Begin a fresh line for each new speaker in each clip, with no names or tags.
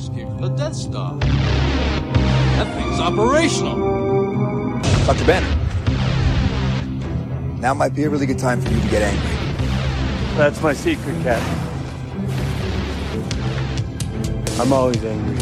Death Star. That thing's operational.
Dr. Banner. Now might be a really good time for you to get angry.
That's my secret, Captain. I'm always angry.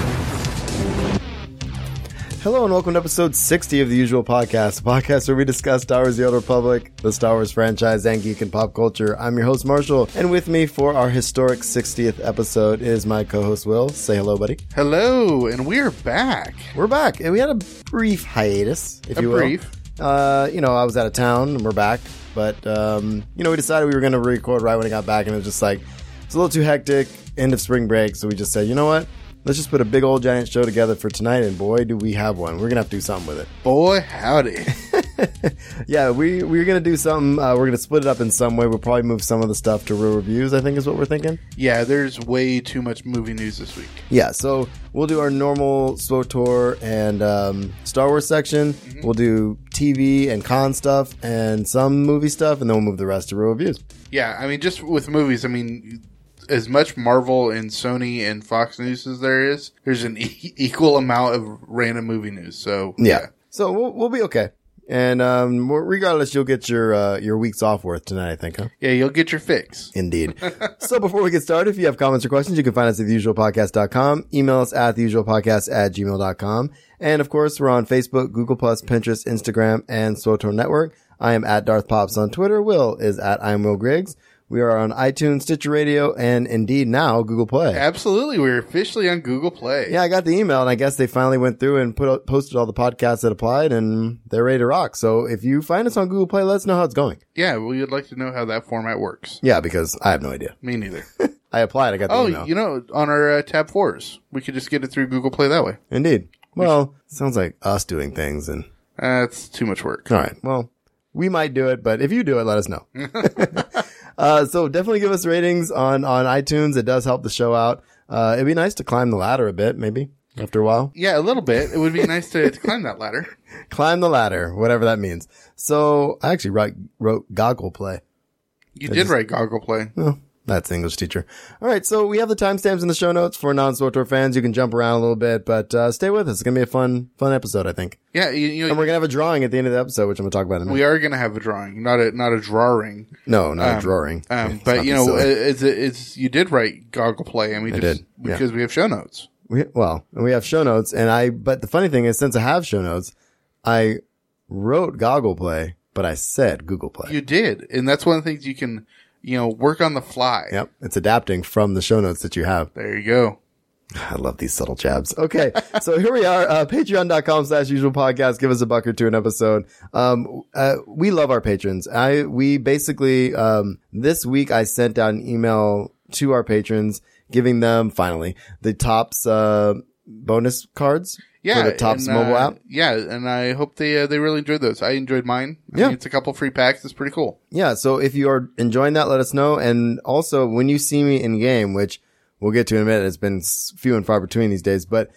Hello and welcome to episode 60 of the usual podcast, a podcast where we discuss Star Wars The Old Republic, the Star Wars franchise, and geek and pop culture. I'm your host, Marshall, and with me for our historic 60th episode is my co host, Will. Say hello, buddy.
Hello, and we're back.
We're back. and We had a brief hiatus, if
A
you will.
brief.
Uh, you know, I was out of town and we're back, but, um, you know, we decided we were going to record right when I got back, and it was just like, it's a little too hectic, end of spring break, so we just said, you know what? Let's just put a big old giant show together for tonight, and boy, do we have one. We're going to have to do something with it.
Boy, howdy.
Yeah, we we're gonna do something. Uh, we're gonna split it up in some way. We'll probably move some of the stuff to real reviews. I think is what we're thinking.
yeah, there's way too much movie news this week.
Yeah, so we'll do our normal SWTOR and um, Star Wars section. We'll do TV and con stuff and some movie stuff, and then we'll move the rest to real reviews.
Yeah, I mean, just with movies, I mean, as much Marvel and Sony and Fox News as there is, there's an e- equal amount of random movie news. So,
So we'll we'll be okay. And um, regardless, you'll get your uh, your weeks off worth tonight. I think, huh?
Yeah, you'll get your fix.
Indeed. so before we get started, if you have comments or questions, you can find us at theusualpodcast.com, email us at theusualpodcast at gmail.com. And of course, we're on Facebook, Google Plus, Pinterest, Instagram, and Swotor Network. I am at Darth Pops on Twitter. Will is at I'm Will Griggs. We are on iTunes, Stitcher Radio, and indeed now Google Play.
Absolutely. We're officially on Google Play.
Yeah, I got the email, and I guess they finally went through and put posted all the podcasts that applied, and they're ready to rock. So if you find us on Google Play, let us know how it's going.
Yeah, we would like to know how that format works.
Yeah, because I have no idea.
Me neither.
I applied. I got the
oh,
email.
you know, on our uh, tab fours, we could just get it through Google Play that way.
Indeed. Well, sounds like us doing things. And
That's too much work.
all right, well, we might do it, but if you do it, let us know. uh, so definitely give us ratings on on iTunes. It does help the show out. Uh, it'd be nice to climb the ladder a bit, maybe after a while.
Yeah, a little bit. It would be nice to, to climb that ladder.
Climb the ladder, whatever that means. So I actually wrote, wrote goggle play.
You did write Goggle Play.
Oh, that's the English teacher. All right, so we have the timestamps in the show notes for non SWTOR fans. You can jump around a little bit, but uh, stay with us. It's gonna be a fun fun episode, I think.
Yeah, you, you
And we're gonna have a drawing at the end of the episode, which I'm gonna talk about in a minute.
we are going to have a drawing, not a not a drawing.
No, not a
Um,
drawing.
Um,
It's
but
not
you
that
know,
silly.
it's, it's you did write Goggle Play, and we
I
just
did, yeah.
because we have show notes.
we, well, we have show notes, and I. But the funny thing is, since I have show notes, I wrote Goggle Play, but I said Google Play.
You did, and that's one of the things you can you know work on the fly.
yep, it's adapting from the show notes that you have.
There you go.
I love these subtle jabs. Okay. So here we are, uh, patreon.com slash usual podcast. Give us a buck or two an episode. Um, uh, we love our patrons. I, we basically, um, this week I sent out an email to our patrons giving them finally the tops, uh, bonus cards
Yeah,
for the tops
and, uh,
mobile app.
Yeah, and I hope they uh, they really enjoyed those. I enjoyed mine. I
Yeah.
mean, it's a couple free packs. It's pretty cool.
Yeah. So if you are enjoying that, let us know. And also when you see me in game, which we'll get to in a minute, it's been s- few and far between these days, but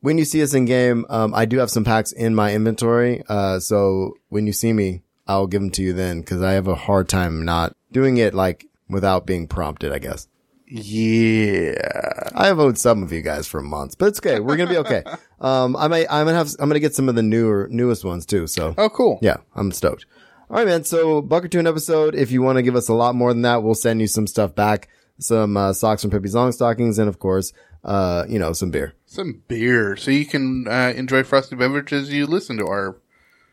when you see us in game, um, I do have some packs in my inventory. Uh, so when you see me, I'll give them to you then because I have a hard time not doing it like without being prompted, I guess.
Yeah,
I have owed some of you guys for months, but it's okay. We're going to be okay. um, I might, I'm going to have, I'm going to get some of the newer, newest ones too. So.
Oh, cool.
Yeah, I'm stoked. All right, man. So buck or two an episode. If you want to give us a lot more than that, we'll send you some stuff back, some uh, socks from Pippi's long stockings, and of course, uh, you know, some beer.
Some beer, so you can uh, enjoy frosty beverages. You listen to our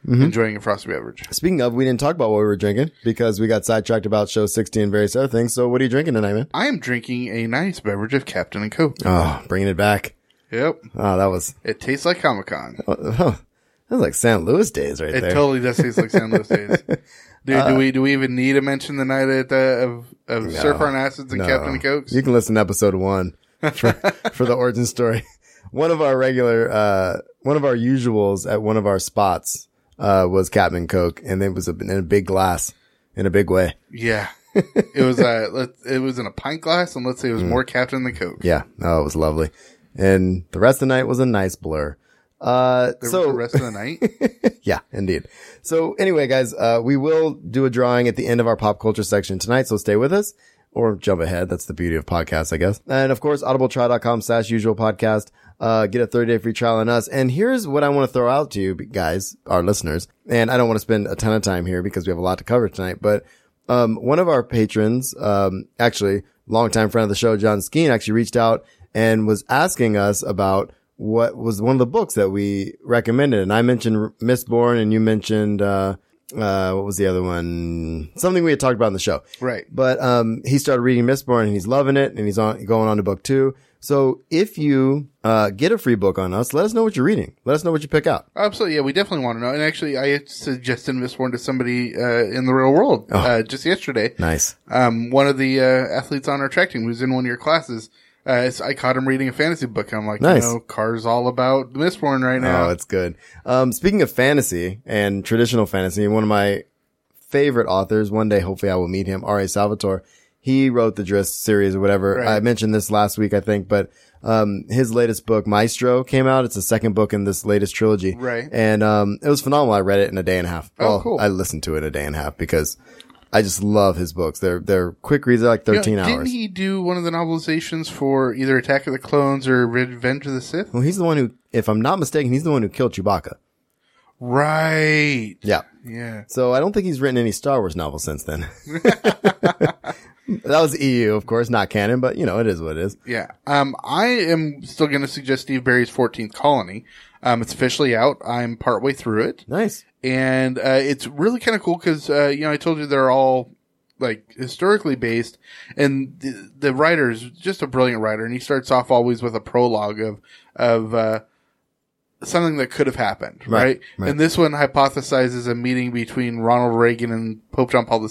Mm-hmm.
enjoying a frosty beverage.
Speaking of, we didn't talk about what we were drinking because we got sidetracked about show 60 and various other things. So what are you drinking tonight, man?
I am drinking a nice beverage of Captain and Coke.
Oh, bringing it back.
Yep,
Oh, that was
it tastes like Comic Con.
that was like San Luis days right
It
Oh, there. Uh,
totally does taste like San Luis days. Dude, do we do we even need to mention the night at uh, of of Surfer and Acids and
No.
Captain and Cokes?
You can listen to episode one for, for the origin story. One of our regular, uh, one of our usuals at one of our spots, uh, was Captain Coke and it was a, in a big glass in a big way.
yeah, it was uh, let, it was in a pint glass, and let's say it was more Captain than Coke.
Mm. Yeah. Oh, it was lovely. And the rest of the night was a nice blur. Uh,
There
so
was the rest of the night.
yeah, indeed. So anyway, guys, uh, we will do a drawing at the end of our pop culture section tonight. So stay with us or jump ahead. That's the beauty of podcasts, I guess. And of course, audibletry.com slash usual podcast. Uh, get a 30 day free trial on us. And here's what I want to throw out to you guys, our listeners. And I don't want to spend a ton of time here because we have a lot to cover tonight, but, um, one of our patrons, um, actually longtime friend of the show, John Skeen actually reached out and was asking us about what was one of the books that we recommended. And I mentioned Mistborn and you mentioned, uh, uh, what was the other one? Something we had talked about in the show.
Right.
But, um, he started reading Mistborn and he's loving it and he's on, going on to book two. So if you, uh, get a free book on us, let us know what you're reading. Let us know what you pick out.
Absolutely, yeah, we definitely want to know. And actually, I suggested Mistborn to somebody uh, in the real world uh, just yesterday.
Oh. Nice.
Um, one of the uh, athletes on our track team who's in one of your classes, uh, so I caught him reading a fantasy book. I'm like,
Nice.
you know, Car's all about Mistborn right now.
Oh, it's good. Um, speaking of fantasy and traditional fantasy, one of my favorite authors, one day hopefully I will meet him, R.A. Salvatore. He wrote the Drist series or whatever.
Right.
I mentioned this last week, I think, but um, his latest book, Maestro, came out. It's the second book in this latest trilogy.
Right.
And um, it was phenomenal. I read it in a day and a half.
Oh,
Well,
cool.
I listened to it a day and a half because I just love his books. They're they're quick reads. They're like
You know,
13
didn't
hours.
he do one of the novelizations for either Attack of the Clones or Revenge of the Sith?
well, he's the one who, if I'm not mistaken, he's the one who killed Chewbacca.
Right.
Yeah.
Yeah.
So I don't think he's written any Star Wars novels since then. that was EU, of course, not canon, but you know, it is what it is.
Yeah. Um, I am still going to suggest Steve Barry's 14th Colony. Um, it's officially out. I'm partway through it.
Nice.
and uh, it's really kind of cool because uh, you know I told you they're all like historically based, and the, the writer is just a brilliant writer, and he starts off always with a prologue of of uh, something that could have happened,
Right,
right,
right.
And this one hypothesizes a meeting between Ronald Reagan and Pope John Paul II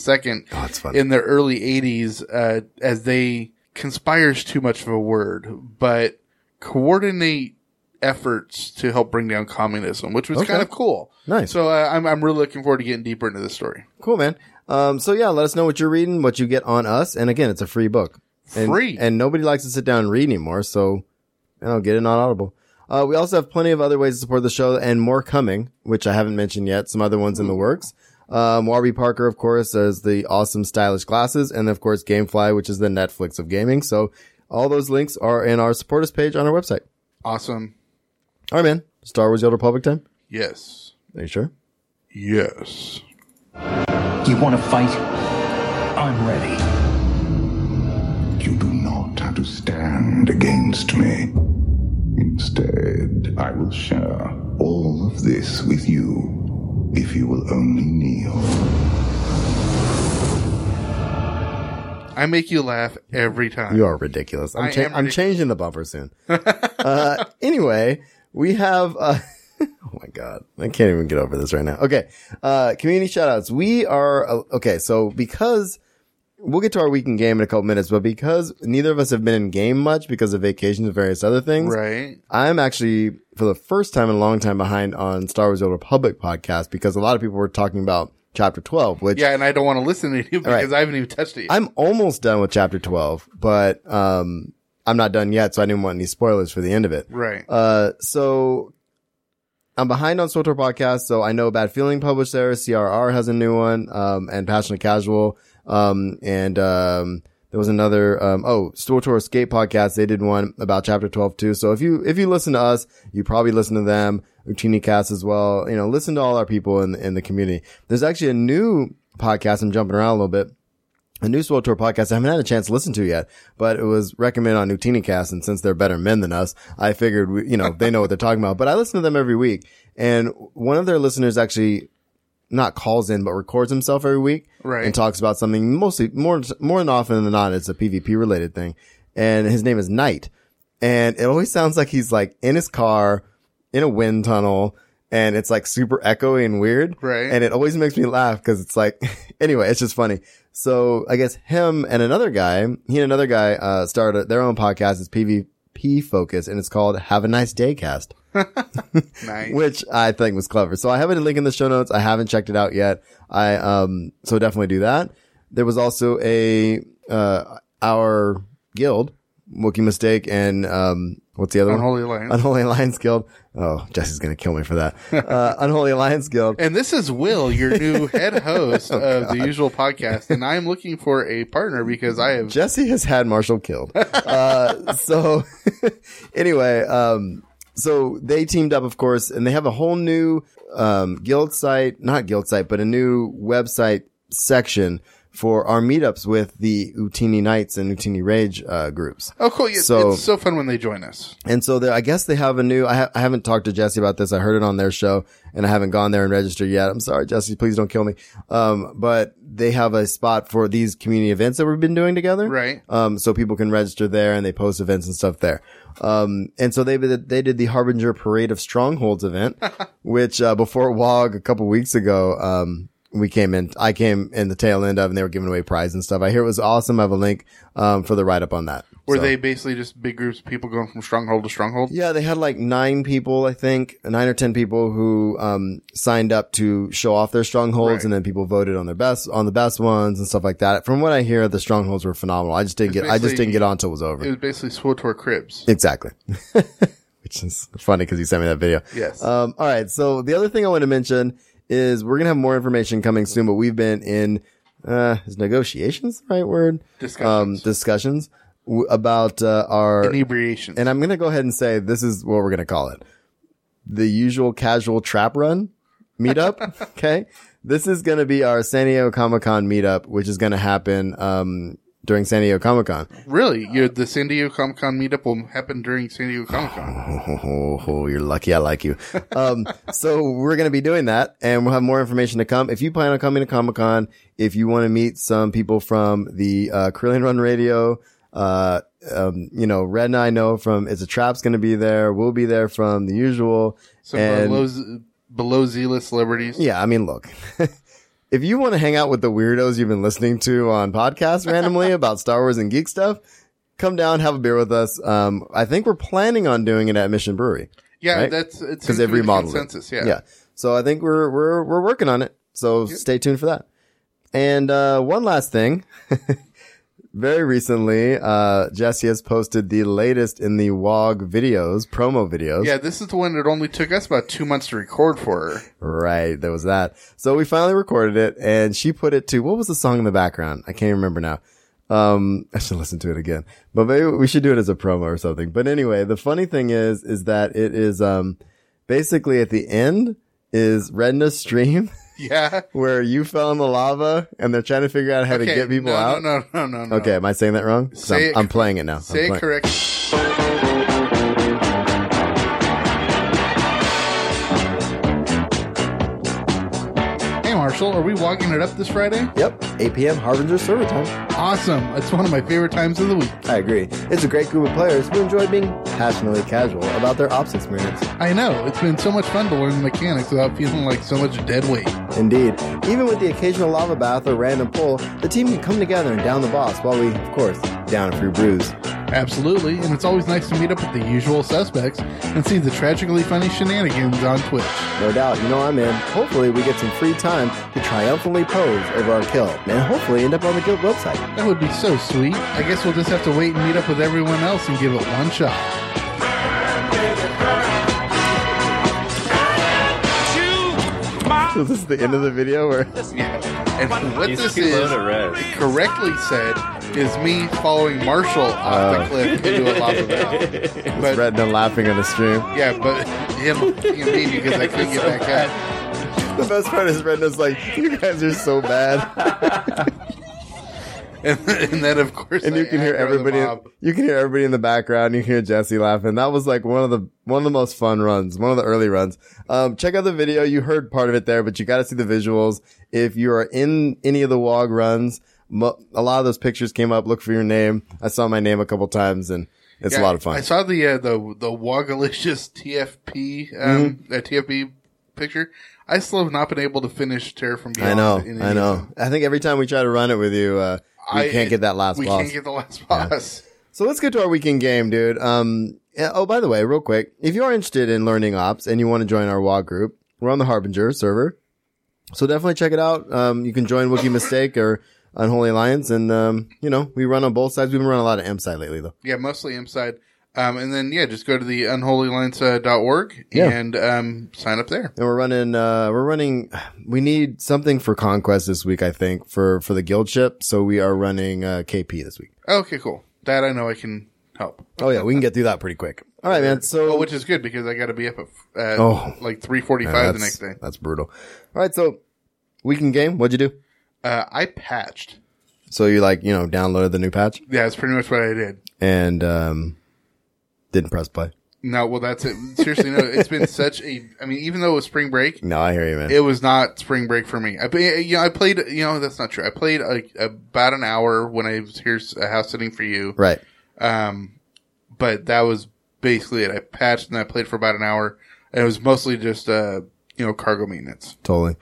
Oh, it's fun.
in the early 80s uh, as they conspires too much of a word but coordinate efforts to help bring down communism which was
Okay.
kind of cool
Nice.
so uh, I'm, I'm really looking forward to getting deeper into this story
cool, man. Um, so yeah, let us know what you're reading, what you get on us. And again, it's a free book. And,
Free.
And nobody likes to sit down and read anymore. So, you know, get it on Audible. Uh, we also have plenty of other ways to support the show and more coming, which I haven't mentioned yet. Some other ones in the works. Um, Warby Parker, of course, does the awesome stylish glasses. And of course, Gamefly, which is the Netflix of gaming. So all those links are in our support us page on our website.
awesome
All right, man. Star Wars Yellow Republic time.
yes
Are you sure?
yes
You want to fight? I'm ready.
You do not have to stand against me. Instead, I will share all of this with you if you will only kneel.
i make you laugh every time
You are ridiculous. I'm,
I
cha-
am
I'm
ridiculous.
changing the bumper soon. uh, anyway, we have. Uh, oh my god, I can't even get over this right now. Okay, uh, community shoutouts. We are uh, okay. So because we'll get to our weekend game in a couple minutes, but because neither of us have been in game much because of vacations and various other things,
right
I'm actually for the first time in a long time behind on Star Wars: The Old Republic podcast because a lot of people were talking about Chapter 12, which
yeah and i don't want to listen to you because i haven't even touched it yet.
I'm almost done with chapter 12, but, um, I'm not done yet, so I didn't want any spoilers for the end of it.
right
Uh, so I'm behind on SWTOR podcast, so I know Bad Feeling published there. CRR has a new one, um, and Passionate Casual. Um, and, um, there was another, um, oh, SWTOR Escape podcast. They did one about chapter 12 too. So if you, if you listen to us, you probably listen to them, Uchini Cast as well. You know, listen to all our people in, in the community. There's actually a new podcast. I'm jumping around a little bit a new Swell Tour podcast I haven't had a chance to listen to yet, but it was recommended on Nutini Cast. And since they're better men than us, I figured, we, you know, they know what they're talking about, but I listen to them every week. And one of their listeners actually not calls in, but records himself every week
Right.
and talks about something mostly more, more than often than not. It's a PvP related thing. And his name is Knight. And it always sounds like he's like in his car in a wind tunnel and it's like super echoey and weird.
Right.
And it always makes me laugh because it's like, anyway, it's just funny. So I guess him and another guy, he and another guy, uh, started their own podcast. It's PvP focus and it's called Have a Nice Day Cast,
nice
which I think was clever. So I have it a link in the show notes. I haven't checked it out yet. I, um, so definitely do that. There was also a, uh, our guild, Wookie Mistake and um, what's the other
Unholy
one?
Alliance.
Unholy Alliance Guild. Oh, Jesse's gonna kill me for that. Uh, Unholy Alliance Guild.
And this is Will, your new head host
Oh,
of the usual podcast. And I'm looking for a partner because I have.
Jesse has had Marshall killed. Uh, so anyway, um, so they teamed up, of course, and they have a whole new um, guild site, not guild site, but a new website section for our meetups with the Utini Knights and Utini Rage uh, groups.
Oh, cool. It's,
So-
it's so fun when they join us.
And so there, I guess they have a new, I, ha- I haven't talked to Jesse about this. I heard it on their show and I haven't gone there and registered yet. I'm sorry, Jesse, please don't kill me. Um, but they have a spot for these community events that we've been doing together.
Right.
Um, so people can register there and they post events and stuff there. Um, and so they, they did the Harbinger Parade of Strongholds event, which, uh, before WOG a couple weeks ago, um, we came in, I came in the tail end of and they were giving away prize and stuff. I hear it was awesome. I have a link, um, for the write up on that.
Were
So-
they basically just big groups of people going from stronghold to stronghold?
yeah, they had like nine people, I think, nine or ten people who um, signed up to show off their strongholds,
Right.
and then people voted on their best on the best ones and stuff like that. From what I hear, the strongholds were phenomenal. I just didn't get,
It's
I just
basically-
didn't get on till it was over.
It was basically Swotor Cribs.
Exactly. Which is funny because you sent me that video.
Yes.
Um, all right. So the other thing I want to mention is we're going to have more information coming soon, but we've been in, uh, is negotiations the right word?
Discussions.
Um, discussions w- about, uh, our,
Inebriation.
and I'm going to go ahead and say this is what we're going to call it. The usual casual trap run meetup. okay. This is going to be our San Diego Comic Con meetup, which is going to happen, um, during San Diego Comic Con.
really, you're, the San Diego Comic Con meetup will happen during San Diego Comic Con.
Oh, oh, oh, you're lucky. I like you. Um, so we're going to be doing that and we'll have more information to come. If you plan on coming to Comic Con, if you want to meet some people from the, uh, Carillion Run Radio, uh, um, you know, Red and I know from It's a Trap's going to be there. We'll be there from the usual.
Some
And-
below, z- below Z-list celebrities.
yeah, I mean, look, if you want to hang out with the weirdos you've been listening to on podcasts randomly about Star Wars and geek stuff, come down, have a beer with us. Um, I think we're planning on doing it at Mission Brewery.
Yeah,
Right?
that's it's
because they've remodeled it.
consensus. Yeah.
So I think we're we're we're working on it. So stay tuned for that. And uh, one last thing. Very recently, uh, Jesse has posted the latest in the WOG videos, promo videos.
Yeah, this is the one that only took us about two months to record for her.
Right. There was that. So we finally recorded it and she put it to, what was the song in the background? I can't remember now. Um, I should listen to it again, but maybe we should do it as a promo or something. But anyway, the funny thing is, is that it is, um, basically at the end is Redna's stream
Yeah.
where you fell in the lava and they're trying to figure out how to get people
no,
out.
No, no, no, no.
Okay.
no.
Am I saying that wrong? 'Cause
Say
I'm,
it
I'm
cor-
playing it now. I'm
Say
playing-
it correct. Hey, Marshall, are we walking it up this Friday?
Yep, 8 p.m. Harbinger server time.
Awesome. It's one of my favorite times of the week.
I agree. It's a great group of players who enjoy being passionately casual about their ops experience.
I know. It's been so much fun to learn the mechanics without feeling like so much dead weight.
Indeed, even with the occasional lava bath or random pull, the team can come together and down the boss while we, of course, down a few brews.
Absolutely. And it's always nice to meet up with the usual suspects and see the tragically funny shenanigans on Twitch.
No doubt, you know I'm in. Hopefully, we get some free time to triumphantly pose over our kill, and hopefully end up on the guild website.
That would be so sweet. I guess we'll just have to wait and meet up with everyone else and give it one shot.
So this is the end of the video where
And what
He's
this
too low
is
to res.
correctly said is me following Marshall off
Oh.
the cliff into a lava valley. But
Redna laughing on the stream.
yeah, but him and me because I couldn't get back up.
The best part is Redna's like, you guys are so bad.
And, and then of course,
and you
I
can hear
aggro the
everybody.
mob.
You can hear everybody in the background. You can hear Jesse laughing. That was like one of the one of the most fun runs, one of the early runs. Um, check out the video. You heard part of it there, but you got to see the visuals. If you are in any of the WOG runs, mo- a lot of those pictures came up. Look for your name. I saw my name a couple times, and it's
Yeah,
a lot of fun.
I saw the uh, the the Wogalicious TFP um,
Mm-hmm.
uh, TFP picture. I still have not been able to finish Terror from Beyond.
I know.
in
I
any-
know. I think every time we try to run it with you, uh, we
I-
can't get that last
We
boss.
can't get the last boss.
So let's get to our weekend game, dude. Um, yeah, oh, by the way, real quick, if you are interested in learning ops and you want to join our WOG group, we're on the Harbinger server. So definitely check it out. Um, you can join Wookie Mistake or Unholy Alliance, and um, you know we run on both sides. We've been running a lot of M side lately, though.
Yeah, mostly inside. Um, and then yeah, just go to the unholyalliance.org uh, .org
Yeah.
and um, sign up there.
And we're running, uh, we're running, we need something for conquest this week, I think, for, for the guild ship. So we are running, uh, KP this week.
Okay, cool. That I know I can help.
Oh yeah, we can get through that pretty quick. All right, man. So,
Oh, which is good because I got to be up at uh,
Oh.
like three forty-five
Yeah,
the
that's-
next day.
That's brutal. All right. So weekend game, what'd you do?
Uh, I patched.
So you like, you know, downloaded the new patch
Yeah, that's pretty much what I did.
and, um, didn't press play.
No, well, that's it. Seriously, no. It's been such a. I mean, even though it was spring break,
No, I hear you, man.
it was not spring break for me. I, play- you know, I played. You know, that's not true. I played like about an hour when I was here s- uh, house sitting for you.
right.
Um, but that was basically it. I patched and I played for about an hour, and it was mostly just uh, you know, cargo maintenance.
Totally.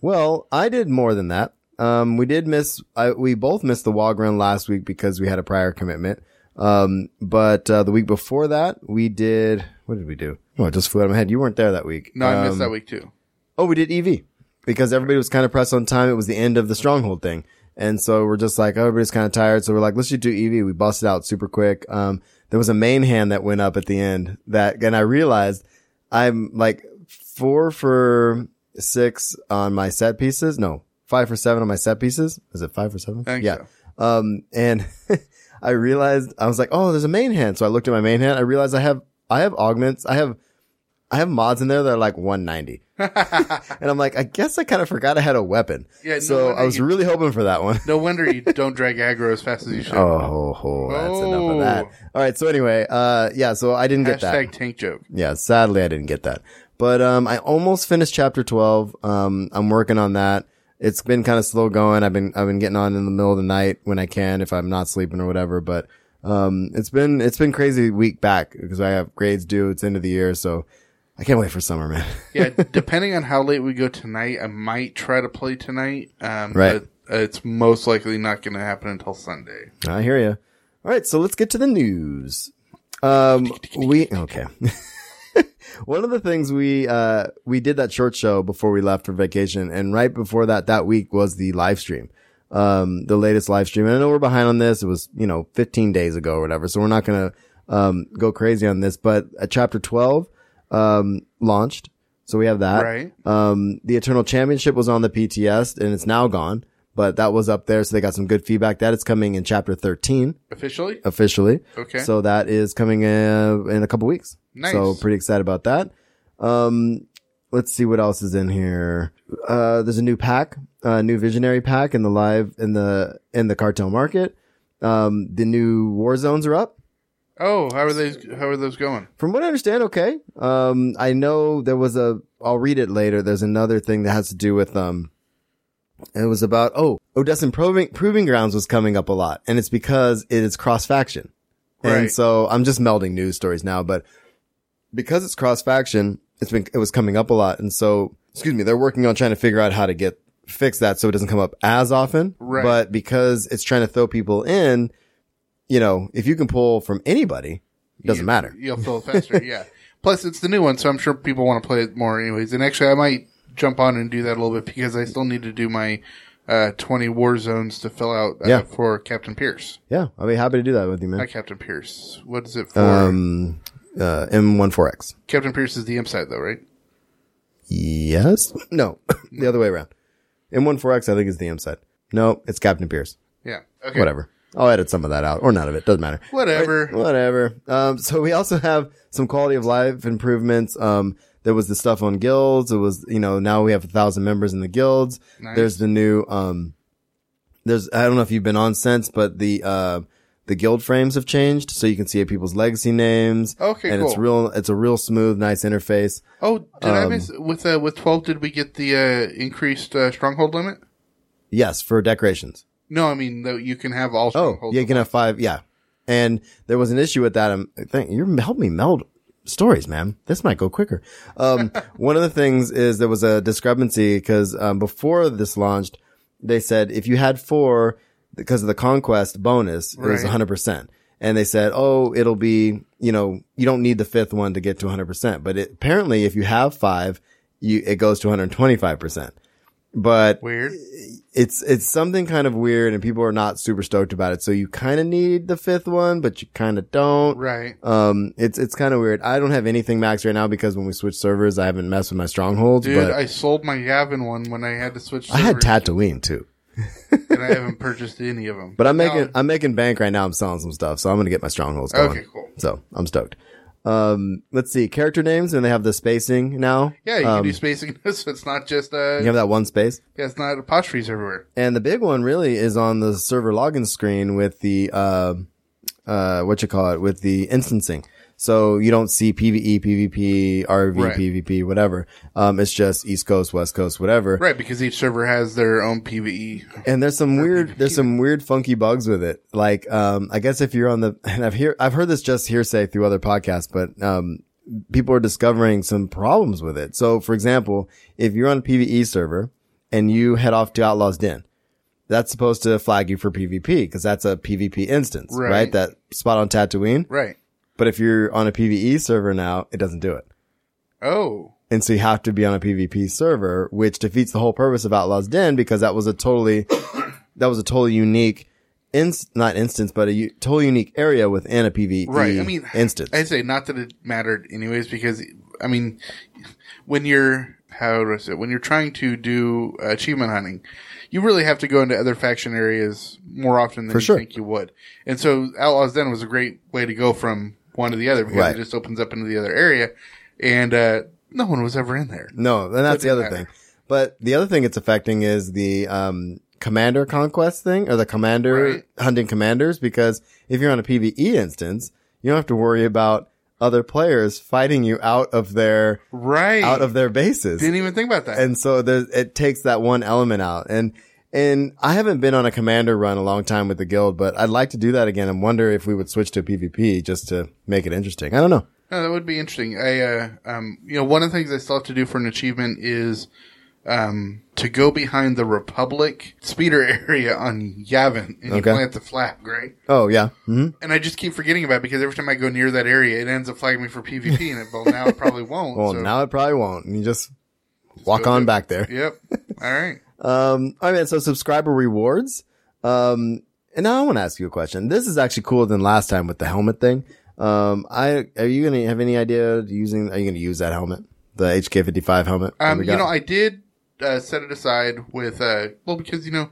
Well, I did more than that. Um, we did miss, I, we both missed the WOG run last week because we had a prior commitment. Um, but, uh, the week before that, we did, what did we do? Oh, it just flew out of my head. You weren't there that week.
No, I missed
Um,
that week too.
Oh, we did EV because everybody was kind of pressed on time. It was the end of the stronghold thing. And so we're just like, oh, everybody's kind of tired. So we're like, let's just do EV. We busted out super quick. Um, there was a main hand that went up at the end that, and I realized I'm like four for six on my set pieces. No, five for seven on my set pieces. Is it five for seven?
think
yeah. Um, and I realized I was like, oh, there's a main hand. So I looked at my main hand. I realized I have, I have augments. I have, I have mods in there that are like 190. and I'm like, I guess I kind of forgot I had a weapon.
Yeah, no
so
wonder
I was
you-
really hoping for that one.
No wonder you don't drag aggro as fast as you should.
Oh, ho, ho, that's enough of that. All right. So anyway, uh, yeah. So I didn't get that.
Hashtag tank joke.
Yeah, sadly I didn't get that. But um I almost finished chapter 12. Um I'm working on that. It's been kind of slow going. I've been I've been getting on in the middle of the night when I can if I'm not sleeping or whatever, but um it's been it's been crazy week back because I have grades due. It's end of the year, so I can't wait for summer, man.
Yeah, depending on how late we go tonight, I might try to play tonight. Um,
Right.
But uh, it's most likely not going to happen until Sunday.
I hear you. All right, so let's get to the news. Um, we okay. One of the things we uh we did that short show before we left for vacation, and right before that that week was the live stream, um, the latest live stream. And I know we're behind on this. It was you know 15 days ago or whatever, so we're not gonna um go crazy on this. But uh, chapter 12 um launched, so we have that.
Right.
Um, the Eternal Championship was on the PTS and it's now gone, but that was up there. So they got some good feedback that it's coming in chapter 13
Officially?
officially.
Okay.
So that is coming uh, in a couple weeks.
Nice.
So pretty excited about that. Um, let's see what else is in here. Uh, there's a new pack, uh, new visionary pack in the live, in the, in the cartel market. Um, the new war zones are up.
Oh, how are those? How are those going?
From what I understand, okay. Um, I know there was a. I'll read it later. There's another thing that has to do with um. It was about oh Odessa proving proving grounds was coming up a lot, and it's because it is cross faction, and
Right.
so I'm just melding news stories now. But because it's cross faction, it's been it was coming up a lot, and so excuse me, they're working on trying to figure out how to get fix that so it doesn't come up as often.
Right.
But because it's trying to throw people in, you know, if you can pull from anybody, it doesn't
You-
matter.
You'll fill it faster. yeah. Plus, it's the new one, so I'm sure people want to play it more, anyways. And actually, I might jump on and do that a little bit because I still need to do my uh, 20 war zones to fill out uh,
Yeah.
for Captain Pierce.
Yeah, I'll be happy to do that with you,
Not
man.
Captain Pierce. What is it for?
Um, uh, M14X.
Captain Pierce is the imp side, though, right?
Yes? No, the other way around. M14X, I think, is the M side. No, it's Captain Pierce.
Yeah. Okay.
Whatever. I'll edit some of that out or none of it. Doesn't matter.
Whatever.
Right, Whatever. Um, so we also have some quality of life improvements. Um, there was the stuff on guilds. It was, you know, now we have a thousand members in the guilds.
Nice.
There's the new, um, there's, I don't know if you've been on since, but the, uh, the guild frames have changed so you can see people's legacy names.
Okay,
And it's
cool.
real, it's a real smooth, nice interface.
Oh, did
Um,
I miss with uh, with twelve? Did we get the uh, increased uh, stronghold limit?
Yes, for decorations.
No, I mean though you can have all
Oh,
strongholds.
yeah, you can have five. Yeah. And there was an issue with that. um, I'm, I think you're help me meld stories, man. This might go quicker. Um, one of the things is there was a discrepancy because, um, before this launched, they said if you had four because of the conquest bonus, it was
Right.
hundred percent. And they said, oh, it'll be, you know, you don't need the fifth one to get to 100%. But it, apparently, if you have five, you, it goes to 125%. but
Weird.
it's it's something kind of weird and people are not super stoked about it. So you kind of need the fifth one, but you kind of don't.
Right.
Um, it's it's kind of weird. I don't have anything max right now because when we switch servers, I haven't messed with my strongholds.
Dude,
but I,
I sold my Gavin one when I had to switch.
had
servers,
Tatooine too.
and I haven't purchased any of them.
But I'm making I'm making bank right now. I'm selling some stuff, so I'm gonna get my strongholds going.
Okay, cool.
So I'm stoked. Um, let's see character names, and they have the spacing now.
yeah, you
um,
can do spacing. So it's not just uh,
you have that one space.
yeah, it's not apostrophes everywhere.
And the big one really is on the server login screen with the uh, uh, what you call it with the instancing. So you don't see E, PVE, PvP, RV,
Right.
PvP, whatever. Um, it's just East Coast, West Coast, whatever.
Right, because each server has their own E. PVE.
And there's some weird, there's some weird funky bugs with it. Like, um, I guess if you're on the, and I've hear, I've heard this just hearsay through other podcasts, but, um, people are discovering some problems with it. So for example, if you're on a PVE server and you head off to Outlaw's Den, that's supposed to flag you for PvP because that's a PvP instance, right.
Right.
That spot on Tatooine.
Right.
But if you're on a PVE server now, it doesn't do it.
Oh,
And so you have to be on a PvP server, which defeats the whole purpose of Outlaw's Den because that was a totally, that was a totally unique, ins- not instance, but a u- totally unique area within a PvE
right. I mean,
instance.
I say not that it mattered anyways, because I mean, when you're how do I say it? when you're trying to do uh, achievement hunting, you really have to go into other faction areas more often than
For
you
sure.
think you would. And so, Outlaws Den was a great way to go from one to the other because
Right.
it just opens up into the other area, and uh, no one was ever in there.
no, and that's the other
Doesn't
thing.
matter.
But the other thing it's affecting is the, um, commander conquest thing or the commander
Right.
hunting commanders because if you're on a PvE instance, you don't have to worry about other players fighting you out of their,
Right.
out of their bases.
Didn't even think about that.
and so there's it takes that one element out and and I haven't been on a commander run a long time with the guild, but I'd like to do that again and wonder if we would switch to PvP just to make it interesting. I don't know.
No, that would be interesting. I, uh, um, you know, one of the things I still have to do for an achievement is, um, to go behind the Republic speeder area on Yavin and you
Okay.
plant the flag, right?
Oh yeah, hmm
And I just keep forgetting about it because every time I go near that area, it ends up flagging me for PvP, and it, well, now it probably won't.
well
so-
now it probably won't. And you just walk
go
on
do-
back there.
Yep. All right.
Um, all right, so subscriber rewards. Um, and now I want to ask you a question. This is actually cooler than last time with the helmet thing. Um, I are you gonna have any idea using? Are you gonna use that helmet, the HK55 helmet? that
Um,
we
you
got?
know, I did, uh, set it aside with, uh, well, because, you know,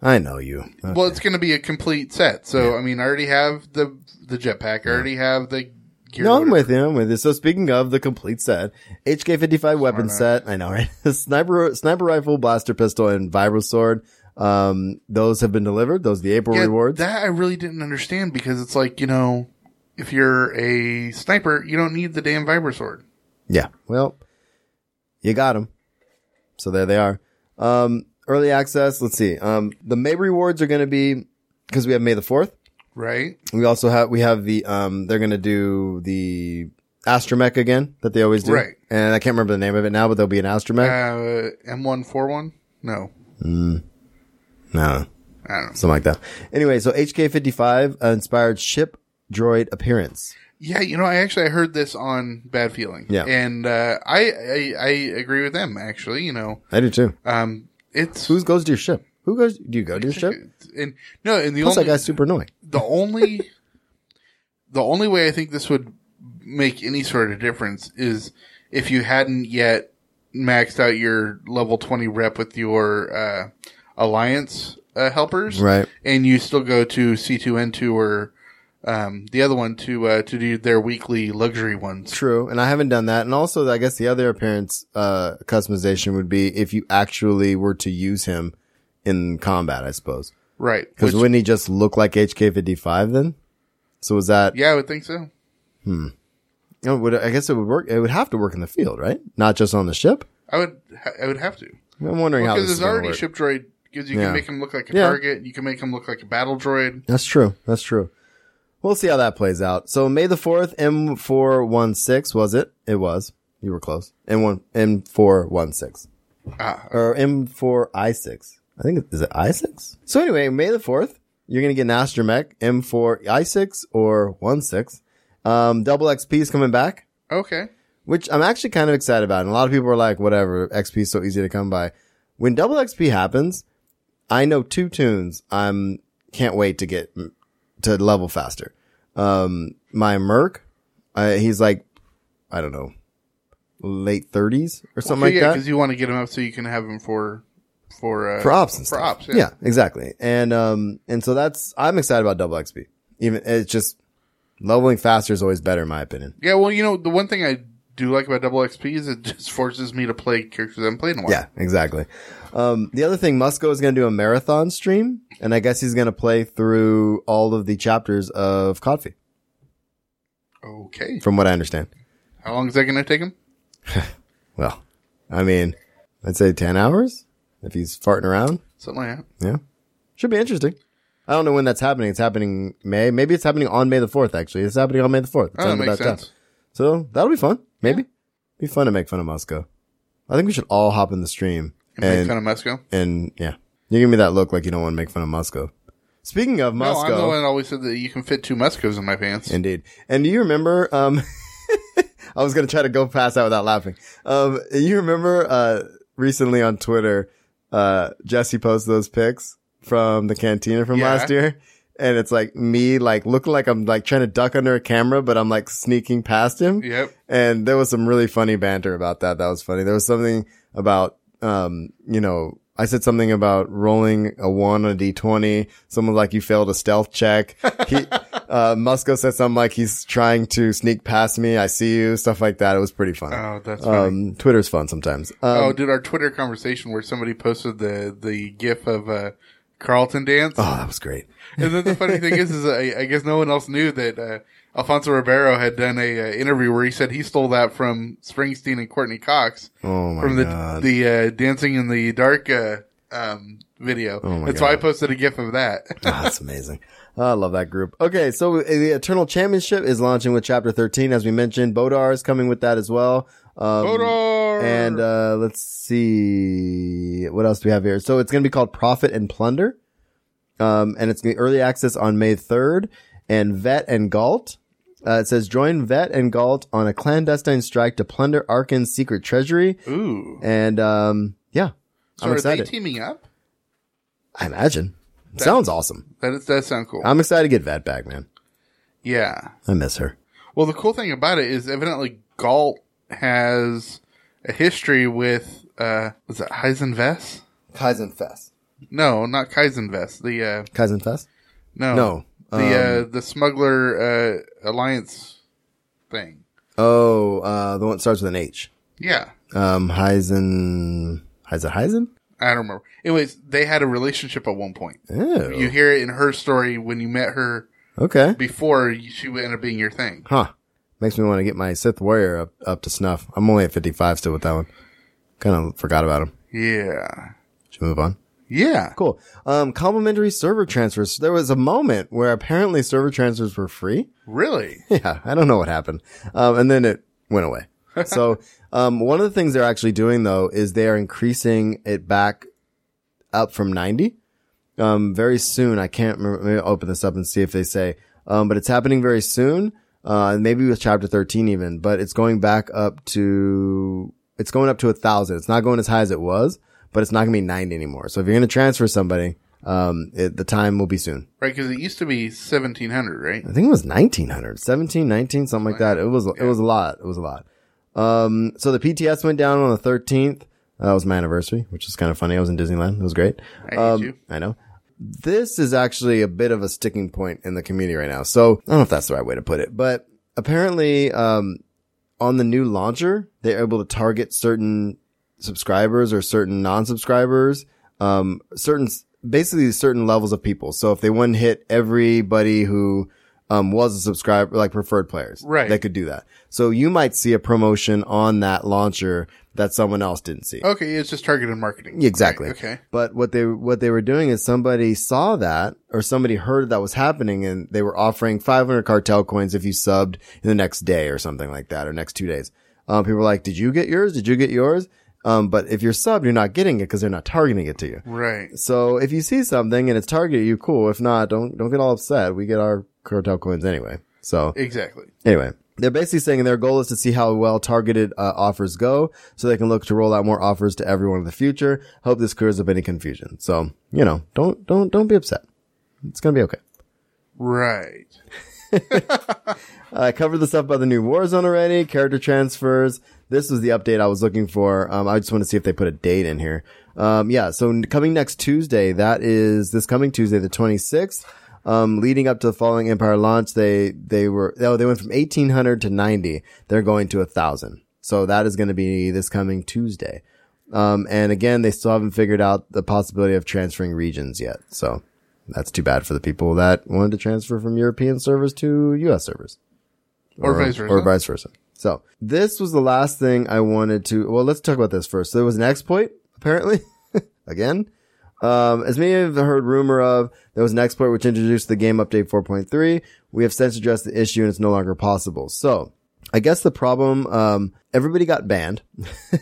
I know you.
Well, it's going to be a complete set. So, I mean, I already have the the jetpack. I already have the gear.
No, I'm
whatever.
with you. I'm with you. So speaking of the complete set, HK55 weapon set, I know, right? sniper, sniper rifle, blaster pistol, and vibro sword. Um, those have been delivered. Those are the April
Yeah,
rewards.
That I really didn't understand because it's like, you know, if you're a sniper, you don't need the damn vibra sword.
yeah. Well, you got them. So there they are. Um, early access. Let's see. Um, the May rewards are going to be because we have May the 4th.
Right?
We also have, we have the, um, they're going to do the astromech again that they always do.
Right.
And I can't remember the name of it now, but there'll be an astromech.
Uh M141? No.
no.
I don't know.
something like that. Anyway, so HK55 uh, inspired ship droid appearance.
Yeah, you know, I actually I heard this on Bad Feeling.
Yeah.
And uh, I, I I agree with them actually, you know.
I do too.
Um it's
Who goes to your ship? Who goes? Do you go to your ship?
and no, and the
Plus, that
only
guy's super annoying.
the only the only way I think this would make any sort of difference is if you hadn't yet maxed out your level 20 rep with your uh, alliance uh, helpers
Right.
and you still go to C2N2 or um, the other one to uh, to do their weekly luxury ones
True, and I haven't done that. And also, I guess the other appearance uh, customization would be if you actually were to use him in combat. I suppose
right
because
Which-
wouldn't he just look like HK55 then? So was that?
yeah I would think so
you know, would, I guess it would work. It would have to work in the field, right? Not just on the ship.
I would ha- I would have to
I'm wondering how
because
this is
there's
gonna
already
work.
ship droid because you
Yeah.
can make him look like a
Yeah.
target you can make him look like a battle droid
That's true. That's true. We'll see how that plays out. So May the 4th, M416 was it? It was. You were close. M1, M416.
Ah.
Or M4I6. I think, it- is it I6? So anyway, May the 4th, you're going to get an Astromech M4I6 or 16. Um, double XP is coming back,
okay
which I'm actually kind of excited about. And a lot of people are like, whatever, XP is so easy to come by. When double XP happens, I know two tunes. I'm can't wait to get to level faster. Um, my Merc, uh, he's like, I don't know, late thirties or something like that.
because you want to get him up so you can have him for for uh,
for ops and stuff.
ops,
yeah. exactly. And um, and so that's I'm excited about double XP. Even it's just leveling faster is always better in my opinion.
Yeah, well, you know, the one thing I do like about double XP is it just forces me to play characters I haven't played in a while.
Yeah, exactly. Um, the other thing, Musco is going to do a marathon stream, and I guess he's going to play through all of the chapters of Codfi,
Okay.
from what I understand.
How long is that going to take him?
Well, I mean, I'd say ten hours if he's farting around.
Something like that.
Yeah, should be interesting. I don't know when that's happening. It's happening May. Maybe it's happening on May the fourth. Actually, it's happening on May the fourth.
Oh, that makes sense.
So that'll be fun. Maybe be fun to make fun of Musco. I think we should all hop in the stream
And, make fun of Musco.
And yeah, you give me that look like you don't want to make fun of Musco. Speaking of
No,
Musco,
I'm the one that always said that you can fit two Muscos in my pants.
indeed. And do you remember? Um, I was gonna try to go past that without laughing. Um, you remember uh, recently on Twitter, uh, Jesse posted those pics from the cantina from
Yeah.
last year. And it's like me, like looking like I'm like trying to duck under a camera, but I'm like sneaking past him.
Yep.
And there was some really funny banter about that. That was funny. There was something about, um, you know, I said something about rolling a one on a d20. Someone like you failed a stealth check. He, uh, Musco said something like he's trying to sneak past me. I see you, stuff like that. It was pretty funny.
Oh, that's funny.
um, Twitter's fun sometimes. Um,
oh, dude, our Twitter conversation where somebody posted the the GIF of uh, Carlton dance,
oh, that was great.
and then the funny thing is, is I, I guess no one else knew that uh, Alfonso Ribeiro had done a uh, interview where he said he stole that from Springsteen and Courtney Cox
Oh my
from the
God.
the uh, Dancing in the Dark uh, um, video.
Oh my
that's why I
God.
posted a GIF of that.
Ah, that's amazing. I love that group. Okay, so uh, the Eternal Championship is launching with Chapter 13, as we mentioned. Bodar is coming with that as well. Um,
Hodor!
And uh, let's see what else do we have here. So it's going to be called Profit and Plunder, um, and it's going to early access on May third. And Vet and Galt, uh, it says join Vet and Galt on a clandestine strike to plunder Arkan's secret treasury.
Ooh,
And um, yeah,
so
I'm
are
excited.
they teaming up?
I imagine sounds awesome.
That is, that sound cool.
I'm excited to get Vet back, man.
yeah.
I miss her.
Well, the cool thing about it is evidently Galt has a history with uh was it Heisenvest?
Kaizen Fest.
No, not Kaizenvest. The uh
Kaizen Fest.
no.
No, um,
The uh the smuggler uh alliance thing.
Oh, uh, the one that starts with an H.
Yeah.
Um, Heisen. Heisen Heisen.
I don't remember. Anyways, they had a relationship at one point.
Ew.
You hear it in her story when you met her
Okay.
before she would end up being your thing.
Huh. Makes me want to get my Sith Warrior up, up to snuff. I'm only at 55 still with that one. Kind of forgot about him.
Yeah.
Should we move on?
Yeah.
Cool. Um, complimentary server transfers. There was a moment where apparently server transfers were free.
Really?
Yeah, I don't know what happened. Um, and then it went away. so, um, one of the things they're actually doing though is they are increasing it back up from 90. Um, very soon. I can't remember. Maybe I'll open this up and see if they say, um, but it's happening very soon. Uh, maybe with chapter 13 even, but it's going back up to, it's going up to a thousand. It's not going as high as it was, but it's not going to be 90 anymore. So if you're going to transfer somebody, um, it, the time will be soon.
Right, because it used to be seventeen hundred, right?
I think it was 1900, 17, 19, something like that. It was, it was a lot. It was a lot. Um, so the PTS went down on the 13th. That was my anniversary, which is kind of funny. I was in Disneyland. It was great.
I hate you.
I know. This is actually a bit of a sticking point in the community right now. So I don't know if that's the right way to put it, but apparently, um, on the new launcher, they're able to target certain subscribers or certain non-subscribers, um, certain, basically certain levels of people. So if they wouldn't hit everybody who, um, was a subscriber, like preferred players,
Right.
They could do that. So you might see a promotion on that launcher that someone else didn't see.
Okay, it's just targeted marketing.
Exactly.
Right, okay.
But what they what they were doing is somebody saw that or somebody heard that was happening and they were offering 500 cartel coins if you subbed in the next day or something like that or next two days. Um, people were like, "Did you get yours? Did you get yours?" Um, but if you're subbed, you're not getting it because they're not targeting it to you.
Right.
So if you see something and it's targeted, you cool. If not, don't don't get all upset. We get our cartel coins anyway. So
Exactly.
anyway, they're basically saying their goal is to see how well targeted uh, offers go so they can look to roll out more offers to everyone in the future. Hope this clears up any confusion. So, you know, don't, don't, don't be upset. It's going to be okay.
Right.
I covered the stuff about the new Warzone already, character transfers. This was the update I was looking for. Um, I just want to see if they put a date in here. Um, yeah. So n- coming next Tuesday, that is this coming Tuesday, the 26th. Um, leading up to the following Empire launch, they, they were, oh, they went from 1800 to 90. They're going to a thousand. So that is going to be this coming Tuesday. Um, and again, they still haven't figured out the possibility of transferring regions yet. So that's too bad for the people that wanted to transfer from European servers to US servers
Or vice versa.
or vice versa. So this was the last thing I wanted to. Well, let's talk about this first. So there was an exploit apparently again. Um, as many have heard rumor of, there was an exploit which introduced the game update 4.3. We have since addressed the issue and it's no longer possible. So I guess the problem, um, everybody got banned.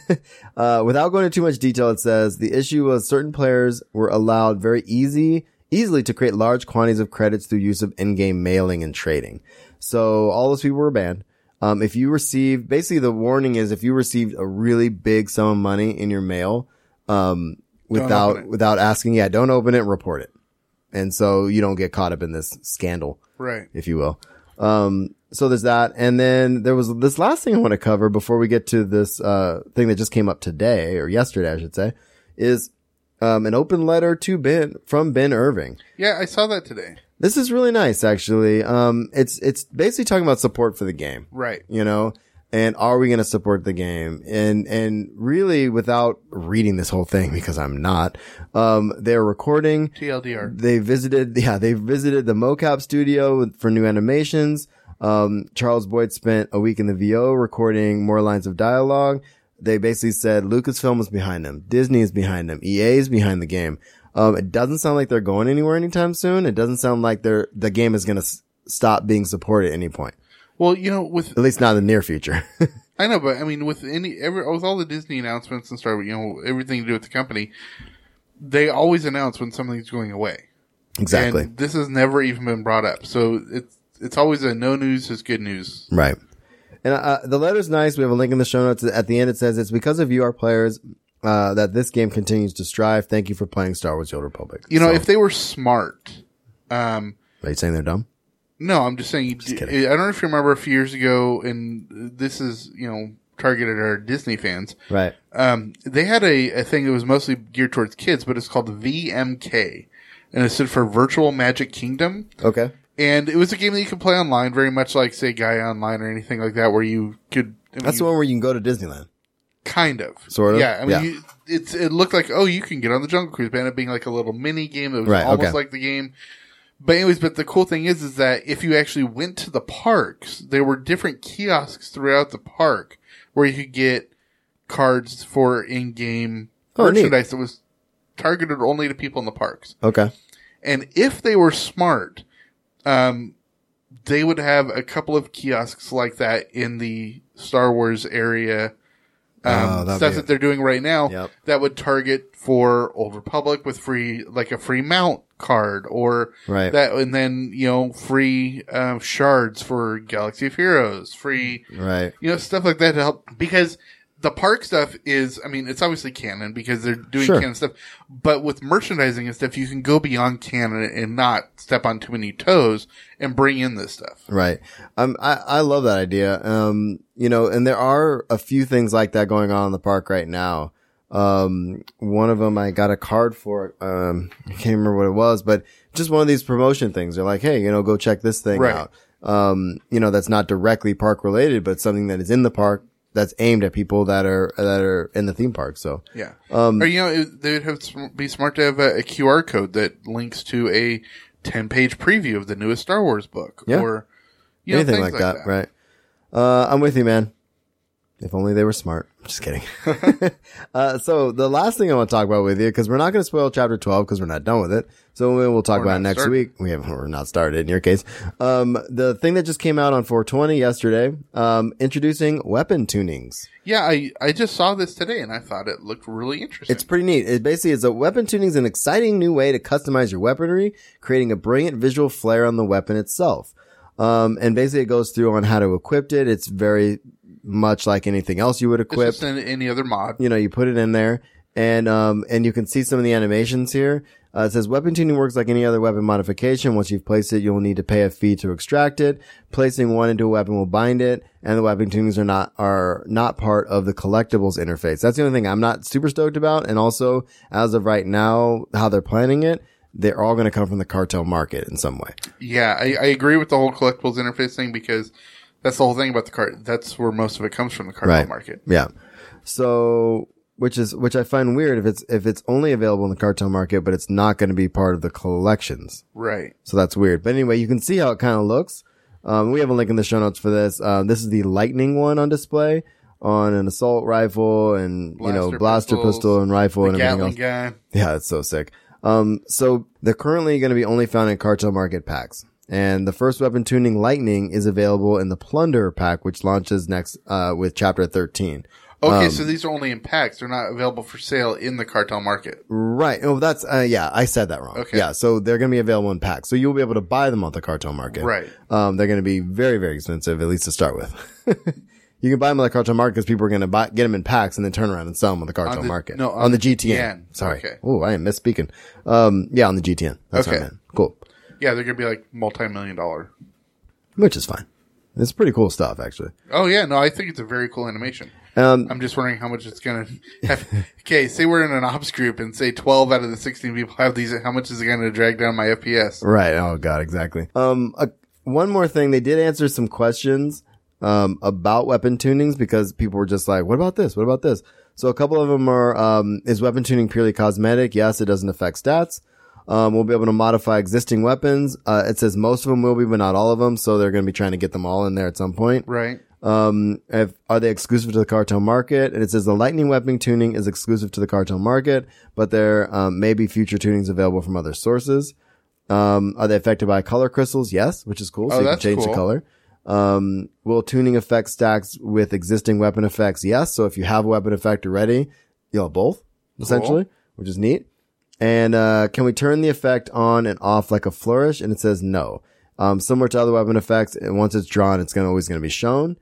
uh, without going into too much detail, it says the issue was certain players were allowed very easy, easily to create large quantities of credits through use of in-game mailing and trading. So all those people were banned. Um, if you received, basically the warning is if you received a really big sum of money in your mail, um, without, without asking, yeah, don't open it and report it. And so you don't get caught up in this scandal
Right.
if you will. Um, so there's that. And then there was this last thing I want to cover before we get to this, uh, thing that just came up today or yesterday, I should say, is, um, an open letter to Ben from Ben Irving.
Yeah, I saw that today.
This is really nice, actually. Um, it's, it's basically talking about support for the game
Right.
you know and are we going to support the game and and really without reading this whole thing because i'm not um they're recording
TLDR.
they visited yeah they visited the mocap studio with- for new animations um charles boyd spent a week in the vo recording more lines of dialogue they basically said lucasfilm is behind them disney is behind them ea is behind the game um it doesn't sound like they're going anywhere anytime soon it doesn't sound like they're the game is going to s- stop being supported at any point
Well, you know, with
at least not in the near future
I know, but I mean, with any every with all the Disney announcements and stuff, you know, everything to do with the company, they always announce when something's going away.
Exactly.
And this has never even been brought up, so it's it's always a no news is good news.
right. And uh, the letter's nice. We have a link in the show notes. At the end, it says it's because of you, our players, uh, that this game continues to strive. Thank you for playing Star Wars: The Old Republic.
You know,
So-
if they were smart, um,
are you saying they're dumb?
No, I'm just saying. You d-
kidding.
I don't know if you remember a few years ago, and this is you know targeted at our Disney fans.
Right.
Um, they had a, a thing that was mostly geared towards kids, but it's called VMK, and it stood for Virtual Magic Kingdom.
Okay.
And it was a game that you could play online, very much like say Guy Online or anything like that, where you could. I mean,
That's the one where you can go to Disneyland.
kind of,
Sort of?
Yeah, I mean,
Yeah.
You, it's it looked like oh, you can get on the Jungle Cruise, but ended up being like a little mini game that was
Right,
almost
okay.
like the game. But anyways, but the cool thing is, is that if you actually went to the parks, there were different kiosks throughout the park where you could get cards for in-game
Oh, neat.
merchandise that was targeted only to people in the parks.
Okay.
And if they were smart, um, they would have a couple of kiosks like that in the Star Wars area.
Oh,
Um,
that'd
stuff
be-
that they're doing right now
Yep.
that would target for Old Republic with free, like a free mount card or
Right.
that, and then, you know, free, um, shards for Galaxy of Heroes, free,
Right.
you know, stuff like that to help because the park stuff is, I mean, it's obviously canon because they're doing
Sure.
canon stuff, but with merchandising and stuff, you can go beyond canon and not step on too many toes and bring in this stuff.
Right. Um, I, I love that idea. Um, you know, and there are a few things like that going on in the park right now. Um, one of them I got a card for, um, I can't remember what it was, but just one of these promotion things. They're like, Hey, you know, go check this thing
Right.
out. Um, you know, that's not directly park related, but something that is in the park that's aimed at people that are, that are in the theme park. So
Yeah.
Um,
or, you know, it, they would have sm- be smart to have a, a QR code that links to a 10 page preview of the newest Star Wars book
Yeah.
or you know,
anything
things
like, that, right? Uh, I'm with you, man. If only they were smart. I'm just kidding. uh, so the last thing I want to talk about with you, because we're not going to spoil chapter 12 because we're not done with it. So we- we'll talk
We're
about it
not
next
started.
week. We have, we're not started in your case. Um, the thing that just came out on 420 yesterday, um, introducing weapon tunings.
Yeah. I, I just saw this today and I thought it looked really interesting.
It's pretty neat. It basically is a weapon tuning is an exciting new way to customize your weaponry, creating a brilliant visual flair on the weapon itself. Um, and basically it goes through on how to equip it. It's very much like anything else you would
It's
equip
just in any other mod.
you know, you put it in there and, um, and you can see some of the animations here. Uh, it says weapon tuning works like any other weapon modification. Once you've placed it, you'll need to pay a fee to extract it. Placing one into a weapon will bind it and the weapon tunings are not, are not part of the collectibles interface. That's the only thing I'm not super stoked about. And also as of right now, how they're planning it, they're all going to come from the cartel market in some way.
Yeah, I, I agree with the whole collectibles interface thing because that's the whole thing about the cart. That's where most of it comes from the cartel
Right.
market.
Yeah. So which is which I find weird if it's if it's only available in the cartel market, but it's not going to be part of the collections.
Right.
So that's weird. But anyway, you can see how it kind of looks. Um, we have a link in the show notes for this. Um, this is the lightning one on display on an assault rifle and you know
Blaster
blaster
pistols,
pistol and rifle
The
and everything
Gatling
else.
gun.
Yeah, it's so sick. Um, so they're currently going to be only found in cartel market packs. And the first weapon tuning lightning is available in the plunder pack, which launches next, uh, with chapter 13.
Okay,
Um,
so these are only in packs. They're not available for sale in the cartel market.
Right. Oh, that's, uh, yeah, I said that wrong.
Okay.
Yeah. So they're going to be available in packs. So you'll be able to buy them on the cartel market.
Right.
Um, they're going to be very, very expensive, at least to start with. you can buy them on the cartel market because people are going to buy, get them in packs and then turn around and sell them on the cartel
the-
market.
no,
on,
on
the
the
GTN.
GTN.
Sorry.
Okay.
Oh, I am misspeaking. Um, yeah, on the GTN. That's okay.
Okay.
Cool.
Yeah, they're gonna be like multi-million dollar.
which is fine. It's pretty cool stuff, actually.
Oh yeah, no, I think it's a very cool animation.
Um,
I'm just wondering how much it's gonna. Have. okay, say we're in an ops group and say 12 out of the 16 people have these. How much is it gonna drag down my FPS?
Right. Oh God, exactly. Um, uh, one more thing. They did answer some questions, um, about weapon tunings because people were just like, what about this? What about this? So a couple of them are, um, is weapon tuning purely cosmetic? Yes, it doesn't affect stats. Um, we'll be able to modify existing weapons. Uh, it says most of them will be, but not all of them. So they're going to be trying to get them all in there at some point.
Right.
Um, if, are they exclusive to the cartel market? And it says the lightning weapon tuning is exclusive to the cartel market, but there um, may be future tunings available from other sources. Um, are they affected by color crystals? Yes, which is cool. So
Oh,
you can
that's
change the
cool.
color. Um, will tuning effect stacks with existing weapon effects? Yes. So if you have a weapon effect already, you'll have both essentially, which is neat. And uh, can we turn the effect on and off like a flourish? And it says no. Um, similar to other weapon effects, and once it's drawn, it's gonna always gonna be shown.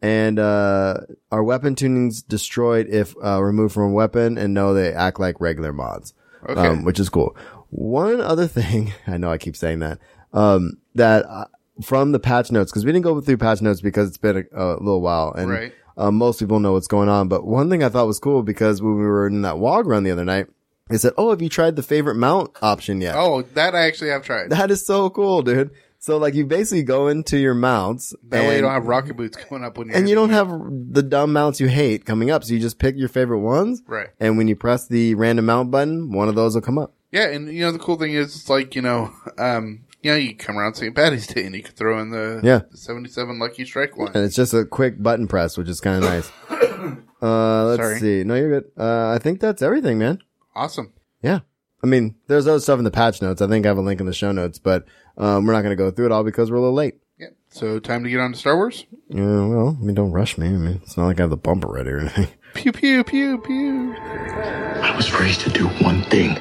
And uh, are weapon tunings destroyed if uh, removed from a weapon? And no, they act like regular mods,
Okay.
um, which is cool. One other thing, I know I keep saying that, um, that uh, from the patch notes, because we didn't go through patch notes because it's been a, a little while, and
Right.
uh, most people know what's going on. But one thing I thought was cool because when we were in that wog run the other night, they said, "Oh, have you tried the favorite mount option yet?"
Oh, that I actually have tried. That,
That is so cool, dude. So like you basically go into your mounts
way you
and-
don't have rocket boots coming up when you're
and you don't
hitting
have the dumb mounts you hate coming up. So you just pick your favorite ones.
Right.
And when you press the random mount button, one of those will come up.
Yeah, and you know the cool thing is, it's like you know, um, you know, you come around St. Patty's Day and you could throw in the
Yeah.
seventy-seven lucky strike line.
And it's just a quick button press, which is kind of nice. Uh, let's
Sorry.
see. No, you're good. Uh, I think that's everything, man.
Awesome.
Yeah. I mean, there's other stuff in the patch notes. I think I have a link in the show notes, but, um, we're not going to go through it all because we're a little late.
Yeah. So time to get on to Star Wars.
Yeah. Well, I mean, don't rush me. I mean, it's not like I have the bumper ready or anything.
Pew pew pew pew.
I was raised to do one thing.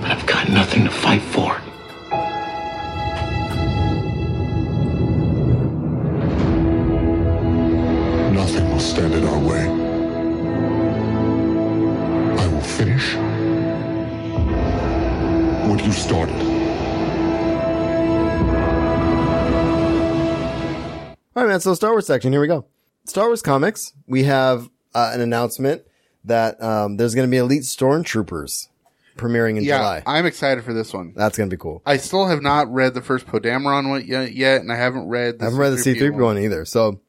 But I've got nothing to fight for.
Nothing will stand in our way. I will finish what you started.
All right, man. So Star Wars section. Here we go. Star Wars comics. We have uh, an announcement that um, there's going to be Elite Stormtroopers premiering in
Yeah,
July.
I'm excited for this one.
That's going to be cool.
I still have not read the first Podameron one yet, yet and I haven't read. The
I haven't read the C three
C-3PO
one either. So,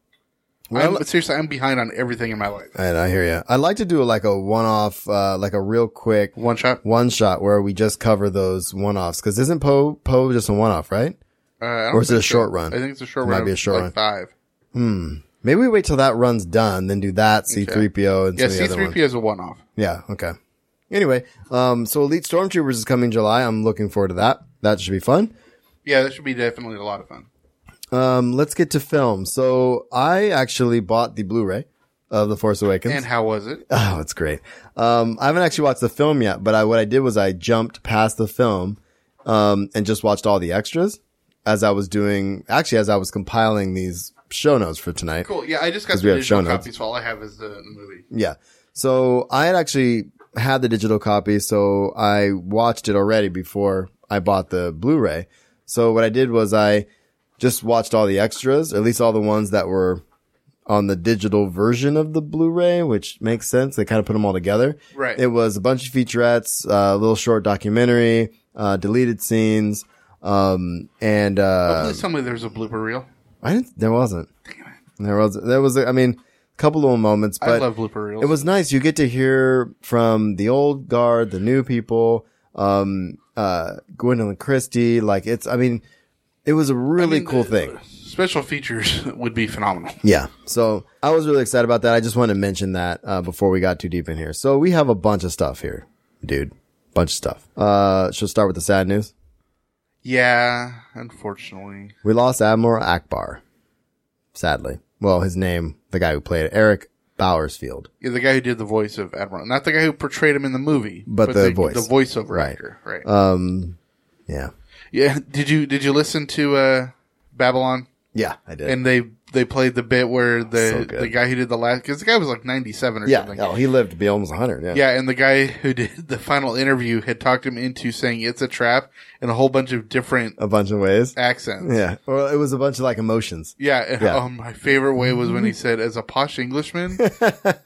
I'm,
well,
seriously, I'm behind on everything in my life.
I, I hear you. I'd like to do like a one off, uh, like a real quick
One shot.
one shot where we just cover those one offs. Because isn't Poe Poe just a one off, right?
Uh, I don't
Or is it
think
a short run?
I think it's a short
It might
run.
be a
of,
short run.
like Five.
Maybe we wait till that run's done, then do that C three PO and
Yeah,
some of the other ones.
C-3PO is a one-off.
Yeah. Okay. Anyway, um, so Elite Stormtroopers is coming July. I'm looking forward to that. That should be fun.
Yeah, that should be definitely a lot of fun.
Um, let's get to film. So I actually bought the Blu-ray of The Force Awakens.
And how was it?
oh, it's great. Um, I haven't actually watched the film yet, but I, what I did was I jumped past the film, um, and just watched all the extras as I was doing, actually, as I was compiling these show notes for tonight.
Cool. Yeah, I just got
'Cause
the
we have
digital
show notes.
copies. So all I have is the movie.
Yeah. So I had actually had the digital copy, so I watched it already before I bought the Blu-ray. So what I did was I just watched all the extras, at least all the ones that were on the digital version of the Blu-ray, which makes sense. They kind of put them all together.
Right.
It was a bunch of featurettes, uh, a little short documentary, uh, deleted scenes, um, and uh,
Please tell me there's a blooper reel.
I didn't. There wasn't. There was. There was. I mean, a couple little moments, but
I love blooper reels.
it was nice. You get to hear from the old guard, the new people, um, uh, Gwendolyn Christie. Like it's, I mean, it was a really
mean, uh,
cool
the-
thing.
special features would be phenomenal.
Yeah. So I was really excited about that. I just wanted to mention that, uh, before we got too deep in here. So we have a bunch of stuff here, dude. Bunch of stuff. Uh, should start with the sad news.
Yeah, unfortunately.
We lost Admiral Akbar. Sadly. Well, his name, the guy who played it, Eric Bowersfield.
Yeah, the guy who did the voice of Admiral, not the guy who portrayed him in the movie,
But the voice.
the voiceover
Right.
actor, right?
Um, yeah.
yeah. Did you did you listen to uh, Babylon?
Yeah, I did.
And they they played the bit where
So
the
good.
the guy who did the last because the guy was like ninety seven or
yeah.
something.
Oh, he lived to be almost 100. Yeah.
Yeah, and the guy who did the final interview had talked him into saying it's a trap in a whole bunch of different
a bunch of ways.
accents.
Yeah. Well, it was a bunch of like emotions.
Yeah, and
Yeah.
um, my favorite way was when he said, "As a posh Englishman,"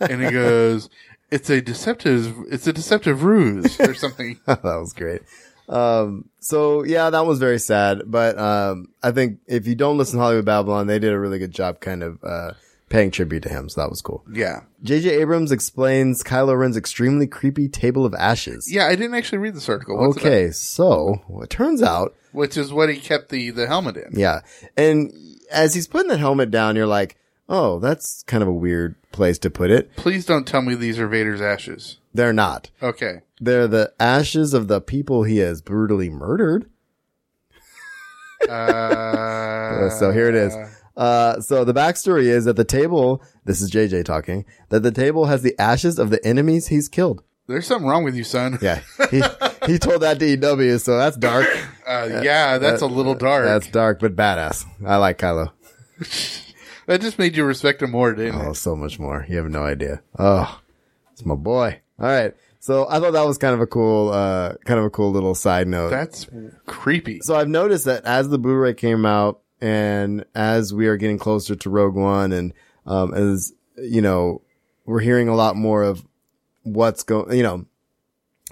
and he goes, "It's a deceptive, it's a deceptive ruse or something."
that was great. Um, so yeah, that was very sad, but, um, I think if you don't listen to Hollywood Babylon, they did a really good job kind of, uh, paying tribute to him. So that was cool.
yeah,
JJ Abrams explains Kylo Ren's extremely creepy table of ashes.
yeah, I didn't actually read this article. What's it
Okay. So it turns out
about? which is what he kept the the helmet in.
Yeah. And as he's putting that helmet down, you're like, oh, that's kind of a weird place to put it.
Please don't tell me these are Vader's ashes.
They're not.
Okay,
They're the ashes of the people he has brutally murdered.
uh,
so here it is. Uh, so the backstory is that the table, this is JJ talking, that the table has the ashes of the enemies he's killed.
there's something wrong with you, son.
Yeah. He, he told that to EW, so that's dark.
Uh, yeah, that's a little dark.
That's dark, but badass. I like Kylo.
that just made you respect him more, didn't
Oh,
it?
so much more. You have no idea. Oh, it's my boy. All right. So I thought that was kind of a cool, uh, kind of a cool little side note.
That's creepy.
so I've noticed that as the Blu-ray came out and as we are getting closer to Rogue One and, um, as, you know, we're hearing a lot more of what's going, you know,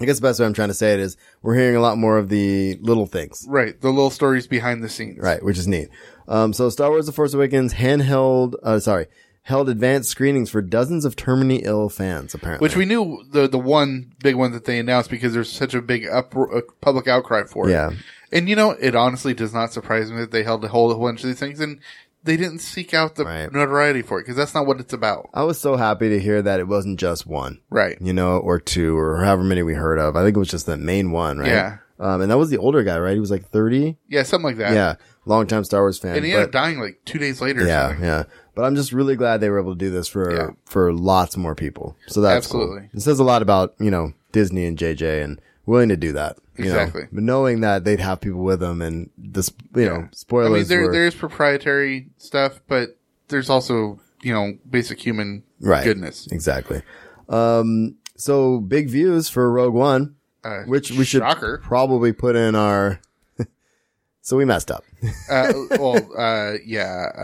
I guess the best way I'm trying to say it is we're hearing a lot more of the little things.
Right, the little stories behind the scenes.
Right, which is neat. Um, so Star Wars The Force Awakens handheld, uh, sorry, held advanced screenings for dozens of terminally ill fans, apparently.
Which we knew the the one big one that they announced because there's such a big up uh, public outcry for it.
Yeah.
and you know it honestly does not surprise me that they held a whole bunch of these things and they didn't seek out the
Right.
notoriety for it because that's not what it's about.
I was so happy to hear that it wasn't just one,
Right.
you know, or two or however many we heard of. I think it was just the main one, right?
Yeah.
Um, and that was the older guy, right? He was like 30.
Yeah, something like that.
Yeah. Longtime Star Wars fan.
and he
but-
ended up dying like two days later. or
yeah.
something.
Yeah. But I'm just really glad they were able to do this for,
Yeah.
for lots more people. So that's
Absolutely.
cool. It says a lot about, you know, Disney and JJ and willing to do that. you know.
Exactly.
But knowing that they'd have people with them and this, you know,
I
spoilers.
mean there
were-
there's proprietary stuff, but there's also you know basic human
Right.
goodness.
Exactly. Um, so big views for Rogue One,
Uh,
which we should
shocker.
probably put in our. so we messed up.
uh, well, uh, yeah. Uh,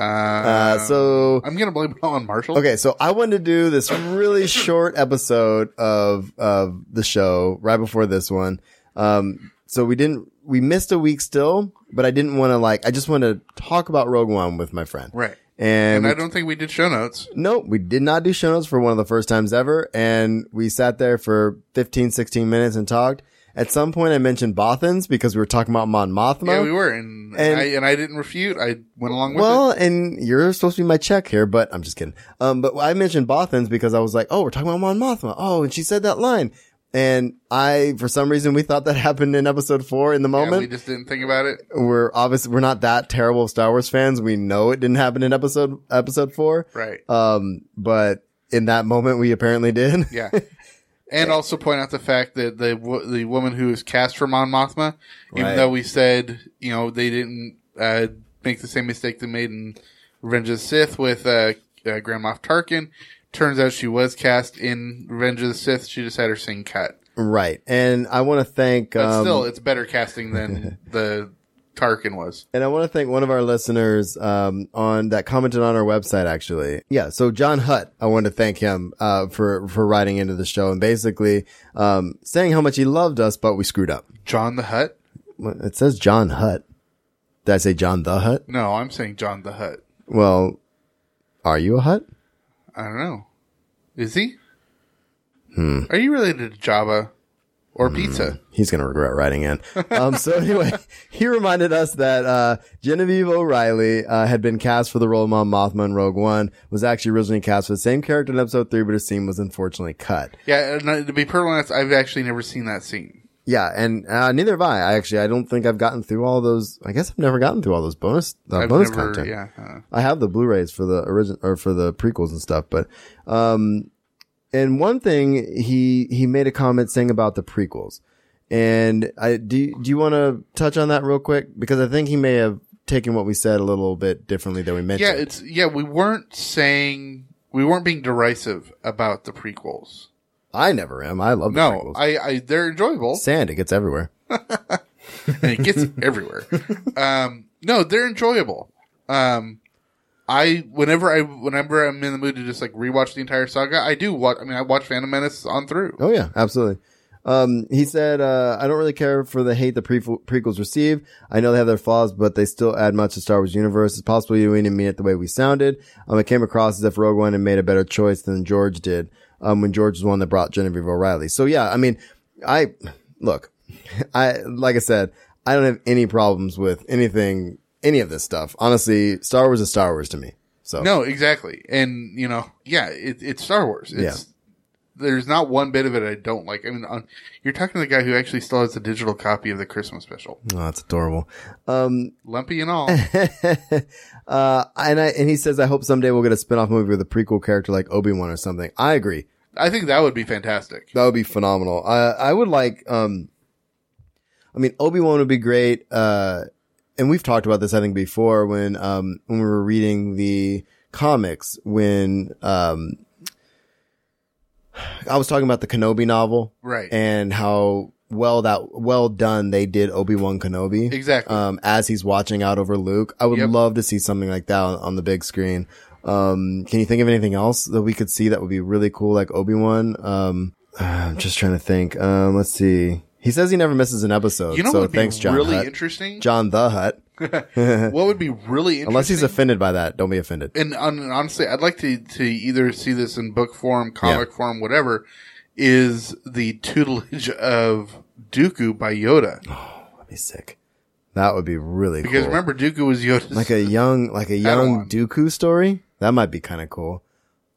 Uh, so
I'm gonna blame it all on Marshall.
okay, so I wanted to do this really short episode of of the show right before this one. Um, so we didn't we missed a week still, but I didn't want to like I just want to talk about Rogue One with my friend.
Right.
And,
And
we
I don't think we did show notes.
Nope, we did not do show notes for one of the first times ever. And we sat there for 15, 16 minutes and talked. At some point, I mentioned Bothans because we were talking about Mon Mothma.
Yeah, we were, and,
And-
I and I didn't refute. I went along with
well,
it.
and you're supposed to be my check here, but I'm just kidding. Um, but I mentioned Bothans because I was like, oh, we're talking about Mon Mothma. Oh, and she said that line. And I, for some reason, we thought that happened in episode four in the
Yeah,
moment.
we just didn't think about it.
we're obviously, we're not that terrible of Star Wars fans. We know it didn't happen in episode, episode four.
Right.
Um, but in that moment, we apparently did.
Yeah. And also point out the fact that the wo- the woman who is cast for Mon Mothma,
Right.
even though we said you know they didn't uh, make the same mistake they made in Revenge of the Sith with uh, uh, Grand Moff Tarkin, turns out she was cast in Revenge of the Sith. She just had her scene cut.
Right. And I want to thank,
But
um,
still, it's better casting than the Tarkin was.
and I want to thank one of our listeners, um, on that commented on our website, actually. Yeah. So John Hutt, I want to thank him, uh, for, for writing into the show and basically, um, saying how much he loved us, but we screwed up.
John the Hut?
Well, It says John Hutt. Did I say John the Hutt?
No, I'm saying John the Hut.
Well, are you a Hutt?
I don't know. Is he? Hmm. Are you related to Java
Hmm.
or Pizza?
He's going to regret writing in. Um, so anyway, he reminded us that, uh, Genevieve O'Reilly, uh, had been cast for the role of Mom Mothma in Rogue One, was actually originally cast for the same character in episode three, but her scene was unfortunately cut.
Yeah, and I- to be perfectly honest, I've actually never seen that scene.
Yeah. And, uh, neither have I. I actually, I don't think I've gotten through all those. I guess I've never gotten through all those bonus, uh,
I've
bonus
never,
content.
yeah. uh,
I have the Blu-rays for the original or for the prequels and stuff, but um and one thing he he made a comment saying about the prequels. And I do do you want to touch on that real quick because I think he may have taken what we said a little bit differently than we mentioned.
yeah, it's yeah. We weren't saying we weren't being derisive about the prequels.
I never am. I love the
No,
prequels.
I, I they're enjoyable.
Sand it gets everywhere.
and it gets everywhere. Um, no, they're enjoyable. Um, I whenever I whenever I'm in the mood to just like rewatch the entire saga, I do watch. I mean, I watch Phantom Menace on through.
Oh yeah, absolutely. Um, he said, uh, I don't really care for the hate the pre- prequels receive. I know they have their flaws, but they still add much to Star Wars universe. It's possible you didn't mean it the way we sounded. Um, it came across as if Rogue One had made a better choice than George did. Um, when George was the one that brought Genevieve O'Reilly. So yeah, I mean, I look, I, like I said, I don't have any problems with anything, any of this stuff. Honestly, Star Wars is Star Wars to me. So
No, exactly. And you know, yeah, it, it's Star Wars. It's, There's not one bit of it I don't like. I mean, on, you're talking to the guy who actually still has a digital copy of the Christmas special,
Oh, that's adorable. Um,
lumpy and all.
uh, and I, and he says, I hope someday we'll get a spin-off movie with a prequel character like Obi-Wan or something. I agree.
I think that would be fantastic.
That would be phenomenal. I, I would like, um, I mean, Obi-Wan would be great. Uh, and we've talked about this, I think, before when, um, when we were reading the comics, when, um, I was talking about the Kenobi novel.
Right.
And how well that, well done they did Obi-Wan Kenobi
Exactly.
um, as he's watching out over Luke. I would
Yep.
love to see something like that on, on the big screen. Um, can you think of anything else that we could see that would be really cool, like Obi Wan? Um, I'm just trying to think. Um, let's see. He says he never misses an episode.
you know
so
what would
thanks,
be
John.
really
Hutt.
interesting?
John the Hut.
what would be really interesting?
Unless he's offended by that, don't be offended.
and, on- and honestly, I'd like to, to either see this in book form, comic form, whatever, is the tutelage of Dooku by Yoda.
That'd be sick. That would be really
Because
Oh, cool.
remember, Dooku was Yoda's.
like a young, like a young
Padawan.
Dooku story. That might be kind of cool.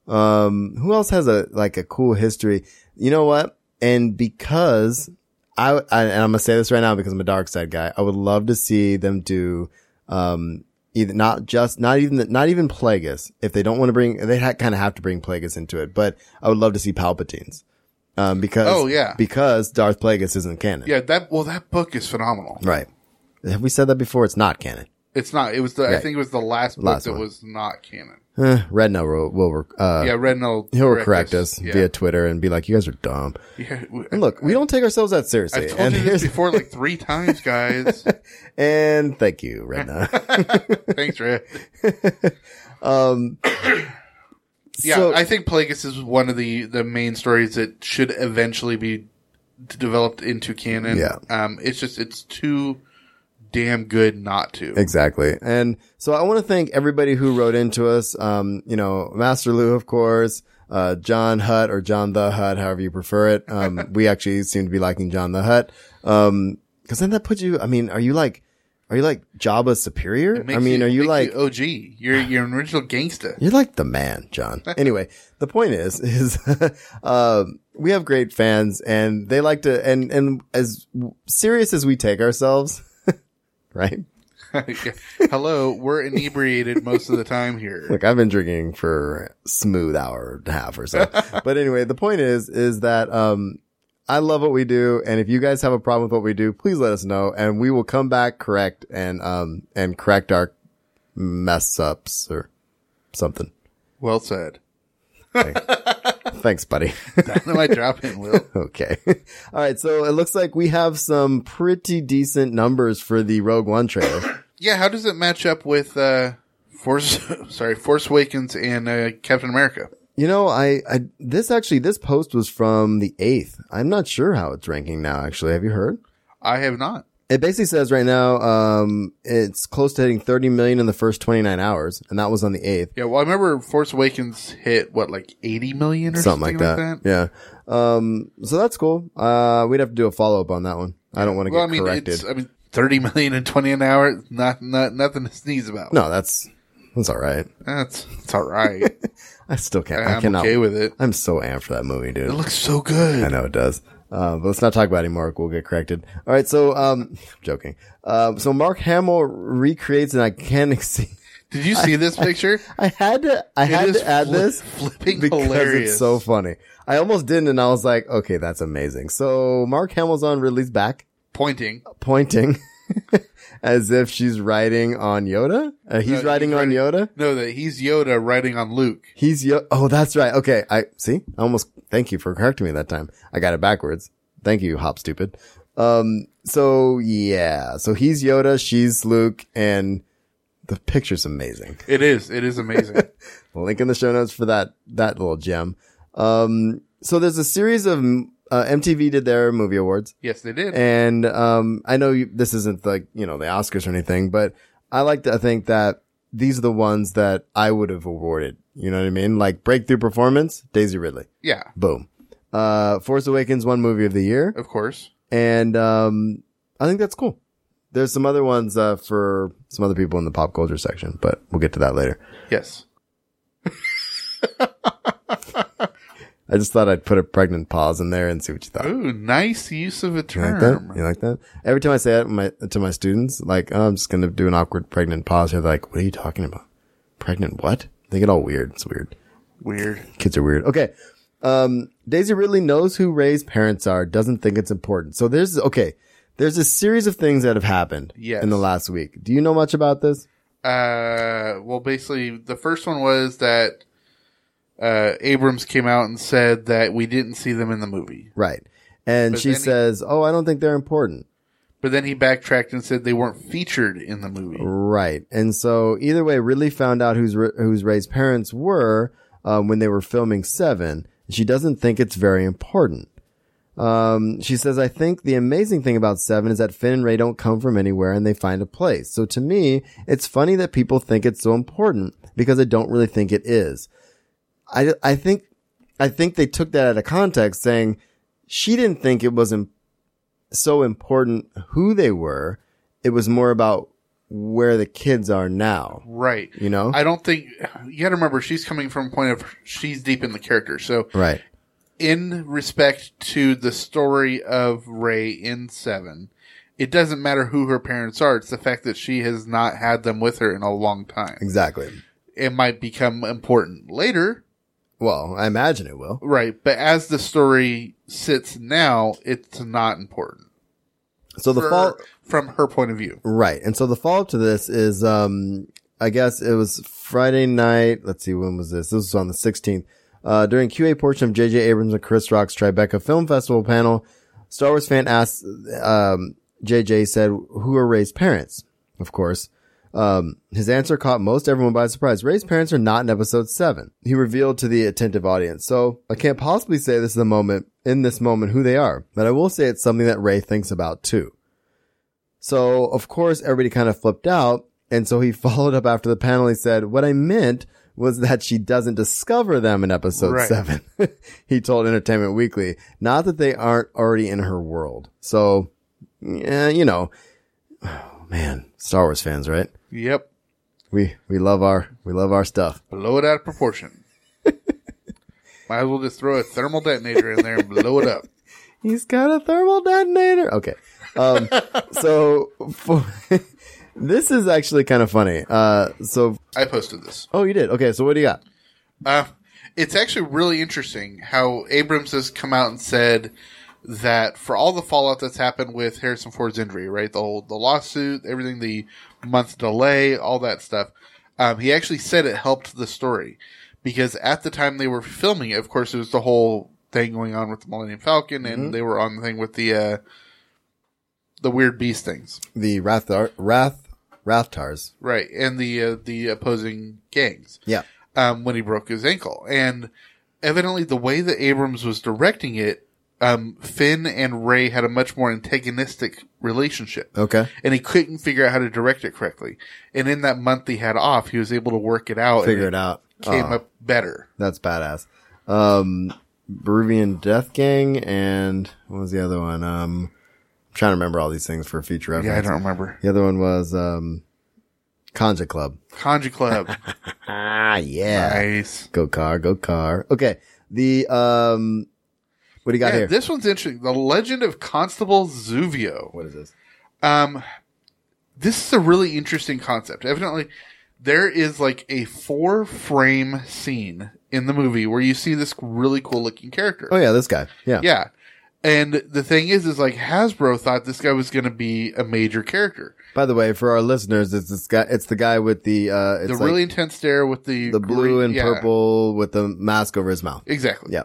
Um, who else has a like a cool history? You know what? And because I, I and I'm gonna say this right now because I'm a dark side guy. I would love to see them do um either not just not even not even Plagueis if they don't want to bring they ha- kind of have to bring Plagueis into it. But I would love to see Palpatine's. Um, because
Oh, yeah.
because Darth Plagueis isn't canon.
yeah, that, well, that book is phenomenal.
right. Have we said that before? It's not canon.
It's not, it was the, I
Right.
think it was the last book
Last
that
one.
was not canon.
Eh, Redno will, will uh,
yeah, Rednell.
he'll correct us
Yeah.
via Twitter and be like, "You guys are dumb."
Yeah, we-
And look, we don't take ourselves that seriously.
I've told
and
you this
here's-
before like three times, guys.
and thank you, Redna.
Thanks, Red.
um,
Yeah,
so-
I think Plagueis is one of the the main stories that should eventually be d- developed into canon.
Yeah.
um, it's just it's too damn good not to.
exactly. And so I want to thank everybody who wrote into us. Um, you know, Master Lou, of course. Uh, John Hutt or John the Hutt, however you prefer it. Um, we actually seem to be liking John the Hutt. Um, cause then that puts you, I mean, are you like, are you like Jabba's superior?
It
I
makes
mean, are you like,
makes OG? You're you're an original gangster.
You're like the man, John. Anyway, the point is, is um, we have great fans, and they like to, and and as serious as we take ourselves, right?
Hello, we're inebriated most of the time here.
Look, I've been drinking for a smooth hour and a half or so. but anyway, the point is, is that, um, I love what we do. And if you guys have a problem with what we do, please let us know and we will come back correct and, um, and correct our mess ups or something.
Well said.
Thanks, buddy.
Dynamite drop in, Will.
okay. All right. So it looks like we have some pretty decent numbers for the Rogue One trailer.
Yeah, how does it match up with uh, Force? Sorry, Force Awakens and uh, Captain America.
you know, I, I, this actually, this post was from the 8th. I'm not sure how it's ranking now, actually. Have you heard?
I have not.
It basically says right now, um, it's close to hitting 30 million in the first 29 hours. And that was on the 8th.
Yeah, well, I remember Force Awakens hit what like eighty million or
something, like that. Yeah. Um, so that's cool. Uh, we'd have to do a follow up on that one. I don't want to
Well, I
get
mean,
corrected.
it's uh, I mean thirty million and twenty an hour. Not not nothing to sneeze about.
no, that's, that's all right.
That's it's all right.
I still can't, I
I'm
cannot.
okay with it.
I'm so amped for that movie, dude.
It looks so good.
I know it does. Uh, but let's not talk about it anymore. We'll get corrected. All right. So, um, joking. Um, so Mark Hamill recreates an iconic scene.
Did you see this picture?
I had to, I
It
had
is
to add
fli-
this
flipping
because
hilarious.
it's so funny. I almost didn't, and I was like, okay, that's amazing. So Mark Hamill's on Ridley's back.
pointing.
pointing as if she's riding on Yoda. Uh, he's
No, he's
riding on
riding-
Yoda.
No, that he's Yoda riding on Luke.
He's Yo. Oh, that's right. Okay. I see. I almost thank you for correcting me that time. I got it backwards. Thank you, Hop Stupid. Um, so yeah. So he's Yoda. She's Luke and the picture's amazing.
It is. It is amazing.
link in the show notes for that that little gem. Um, so there's a series of uh, MTV did their movie awards,
yes, they did.
and um, I know you, this isn't like you know the Oscars or anything, but I like to think that these are the ones that I would have awarded. You know what I mean? Like breakthrough performance, Daisy Ridley,
yeah,
boom. Uh, Force Awakens one movie of the year,
of course.
and um, I think that's cool. There's some other ones uh, for some other people in the pop culture section, but we'll get to that later.
Yes.
I just thought I'd put a pregnant pause in there and see what you thought.
Ooh, nice use of a
You like that?
term.
You like that? Every time I say that my, to my students, like, oh, I'm just going to do an awkward pregnant pause here. They're like, what are you talking about? Pregnant what? They get all weird. It's weird.
Weird.
Kids are weird. Okay. Um, Daisy Ridley knows who Ray's parents are, doesn't think it's important. So there's, okay, there's a series of things that have happened
Yes.
in the last week. Do you know much about this?
Uh, well, basically, the first one was that uh, Abrams came out and said that we didn't see them in the movie,
Right. And
But
she
then he-
says, oh, I don't think they're important.
but then he backtracked and said they weren't featured in the movie.
Right. And so either way, Ridley found out who's, who's Ray's parents were um, when they were filming Seven. She doesn't think it's very important. Um, she says, I think the amazing thing about Seven is that Finn and Ray don't come from anywhere and they find a place. So to me, it's funny that people think it's so important because I don't really think it is. I, I think, I think they took that out of context saying she didn't think it was im- so important who they were. It was more about where the kids are now,
Right.
you know?
I don't think you got to remember she's coming from a point of she's deep in the character. So
right.
in respect to the story of Ray in Seven, it doesn't matter who her parents are. It's the fact that she has not had them with her in a long time.
Exactly.
It might become important later,
Well, I imagine it will.
right? But as the story sits now, it's not important
So the
For-
fall,
from her point of view.
Right. And so the follow up to this is, um, I guess it was Friday night. Let's see, when was this? This was on the 16th. Uh, during QA portion of JJ Abrams and Chris Rock's Tribeca Film Festival panel, Star Wars fan asked, um, JJ said, who are Ray's parents? Of course. Um, his answer caught most everyone by surprise. Ray's parents are not in episode seven. He revealed to the attentive audience. So I can't possibly say this is the moment, in this moment, who they are, but I will say it's something that Ray thinks about too. So of course everybody kind of flipped out. And so he followed up after the panel. He said, what I meant was that she doesn't discover them in episode
Right.
seven. he told Entertainment Weekly, not that they aren't already in her world. So, yeah, you know, oh, man, Star Wars fans, right?
Yep,
We, we love our, we love our stuff.
blow it out of proportion. Might as well just throw a thermal detonator in there and blow it up.
He's got a thermal detonator. Okay. Um, so for, This is actually kind of funny. Uh, so,
I posted this.
oh, you did. Okay, so what do you got?
Uh, it's actually really interesting how Abrams has come out and said that for all the fallout that's happened with Harrison Ford's injury, right? The whole, the lawsuit, everything, the month delay, all that stuff. Um, he actually said it helped the story because at the time they were filming it, of course, it was the whole thing going on with the Millennium Falcon, and they were on the thing with the uh, the weird beast things.
The Wrath, Wrath, Wrathtars.
Right, and the uh, the opposing gangs.
Yeah.
Um, when he broke his ankle, and evidently the way that Abrams was directing it, um, Finn and Ray had a much more antagonistic relationship.
Okay.
And he couldn't figure out how to direct it correctly. And in that month he had off, he was able to work it out. Oh.
Figure it
and
out.
Came
Aw,
up better.
That's badass. Um, Peruvian Death Gang and what was the other one? Um, I'm trying to remember all these things for future reference.
Yeah, I don't remember.
The other one was, um, Conja Club.
Conjure Club.
Ah, yeah.
nice.
Go car, go car. Okay. The, um, what do you got
Yeah,
here?
this one's interesting. The Legend of Constable Zuvio.
what is this?
Um, this is a really interesting concept. Evidently, there is like a four frame scene in the movie where you see this really cool looking character.
Oh yeah, this guy. Yeah.
Yeah. And the thing is, is like Hasbro thought this guy was going to be a major character.
By the way, for our listeners, it's this guy. It's the guy with the uh, it's
the
like
really intense stare with the
the blue
green-
and
yeah,
purple with the mask over his mouth.
Exactly.
Yeah.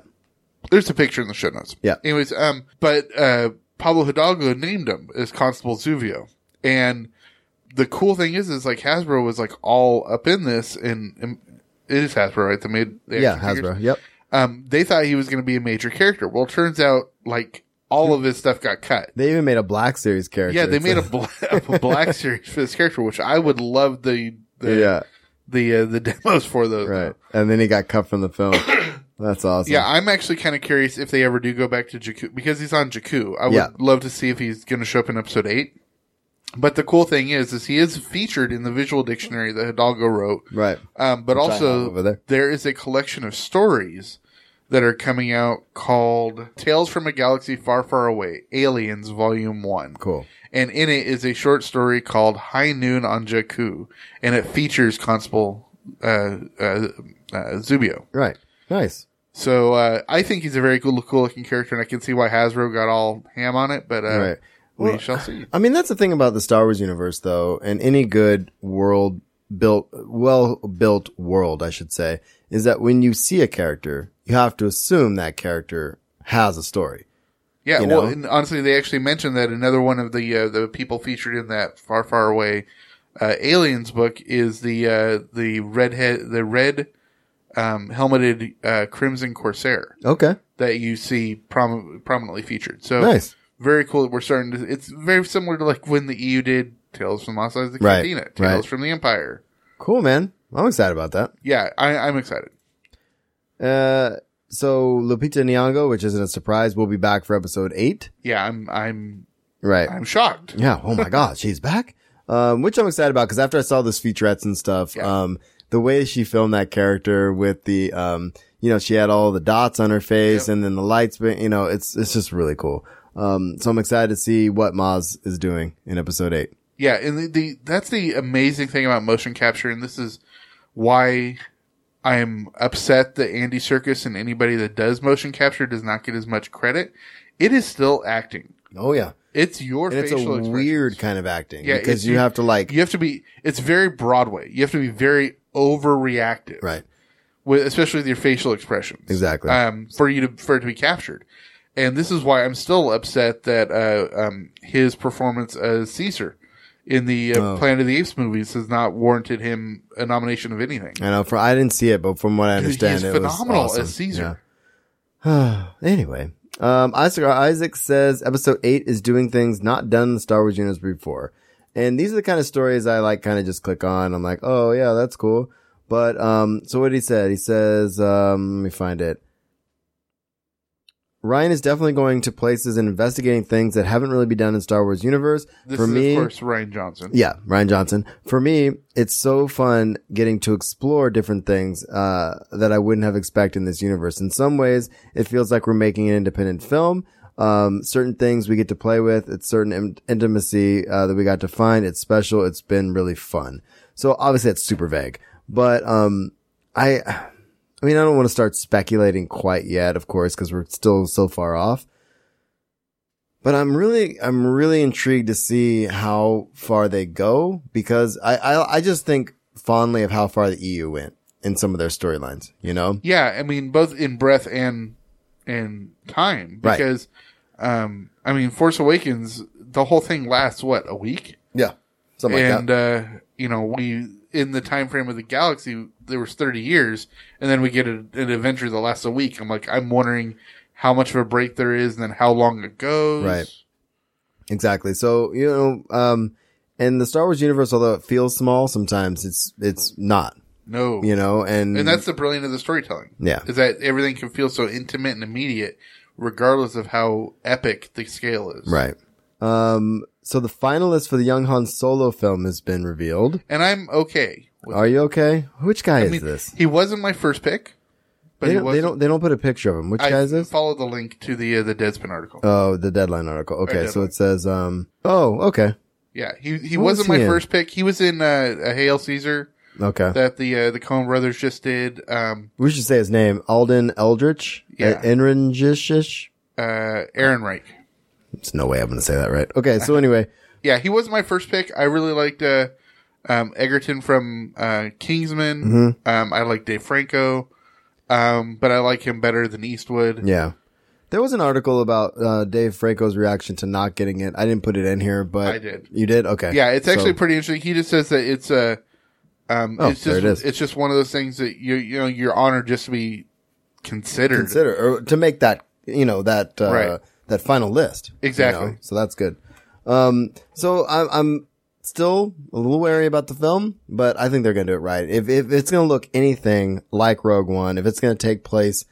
There's a picture in the show notes.
Yeah.
Anyways, um, but uh, Pablo Hidalgo named him as Constable Zuvio, and the cool thing is, is like Hasbro was like all up in this, and, and it is Hasbro, right? They made the
Yeah,
action figures.
Hasbro. Yep.
Um, they thought he was going to be a major character. Well, it turns out like all of his stuff got cut.
They even made a Black Series character.
Yeah, they
It's
made a,
like-
bla- a black series for this character, which I would love the the
yeah,
the uh, the demos for those.
right. And then he got cut from the film. That's awesome.
Yeah, I'm actually kind of curious if they ever do go back to Jakku because he's on Jakku. I would
Yeah.
love to see if he's going to show up in episode eight. But the cool thing is, is he is featured in the visual dictionary that Hidalgo wrote.
Right.
Um, but
have
also,
over there.
there is a collection of stories that are coming out called "Tales from a Galaxy Far, Far Away: Aliens Volume One."
Cool.
and in it is a short story called High Noon on Jakku, and it features Constable uh, uh, uh, Zubio.
Right. Nice.
So uh, I think he's a very cool, cool looking character, and I can see why Hasbro got all ham on it. But uh,
Right.
we
Well,
shall see.
I mean, that's the thing about the Star Wars universe, though, and any good world built, well built world, I should say, is that when you see a character, you have to assume that character has a story.
Yeah,
you
well,
know?
and honestly, they actually mentioned that another one of the uh, the people featured in that far, far away uh, aliens book is the uh, the redhead, the red um, helmeted uh, crimson corsair
Okay.
that you see prom- prominently featured. So
Nice.
very cool. We're starting to. It's very similar to like when the EU did Tales from Mos Eisley
Right,
Cantina, Tales
right.
from the Empire.
Cool, man. I'm excited about that.
Yeah, I, I'm excited.
Uh, so Lupita Nyong'o, which isn't a surprise, will be back for episode eight.
Yeah, I'm I'm
Right.
I'm shocked.
Yeah. Oh my God, she's back. Um, which I'm excited about because after I saw those featurettes and stuff, um, the way she filmed that character with the, um, you know, she had all the dots on her face and then the lights, but you know, it's it's just really cool. Um, so I'm excited to see what Maz is doing in episode eight.
Yeah, and the, the that's the amazing thing about motion capture, and this is why I'm upset that Andy Circus and anybody that does motion capture does not get as much credit. It is still acting.
Oh yeah,
It's your
and it's a
facial expressions.
weird kind of acting
Yeah,
because
it's-
you have to like
You have to be. It's very Broadway. You have to be very overreactive.
right
with especially with your facial expressions.
Exactly.
Um, for you to for it to be captured, and this is why I'm still upset that uh, um, his performance as Caesar in the uh,
Oh.
Planet of the Apes movies has not warranted him a nomination of anything.
I know. For I didn't see it, but from what I
He's
understand, it
phenomenal
was awesome.
as Caesar.
Yeah. anyway, um, Isaac Isaac says episode eight is doing things not done in the Star Wars universe before, and these are the kind of stories I like. Kind of just click on. I'm like, oh yeah, that's cool. But um, so what he said? He says, um, let me find it. Ryan is definitely going to places and investigating things that haven't really been done in Star Wars universe.
This
For
is
me,
of course Ryan Johnson.
yeah, Ryan Johnson. For me, it's so fun getting to explore different things uh, that I wouldn't have expected in this universe. In some ways, it feels like we're making an independent film. um, certain things we get to play with. It's certain in- intimacy uh, that we got to find. It's special. It's been really fun. So obviously that's super vague, but um, I, I mean, I don't want to start speculating quite yet, of course, because we're still so far off. But I'm really, I'm really intrigued to see how far they go because I, I, I just think fondly of how far the EU went in some of their storylines. You know,
Yeah, I mean both in breadth and and time
Right.
because um I mean Force Awakens the whole thing lasts what a week
yeah, something like
and
that.
uh you know we in the time frame of the galaxy there was 30 years and then we get a, an adventure that lasts a week. I'm like I'm wondering how much of a break there is and then how long it goes.
Right. Exactly. So you know, um, and the Star Wars universe, although it feels small sometimes, it's it's not.
No.
You know, and
And that's the brilliant of the storytelling.
Yeah.
Is that everything can feel so intimate and immediate regardless of how epic the scale is.
right. Um, so the finalist for the Young Han Solo film has been revealed.
And I'm okay with
Are you okay? Which guy is
I mean,
this?
He wasn't my first pick, but
They
he
don't,
was.
they don't they don't put a picture of him. Which
I
guy is this?
followed the link to the uh, the Deadspin article.
Oh, the deadline article. Okay, so
Deadline.
it says, um, oh, okay,
yeah, he he
what was
wasn't
he
my
in?
first pick. He was in uh, a Hail Caesar
okay.
that the uh, the Coen Brothers just did. Um,
we should say his name, Alden Eldritch. Er,
Yeah.
Enringish.
uh, Aaron Reich.
There's no way I'm gonna say that right. Okay, so anyway,
Yeah, he wasn't my first pick. I really liked uh, um, Egerton from uh, Kingsman.
Mm-hmm.
Um, I like Dave Franco, um, but I like him better than Eastwood.
yeah. There was an article about uh, Dave Franco's reaction to not getting it. I didn't put it in here, but
I did.
You did? Okay.
Yeah, it's
So-
actually pretty interesting. He just says that it's a, um,
Oh,
it's
there
just
it is.
it's just one of those things that you you know you're honored just to be considered.
consider or to make that you know that uh,
Right.
that final list you
Exactly.
know? So that's good. Um, so I'm I'm still a little wary about the film, but I think they're gonna do it right. If if it's gonna look anything like Rogue One, if it's gonna take place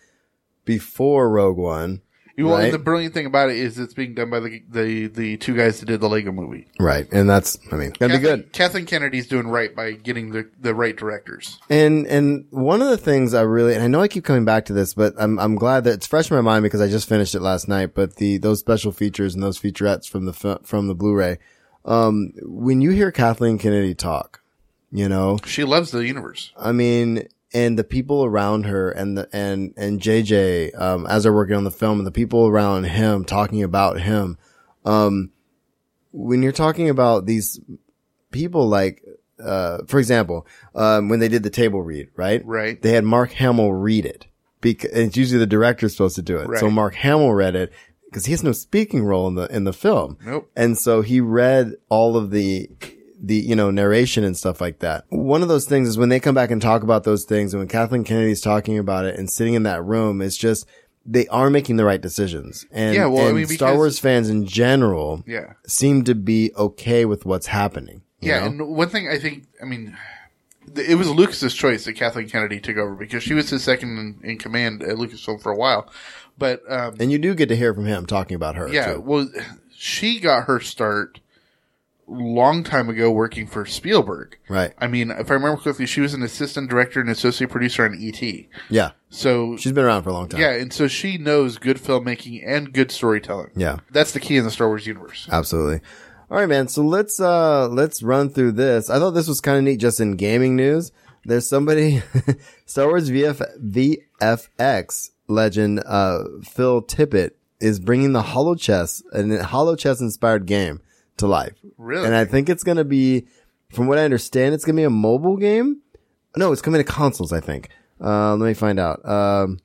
before Rogue One,
You- well, and
right?
the brilliant thing about it is it's being done by the the the two guys that did the Lego Movie.
right? And that's I mean gonna be
Kathleen-
good.
Kathleen Kennedy's doing right by getting the the right directors.
And and one of the things I really and I know I keep coming back to this, but I'm I'm glad that it's fresh in my mind because I just finished it last night. But the those special features and those featurettes from the fi- from the Blu-ray, um, when you hear Kathleen Kennedy talk, you know,
She loves the universe.
I mean, and the people around her and the and and JJ um, as they're working on the film and the people around him talking about him, um, when you're talking about these people like. Uh, for example, um, when they did the table read, right?
Right.
They had Mark Hamill read it because it's usually the director's supposed to do it. So
Right.
Mark Hamill read it because he has no speaking role in the, in the film.
Nope.
And so he read all of the, the, you know, narration and stuff like that. One of those things is when they come back and talk about those things and when Kathleen Kennedy's talking about it and sitting in that room, it's just, they are making the right decisions. And,
Yeah, well, I
and
mean,
Star
because-
Wars fans in general
Yeah.
seem to be okay with what's happening. you
Yeah,
know?
and one thing I think, I mean, th- it was Lucas's choice that Kathleen Kennedy took over because she was his second in, in command at Lucasfilm for a while. But um,
And you do get to hear from him talking about her.
yeah,
too.
well, she got her start long time ago working for Spielberg.
Right.
I mean, if I remember correctly, she was an assistant director and associate producer on ET.
Yeah.
So
She's been around for a long time.
yeah, and so she knows good filmmaking and good storytelling.
Yeah.
that's the key in the Star Wars universe.
Absolutely. All right, man. So let's uh let's run through this. I thought this was kind of neat. Just in gaming news, there's somebody Star Wars VF VFX legend uh Phil Tippett is bringing the Hollow Chess an Hollow Chess inspired game to life.
Really?
And I think it's gonna be, from what I understand, it's gonna be a mobile game. No, it's coming to consoles. I think. Uh, let me find out. Um.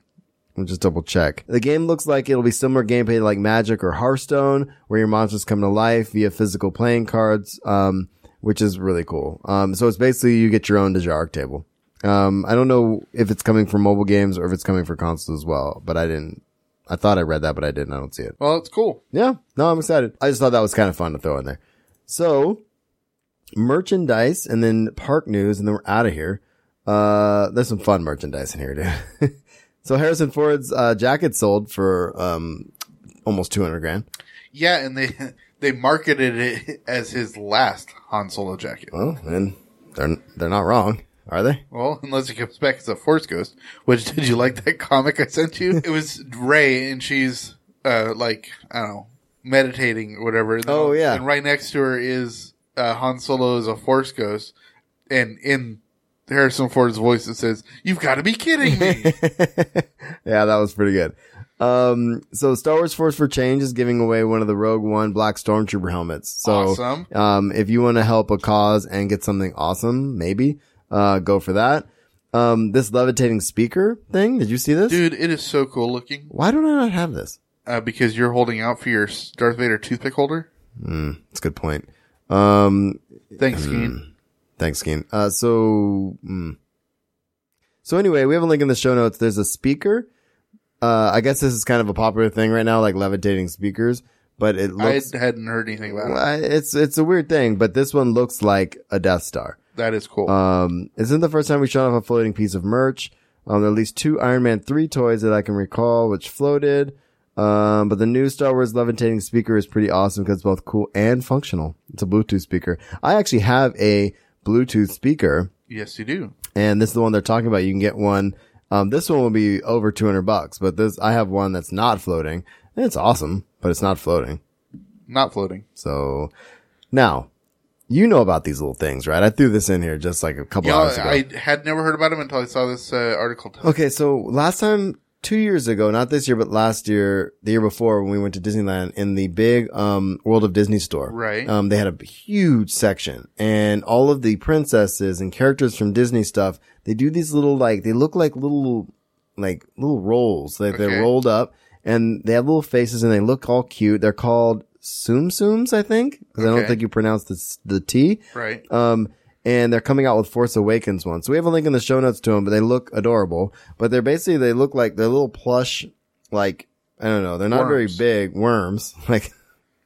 We'll just double check. The game looks like it'll be similar gameplay to like Magic or Hearthstone, where your monsters come to life via physical playing cards, um, which is really cool. Um, so it's basically you get your own Dejaric table. Um, I don't know if it's coming for mobile games or if it's coming for consoles as well, but I didn't. I thought I read that, but I didn't. I don't see it.
Well, it's cool.
Yeah, no, I'm excited. I just thought that was kind of fun to throw in there. So, merchandise and then park news, and then we're out of here. Uh, there's some fun merchandise in here, dude. so Harrison Ford's uh, jacket sold for um almost 200 grand.
Yeah, and they they marketed it as his last Han Solo jacket.
Well, and they're they're not wrong, are they?
Well, unless he comes back as a Force Ghost. Which did you like that comic I sent you? it was Ray, and she's uh, like I don't know, meditating or whatever. And
Oh, yeah.
and right next to her is uh, Han Solo is a Force ghost, and in Harrison Ford's voice it says, "You've got to be kidding me."
yeah, that was pretty good. Um, so Star Wars Force for Change is giving away one of the Rogue One Black Stormtrooper helmets. So,
Awesome.
um, if you want to help a cause and get something awesome, maybe, uh, go for that. Um, this levitating speaker thing, did you see this?
Dude, it is so cool looking
Why don't I not have this?
uh, because you're holding out for your Darth Vader toothpick holder.
That's a good point. Um,
Thanks, Keen.
Thanks, Keen. Uh, so, mm. so anyway, we have a link in the show notes. There's a speaker. Uh, I guess this is kind of a popular thing right now, like levitating speakers, but it
I
looks,
hadn't heard anything about it.
Well, it's, it's a weird thing, but this one looks like a Death Star.
That is cool.
Um, isn't the first time we shot off a floating piece of merch. Um, there are at least two Iron Man 3 toys that I can recall, which floated. Um, but the new Star Wars levitating speaker is pretty awesome because it's both cool and functional. It's a Bluetooth speaker. I actually have a Bluetooth speaker
yes, you do.
and this is the one they're talking about. You can get one. Um, this one will be over 200 bucks, but this, I have one that's not floating and it's awesome, but it's not floating.
Not floating.
So now you know about these little things, right? I threw this in here just like a couple
Yeah,
hours ago.
I had never heard about him until I saw this uh, article.
Okay, so last time, two years ago, not this year, but last year, the year before, when we went to Disneyland in the big um, World of Disney store,
Right.
Um, they had a huge section, and all of the princesses and characters from Disney stuff. They do these little like they look like little like little rolls. They
Okay.
they're rolled up, and they have little faces, and they look all cute. They're called sumsums, I think, 'cause I don't
Okay.
think you pronounce the s- the T.
Right.
Um, and they're coming out with Force Awakens one. So we have a link in the show notes to them, but they look adorable. But they're basically, they look like they're little plush, like, I don't know, they're not
Worms.
very big worms, like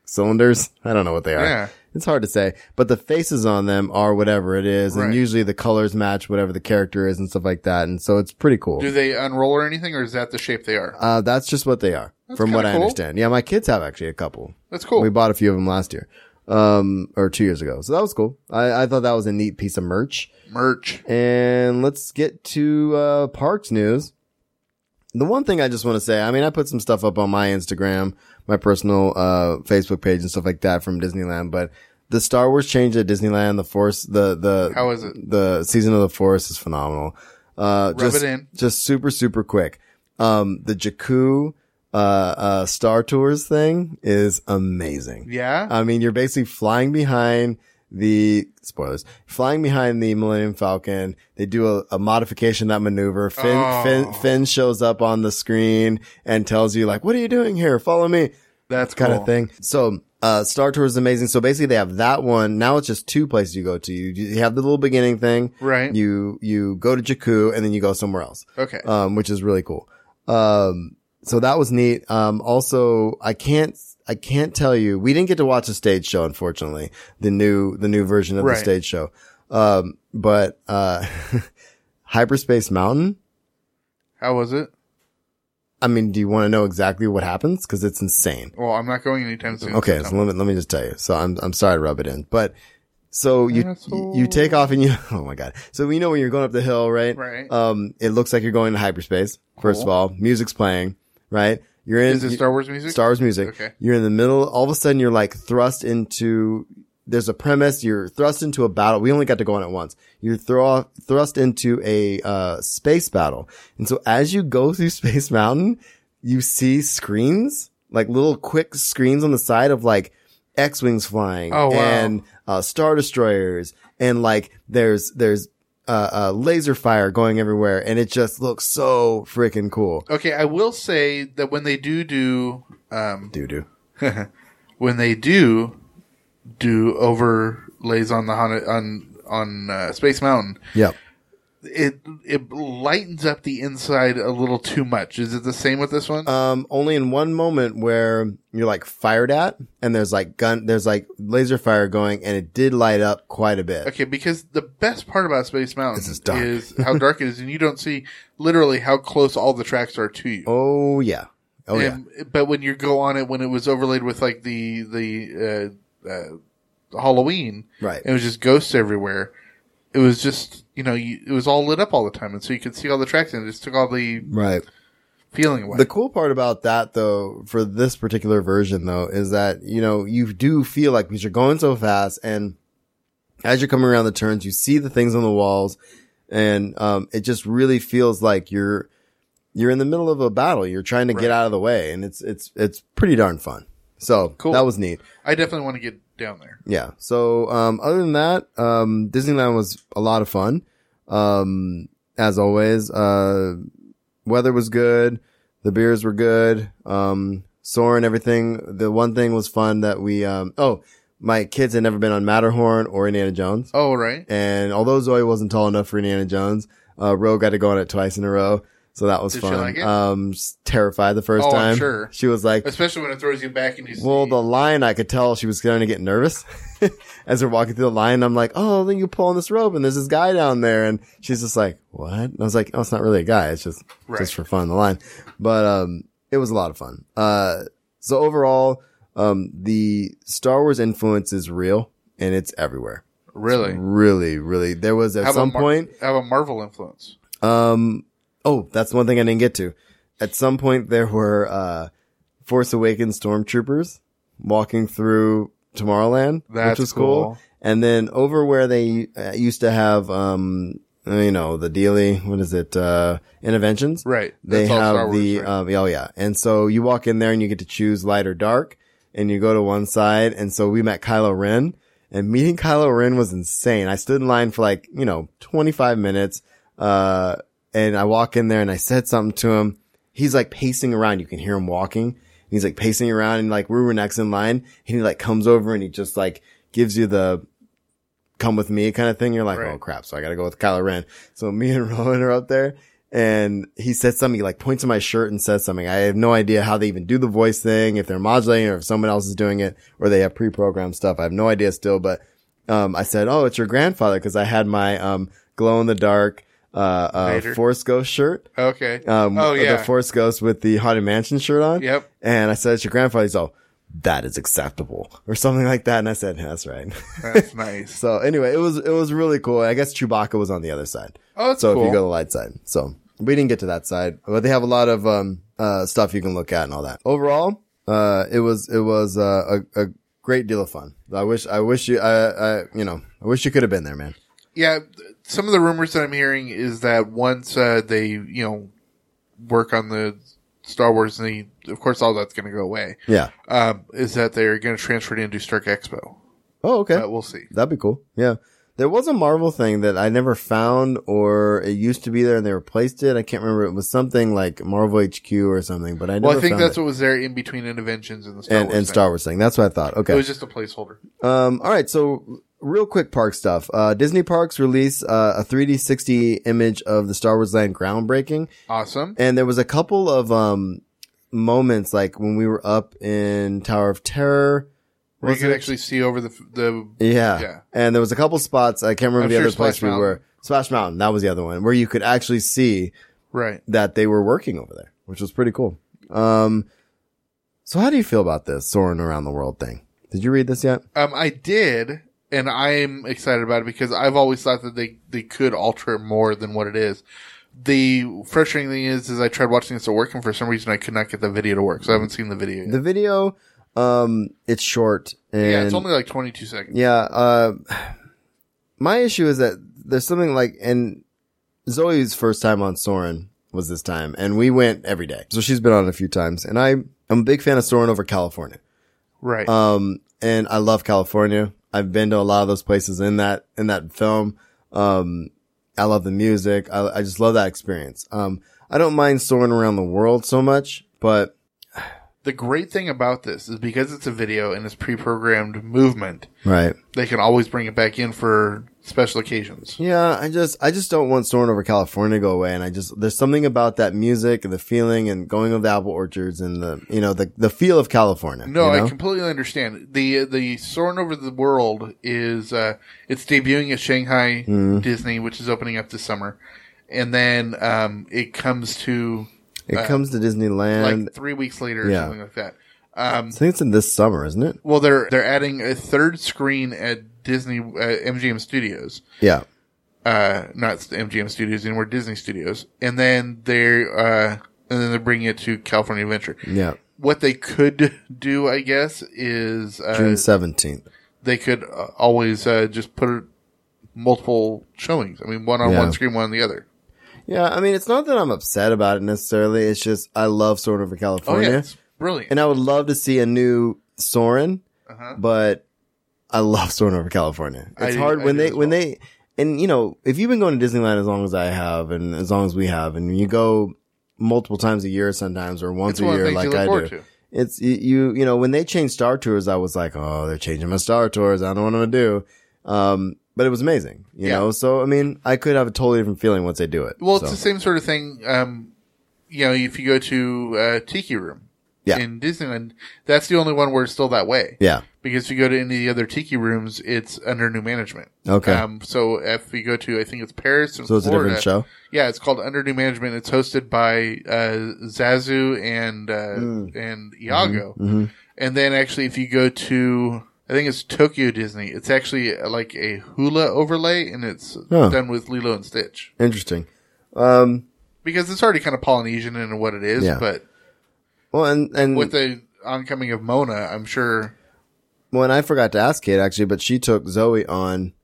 cylinders. I don't know what they are.
Yeah.
It's hard to say, but the faces on them are whatever it is.
Right.
And usually the colors match whatever the character is and stuff like that. And so it's pretty cool.
Do they unroll or anything, or is that the shape they are?
Uh, that's just what they are from
kinda
what I
cool.
understand. Yeah. My kids have actually a couple.
That's cool.
We bought a few of them last year, um, or two years ago. So that was cool. I, I thought that was a neat piece of merch.
Merch.
And let's get to uh, parks news. The one thing I just want to say, I mean, I put some stuff up on my Instagram, my personal uh, Facebook page, and stuff like that from Disneyland. But the Star Wars change at Disneyland, the Force, the the
How is it?
The season of the Force is phenomenal. Uh,
Rub
just,
it in.
just super super quick. Um, the Jakku uh, uh, Star Tours thing is amazing.
Yeah.
I mean, you're basically flying behind the spoilers, flying behind the Millennium Falcon. They do a, a modification of that maneuver. Finn,
Oh.
Finn, Finn shows up on the screen and tells you like, what are you doing here? Follow me
That's
kind
cool.
of thing. So, uh, Star Tours is amazing. So basically they have that one. Now it's just two places you go to. You, you have the little beginning thing.
Right.
You, you go to Jakku and then you go somewhere else
Okay.
um, which is really cool. Um, so that was neat. Um, also, I can't, I can't tell you, we didn't get to watch a stage show, unfortunately, the new, the new version of
Right.
the stage show. Um, but, uh, Hyperspace Mountain.
How was it?
I mean, do you want to know exactly what happens? Cause it's insane.
Well, I'm not going anytime soon.
Okay, so let me let me just tell you. So I'm I'm sorry to rub it in, but so you
Asshole.
you take off and you oh my god. So we know when you're going up the hill, right?
Right.
Um, it looks like you're going to hyperspace. First of all, music's playing, right? You're in
Is it
you-
Star Wars music?
Star Wars music.
Okay.
You're in the middle. All of a sudden, you're like thrust into. There's a premise. You're thrust into a battle. We only got to go on it once. You're throw, thrust into a uh, space battle, and so as you go through Space Mountain, you see screens like little quick screens on the side of like X-wings flying
Oh, wow.
and uh, star destroyers, and like there's there's uh, uh, laser fire going everywhere, and it just looks so freaking cool.
Okay, I will say that when they do do, um,
Doo doo.
when they do do overlays on the Hana- on on uh, Space Mountain,
Yep.
it it lightens up the inside a little too much. Is it the same with this one?
um, only in one moment where you're like fired at and there's like gun, there's like laser fire going and it did light up quite a bit.
Okay, because the best part about Space Mountain
This is dark.
how dark it is, and you don't see literally how close all the tracks are to you.
Oh yeah. Oh yeah.
And- But when you go on it, when it was overlaid with like the the uh, uh, Halloween,
Right.
It was just ghosts everywhere. It was just you know you, it was all lit up all the time, and so you could see all the tracks, and it just took all the
Right.
feeling away.
The cool part about that though, for this particular version though, is that, you know, you do feel like because you're going so fast and as you're coming around the turns, you see the things on the walls and, um, it just really feels like you're, you're in the middle of a battle. You're trying to get out of the way and it's, it's, it's pretty darn fun. So
Cool.
that was neat.
I definitely want to get down there.
Yeah. So, um, other than that, um, Disneyland was a lot of fun. Um, as always, uh, weather was good. The beers were good. Um, Soren, everything. The one thing was fun that we, um, oh, my kids had never been on Matterhorn or Indiana Jones.
Oh, right.
And although Zoe wasn't tall enough for Indiana Jones, uh, Roe got to go on it twice in a row. So that was
Did she
fun.
like it?
Um, s- terrified the first
Oh, I'm
time.
sure.
She was like,
Especially when it throws you back and you
well,
see-
the line, I could tell she was going to get nervous as we're walking through the line. I'm like, oh, then you pull on this rope and there's this guy down there. And she's just like, what? And I was like, oh, it's not really a guy. It's just,
Right.
just for fun, the line. But, um, it was a lot of fun. Uh, so overall, um, the Star Wars influence is real and it's everywhere.
really
Really, really. There was at
How about
some
Mar-
point,
how about Marvel influence.
um, oh, that's one thing I didn't get to. At some point, there were uh, Force Awakens stormtroopers walking through Tomorrowland,
That's
which was cool.
cool.
And then over where they uh, used to have, um, you know, the daily, what is it, uh, interventions?
Right.
They
That's all Star
have
Wars,
the,
right?
um, oh yeah. And so you walk in there and you get to choose light or dark and you go to one side. And so we met Kylo Ren and meeting Kylo Ren was insane. I stood in line for like, you know, 25 minutes. Uh, and I walk in there and I said something to him. He's like pacing around. You can hear him walking. And he's like pacing around and like we were next in line and he like comes over and he just like gives you the come with me kind of thing. You're like,
Right.
oh crap. So I got to go with Kylo Ren. So me and Rowan are up there and he said something, he like points to my shirt and says something. I have no idea how they even do the voice thing, if they're modulating or if someone else is doing it or they have pre-programmed stuff. I have no idea still, but, um, I said, Oh, it's your grandfather. Cause I had my, um, glow in the dark, uh, uh,
Vader?
force ghost shirt.
okay.
Um,
oh yeah.
the force ghost with the haunted mansion shirt on.
Yep.
And I said, it's your grandfather. He's all, that is acceptable or something like that. And I said, that's right.
That's nice.
So anyway, it was it was really cool. I guess Chewbacca was on the other side.
Oh, that's
so if
cool.
you go to the light side, so we didn't get to that side, but they have a lot of um uh stuff you can look at and all that. Overall, uh, it was it was uh, a a great deal of fun. I wish I wish you I I you know I wish you could have been there, man.
Yeah, th- some of the rumors that I'm hearing is that once uh, they, you know, work on the Star Wars, and they, of course, all that's going to go away.
Yeah.
Um, is that they're going to transfer it into Stark Expo?
Oh, okay.
But we'll see.
That'd be cool. Yeah. There was a Marvel thing that I never found or it used to be there and they replaced it. I can't remember. It was something like Marvel HQ or something, but I never
Well, I think
found
that's
it.
what was there in between interventions and the Star
and,
Wars.
and
thing.
Star Wars thing. That's what I thought. Okay.
It was just a placeholder.
Um, all right. So real quick park stuff. Uh, Disney parks release uh, a 3D 60 image of the Star Wars land groundbreaking.
Awesome.
And there was a couple of, um, moments like when we were up in Tower of Terror.
Where you
was
could
it?
actually see over the f- the
Yeah.
Yeah.
And there was a couple spots. I can't remember
I'm
the
sure
other place
Splash
we were.
Mountain.
Splash Mountain. That was the other one where you could actually see
right.
that they were working over there, which was pretty cool. Um, so how do you feel about this soaring around the world thing? Did you read this yet?
Um, I did, and I'm excited about it because I've always thought that they, they could alter it more than what it is. The frustrating thing is, is I tried watching this at work, and for some reason I could not get the video to work, so I haven't seen the video yet.
The video, um, it's short and
yeah, it's only like 22 seconds.
Yeah. Uh, my issue is that there's something like, and Zoe's first time on Soren was this time, and we went every day. So she's been on it a few times, and I, I'm a big fan of Soren over California.
Right.
Um, and I love California. I've been to a lot of those places in that, in that film. Um, I love the music. I, I just love that experience. Um, I don't mind soaring around the world so much, but
the great thing about this is because it's a video and it's pre-programmed movement,
right.
they can always bring it back in for special occasions.
Yeah, I just I just don't want Soaring Over California to go away, and I just there's something about that music and the feeling and going of the apple orchards and the you know the the feel of California.
No,
you know?
I completely understand. The the Soaring Over the World is uh it's debuting at Shanghai
Mm-hmm.
Disney, which is opening up this summer. And then um it comes to
it comes to Disneyland.
like three weeks later or
yeah.
something like that. Um
I think it's in this summer, isn't it?
well they're they're adding a third screen at Disney uh, MGM Studios.
Yeah,
Uh not MGM Studios anymore, Disney Studios. And then they're uh and and then they're bringing it to California Adventure.
Yeah.
What they could do, I guess, is
June
uh,
17th.
they could uh, always uh, just put it- multiple showings. I mean, one on
Yeah.
one screen, one on the other.
Yeah. I mean, it's not that I'm upset about it necessarily. It's just I love Sword Over
Oh
California.
yeah, it's brilliant.
And I would love to see a new Soren, but I love Soren over California.
Uh-huh. I
It's
do-
hard
I
when
do
they,
as
when
well.
they, and you know, if you've been going to Disneyland as long as I have and as long as we have, and you go multiple times a year sometimes or once
It's
a
one of the
year
things
like
you look
I do.
forward to.
It's y- you, you know, when they changed Star Tours, I was like, oh, they're changing my Star Tours. I don't know what I'm going to do. Um, but it was amazing, you
Yeah.
know? So, I mean, I could have a totally different feeling once they do it.
Well, it's
So,
the same sort of thing. Um, you know, if you go to uh, Tiki Room
Yeah.
in Disneyland, that's the only one where it's still that way.
yeah.
Because if you go to any of the other Tiki rooms, it's under new management.
Okay.
Um, so if you go to, I think it's Paris and
So it's a
Florida,
different show.
Yeah, it's called Under New Management. It's hosted by uh, Zazu and uh,
Mm.
and
Mm-hmm.
Iago. And then actually, if you go to, I think it's Tokyo Disney. It's actually uh, like a hula overlay, and it's
Oh.
done with Lilo and Stitch
Interesting.
because it's already kind of Polynesian in what it is.
Yeah.
But
Well, and, and
with the oncoming of Mona, I'm sure.
Well, and I forgot to ask Kate actually, but she took Zoe on.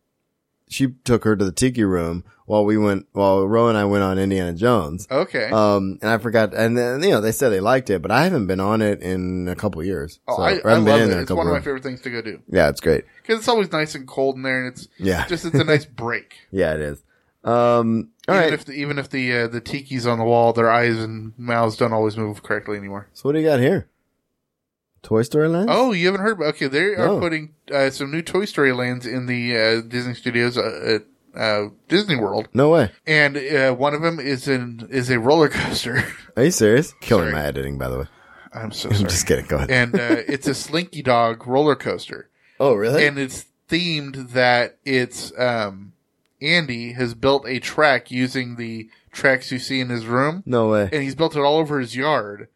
She took her to the tiki room while we went, while Ro and I went on Indiana Jones.
Okay.
Um, and I forgot, and then, you know, they said they liked it, but I haven't been on it in a couple years.
Oh,
So,
I,
or
I
haven't been
love
in
it.
there a
It's
couple
one of my
years.
favorite things to go do
Yeah, it's great.
because it's always nice and cold in there, and it's
Yeah.
just it's a nice break.
Yeah, it is. Um, all
even
right.
if the, even if the uh, the tiki's on the wall, their eyes and mouths don't always move correctly anymore.
so what do you got here? Toy Story Land?
Oh, you haven't heard? about- Okay, they are
No.
putting uh, some new Toy Story lands in the uh, Disney Studios uh, at uh, Disney World,
No way.
and uh, one of them is in is a roller coaster.
Are you serious? Killing
Sorry.
my editing, by the way.
I'm so
I'm
sorry.
just kidding. Go ahead.
and uh, it's a Slinky Dog roller coaster,
oh, really?
and it's themed that it's um, Andy has built a track using the tracks you see in his room.
no way.
and he's built it all over his yard,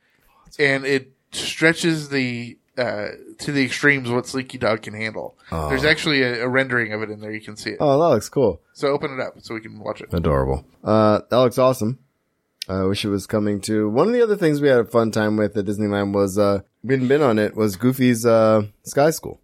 and it stretches the uh, to the extremes what Slinky Dog can handle. There's actually a, a rendering of it in there. You can see it.
oh, that looks cool.
So open it up so we can watch it.
Adorable. Uh, that looks awesome. I wish it was coming to one of the other things we had a fun time with at Disneyland was, uh, we hadn't been on it was Goofy's, uh, Sky School.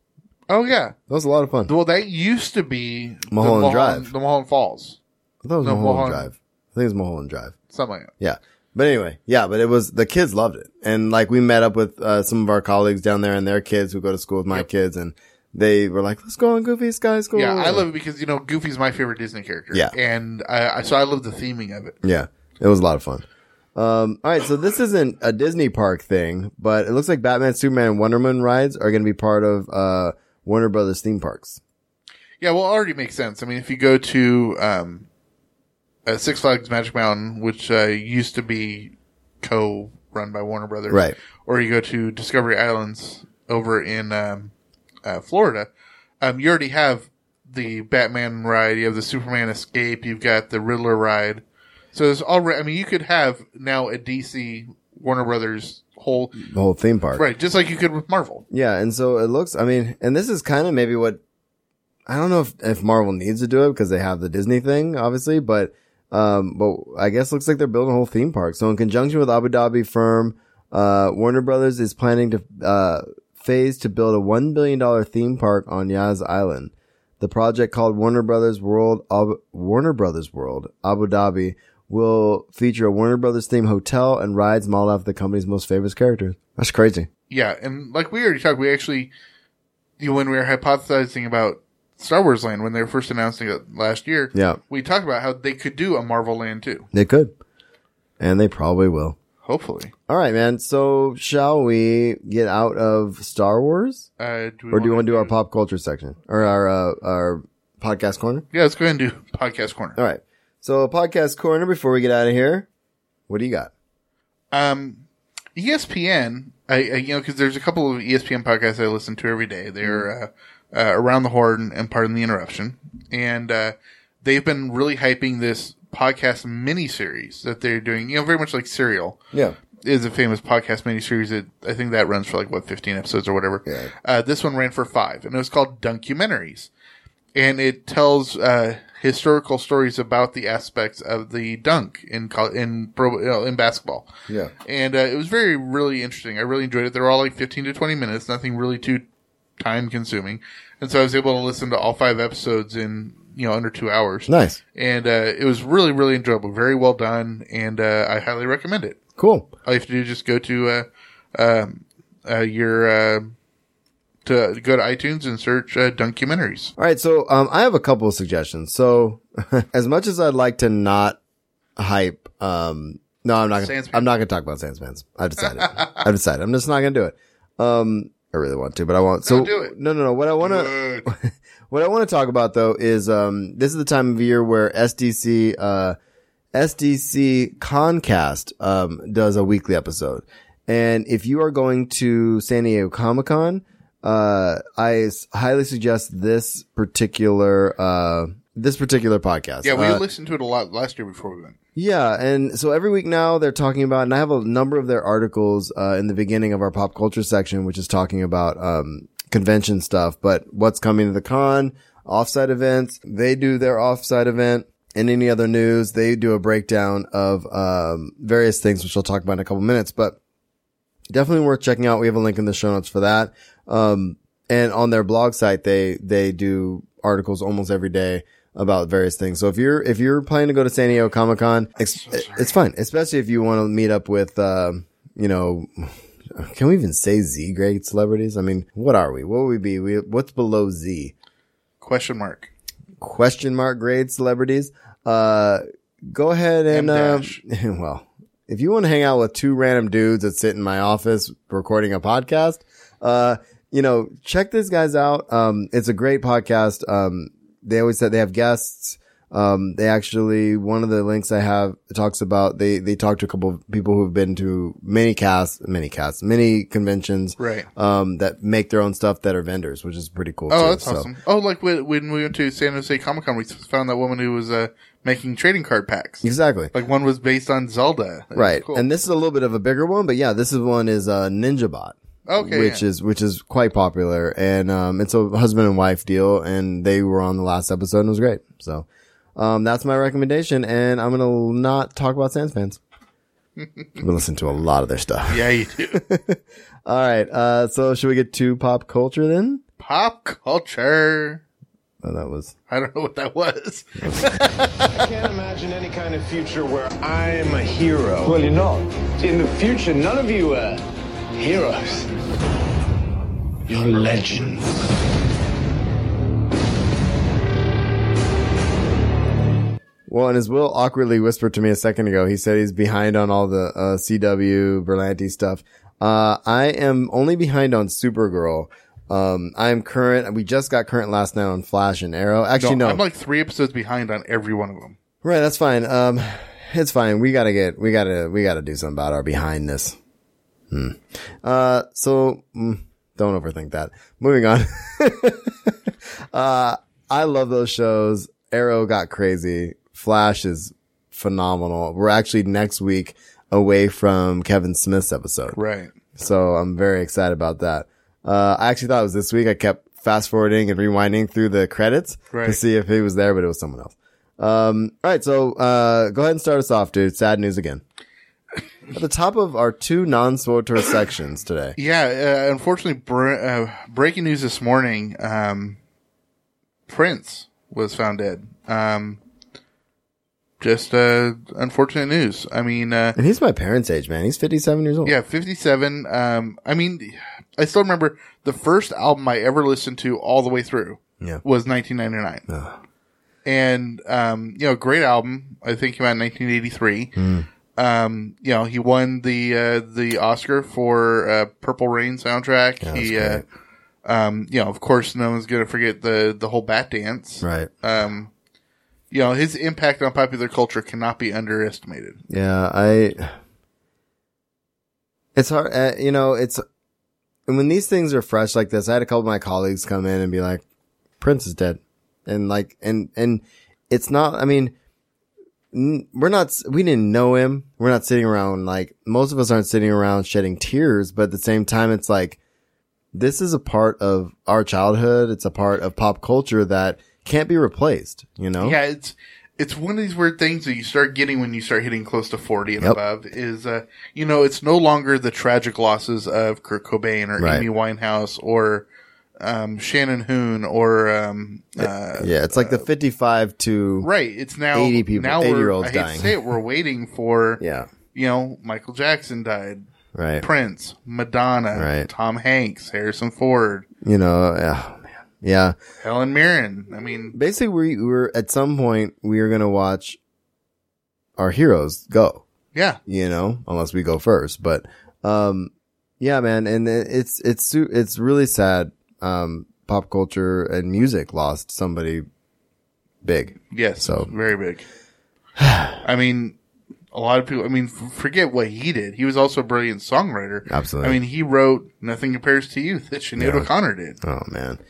Oh yeah.
That was a lot of fun.
Well, that used to be the
Mulholland Drive.
the Mulholland Falls,
I thought it was
No,
Mulholland
Mulholland.
Drive. I think it's Mulholland Drive.
something like that.
Yeah. But anyway, yeah, but it was, the kids loved it. And like we met up with, uh, some of our colleagues down there and their kids who go to school with my kids and they were like, let's go on Goofy's Sky School.
Yeah, I love it because you know Goofy's my favorite Disney character.
Yeah.
and I, I so I love the theming of it.
Yeah, it was a lot of fun. Um, all right, so this isn't a Disney park thing, but it looks like Batman, Superman, and Wonder Woman rides are going to be part of uh, Warner Brothers theme parks.
Yeah, well, it already makes sense. I mean, if you go to um, uh, Six Flags Magic Mountain, which uh, used to be co-run by Warner Brothers,
Right.
Or you go to Discovery Islands over in um, uh, Florida, um, you already have the Batman ride, you have the Superman Escape, you've got the Riddler ride. So there's already. I mean, you could have now a DC Warner Brothers whole
The whole theme park,
right, just like you could with Marvel.
Yeah, and so it looks. I mean, and this is kind of maybe what I don't know if, if Marvel needs to do it because they have the Disney thing, obviously, but um, but I guess looks like they're building a whole theme park. So in conjunction with Abu Dhabi firm, uh, Warner Brothers is planning to uh phase to build a one billion dollar theme park on Yas Island. The project called Warner Brothers World Abu, Warner Brothers World Abu Dhabi will feature a Warner Brothers themed hotel and rides modeled after the company's most famous characters. That's crazy.
Yeah, and like we already talked, we actually, you know, when we were hypothesizing about Star Wars Land when they were first announcing it last year,
Yeah.
we talked about how they could do a Marvel Land too.
They could. And they probably will.
Hopefully,
All right, man. So shall we get out of Star Wars
uh, do we
or do you want to do our pop culture section or our, uh, our podcast corner?
Yeah, let's go ahead and do podcast corner.
All right. So podcast corner before we get out of here. What do you got?
Um, ESPN, I, I you know, because there's a couple of E ESPN podcasts I listen to every day.
Mm-hmm.
They're uh, uh, around the horn and pardon the interruption, and uh, they've been really hyping this podcast mini series that they're doing. You know, very much like Serial.
Yeah.
is a famous podcast miniseries that I think that runs for like what fifteen episodes or whatever. Uh, this one ran for five, and it was called Documentaries, and it tells uh, historical stories about the aspects of the dunk in col- in pro you know, in basketball.
Yeah.
and uh, it was very really interesting. I really enjoyed it. They were all like fifteen to twenty minutes, nothing really too time consuming, and so I was able to listen to all five episodes in you know under two hours.
Nice.
And uh, it was really really enjoyable, very well done, and uh, I highly recommend it.
Cool.
All you have to do is just go to uh, um uh, your uh, to go to iTunes and search uh, documentaries.
All right. So, um, I have a couple of suggestions. So as much as I'd like to not hype, um, no, I'm not gonna,
Sandspans.
I'm not gonna talk about Sandspans. I've decided. I've decided. I'm just not gonna do it. Um, I really want to, but I won't. So
Don't do it.
no, no, no. What I want to,
Good.
what I want to talk about though is um this is the time of year where SDC uh SDC Concast um does a weekly episode. And if you are going to San Diego Comic Con, uh I s- highly suggest this particular uh this particular podcast.
Yeah, we
Uh,
listened to it a lot last year before we went.
yeah, and so every week now they're talking about, and I have a number of their articles uh, in the beginning of our pop culture section, which is talking about um, convention stuff, but what's coming to the con, offsite events. They do their offsite event and any other news. They do a breakdown of um, various things, which I'll talk about in a couple minutes, but definitely worth checking out. We have a link in the show notes for that. Um, and on their blog site, they, they do articles almost every day about various things. So if you're, if you're planning to go to San Diego Comic Con, ex- it's fine, especially if you want to meet up with, um, you know, can we even say Z grade celebrities? I mean, what are we? What would we be? We, what's below Z?
Question mark.
Question mark grade celebrities? Uh, go ahead and,
M
uh,
dash.
well, if you want to hang out with two random dudes that sit in my office recording a podcast, uh, you know, check these guys out. Um, it's a great podcast. Um, they always said they have guests. Um, they actually, one of the links I have talks about, they, they talked to a couple of people who've been to many casts, many casts, many conventions.
Right.
Um, that make their own stuff that are vendors, which is pretty cool. too.
Oh, that's
So-
awesome. Oh, like when when we went to San Jose Comic Con, we found that woman who was uh, making trading card packs.
Exactly.
Like one was based on Zelda. That was
right.
cool.
And this is a little bit of a bigger one, but yeah, this is one is uh, NinjaBot.
Okay,
Which
yeah.
is which is quite popular, and um, it's a husband and wife deal, and they were on the last episode and it was great. So, um, that's my recommendation, and I'm gonna not talk about Sandspans. I've been listening to a lot of their stuff.
yeah, you do.
All right, uh, so should we get to pop culture then?
Pop culture.
Oh, that was
I don't know what that was.
can't imagine any kind of future where I'm a hero. Well, you're not. In the future, none of you are heroes.
You're legends.
Well, and as Will awkwardly whispered to me a second ago, he said he's behind on all the uh, CW Berlanti stuff. Uh, I am only behind on Supergirl. Um, I am current. We just got current last night on Flash and Arrow. Actually, no,
I'm like three episodes behind on every one of them.
right. That's fine. Um, it's fine. We gotta get. We gotta. We gotta do something about our behindness. Hmm. Uh. So mm, don't overthink that. Moving on. uh, I love those shows. Arrow got crazy. Flash is phenomenal. We're actually next week away from Kevin Smith's episode.
Right.
So I'm very excited about that. Uh, I actually thought it was this week. I kept fast forwarding and rewinding through the credits to
Right.
see if he was there, but it was someone else. Um, all right. So, uh, go ahead and start us off, dude. Sad news again. At the top of our two non-SWOTOR sections today.
Yeah. Uh, unfortunately, br- uh, breaking news this morning. Um, Prince was found dead. Um, just uh, unfortunate news. I mean, uh,
And he's my parents' age, man. He's 57 years old.
Yeah, 57. Um, I mean, I still remember the first album I ever listened to all the way through
Yeah.
was 1999. And, um, you know, great album. I think came out in 1983.
Hmm.
Um, you know, he won the, uh, the Oscar for, uh, Purple Rain soundtrack. he, uh, um, you know, of course, no one's going to forget the, the whole bat dance.
Right.
Um, you know, his impact on popular culture cannot be underestimated.
Yeah, I. It's hard, uh, you know. It's and when these things are fresh like this. I had a couple of my colleagues come in and be like, "Prince is dead," and like, and and it's not. I mean, n- we're not. We didn't know him. We're not sitting around like most of us aren't sitting around shedding tears. But at the same time, it's like this is a part of our childhood. It's a part of pop culture that can't be replaced, you know?
Yeah, it's it's one of these weird things that you start getting when you start hitting close to forty and
Yep.
above. Is uh, you know, it's no longer the tragic losses of Kurt Cobain or
Right.
Amy Winehouse or um, Shannon Hoon or um, uh,
Yeah, it's like the 55 to
right. It's now
80 people-
Now we're-
80-year-olds
I hate
dying.
to say it, we're waiting for
Yeah.
you know Michael Jackson died,
Right.
Prince, Madonna,
Right.
Tom Hanks, Harrison Ford,
You know, yeah. man. Yeah.
Helen Mirren. I mean,
Basically we we were at some point we are going to watch our heroes go.
yeah.
you know, unless we go first. But um, yeah, man, and it- it's it's su- it's really sad. Um, pop culture and music lost somebody big.
Yes.
So-
very big. I mean, a lot of people. I mean, f- forget what he did. He was also a brilliant songwriter.
Absolutely.
I mean, he wrote "Nothing Compares to You" that Sinead
Yeah.
O'Connor did.
Oh man.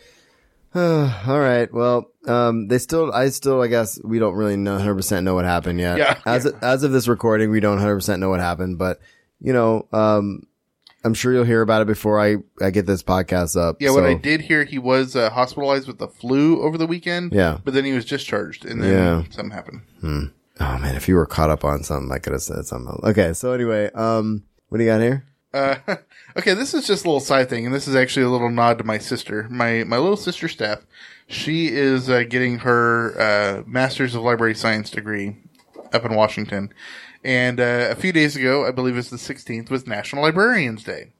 all right. Well, um, they still, I still, I guess we don't really know 100% know what happened yet.
Yeah.
As, as of this recording, we don't 100% know what happened, but you know, um, I'm sure you'll hear about it before I, I get this podcast up.
Yeah, what
so-
I did hear, he was uh, hospitalized with the flu over the weekend.
Yeah.
but then he was discharged, and then
Yeah.
something happened.
Oh man, if you were caught up on something, I could have said something. Okay, so anyway, um, what do you got here?
Uh, okay, this is just a little side thing, and this is actually a little nod to my sister, my my little sister Steph. She is uh, getting her uh, master's of library science degree up in Washington, and uh, a few days ago, I believe it was the sixteenth, was National Librarians Day.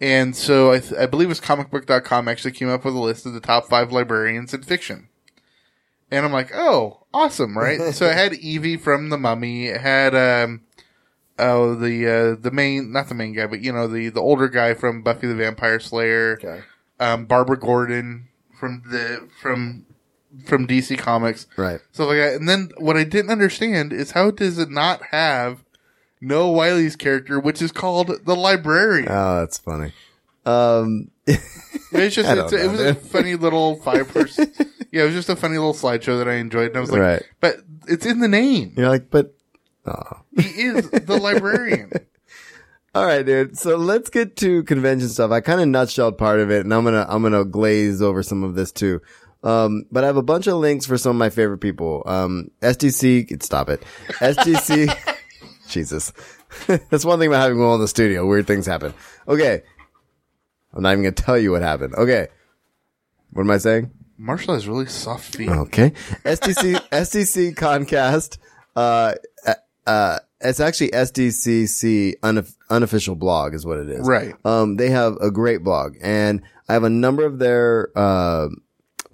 And so I, th- I believe it was comicbook.com actually came up with a list of the top five librarians in fiction. And I'm like, oh, awesome, right? so I had Evie from The Mummy. It had um, oh the uh, the main, not the main guy, but you know the the older guy from Buffy the Vampire Slayer. Um, Barbara Gordon from the from from DC Comics,
Right.
stuff like that. And then what I didn't understand is how does it not have Noah Wiley's character, which is called the librarian?
Oh, that's funny. Um,
It's just
I don't
it's, it
know,
was a
dude.
funny little five person. yeah, it was just a funny little slideshow that I enjoyed, and I was like,
Right.
but it's in the name.
you're like, but
He is the librarian.
all right, dude. So let's get to convention stuff. I kind of nutshelled part of it, and I'm gonna I'm gonna glaze over some of this too. Um, but I have a bunch of links for some of my favorite people. Um, SDC, stop it. SDC, Jesus. That's one thing about having one in the studio. Weird things happen. Okay. I'm not even gonna tell you what happened. Okay. What am I saying?
Marshall has really soft feet.
Okay. SDC SDC Concast. Uh, uh, it's actually SDCC unof- unofficial blog is what it is.
Right.
Um, they have a great blog, and I have a number of their uh,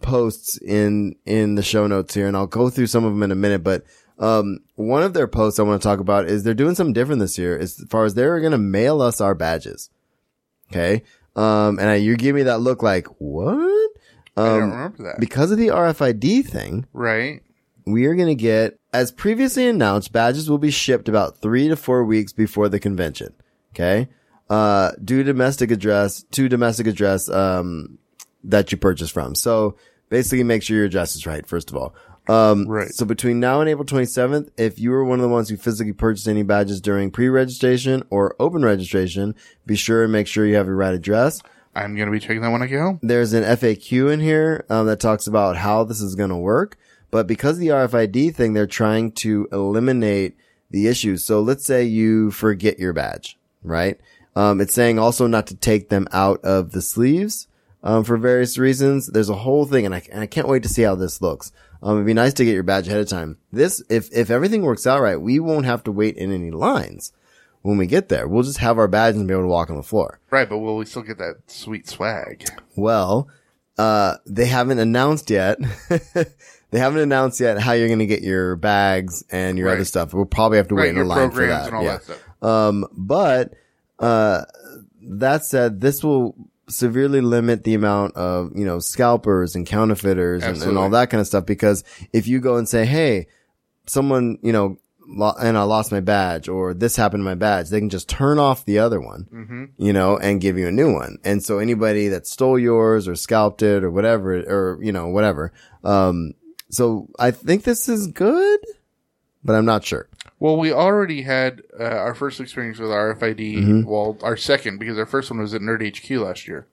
posts in in the show notes here, and I'll go through some of them in a minute. But um, one of their posts I want to talk about is they're doing something different this year, as far as they're going to mail us our badges. Okay. Um, and I, you give me that look like what?
I
Um,
don't remember that.
because of the RFID thing,
right.
we are going to get, as previously announced, badges will be shipped about three to four weeks before the convention. Okay. Uh, due domestic address to domestic address, um, that you purchase from. So basically make sure your address is right, first of all. Um,
Right.
so between now and April 27th, if you were one of the ones who physically purchased any badges during pre-registration or open registration, be sure and make sure you have your right address
I'm gonna be checking that when I get home.
there's an FAQ in here um, that talks about how this is going to work. But because of the RFID thing, they're trying to eliminate the issues. So let's say you forget your badge, right? Um, it's saying also not to take them out of the sleeves um, for various reasons. There's a whole thing, and I, and I can't wait to see how this looks. Um, it'd be nice to get your badge ahead of time. This, if if everything works out right, we won't have to wait in any lines when we get there. We'll just have our badge and be able to walk on the floor.
Right, but will we still get that sweet swag?
Well, uh, they haven't announced yet. they haven't announced yet how you're going to get your bags and your
Right.
other stuff. We'll probably have to wait
Right,
in a
your
line for
programs
that.
and all
yeah.
that stuff.
Um, but uh, that said, this will severely limit the amount of you know scalpers and counterfeiters and, and all
Absolutely.
that kind of stuff because if you go and say, hey, someone you know. lo- And I lost my badge, or this happened to my badge. They can just turn off the other one, you know, and give you a new one. And so anybody that stole yours or scalped it or whatever, or you know, whatever. Um, so I think this is good, but I'm not sure.
Well, we already had uh,
Mm-hmm.
our first experience with RFID. Well, our second because our first one was at Nerd HQ last year.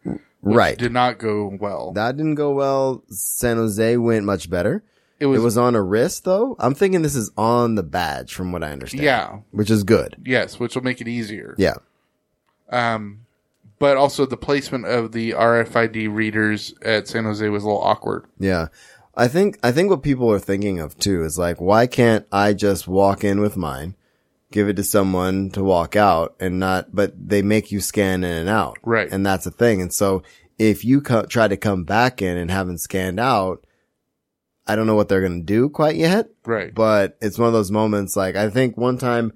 Right.
Did not go well.
That didn't go well. San Jose went much better.
it
It
was,
was on a wrist though. I'm thinking this is on the badge from what I understand.
yeah,
Which is good.
yes, which will make it easier.
Yeah.
Um, but also the placement of the RFID readers at San Jose was a little awkward.
Yeah. I think, I think what people are thinking of too is like, why can't I just walk in with mine, give it to someone to walk out and not, but they make you scan in and out.
Right.
And that's a thing. And so if you co- try to come back in and haven't scanned out, I don't know what they're going to do quite yet.
Right.
but it's one of those moments. Like I think one time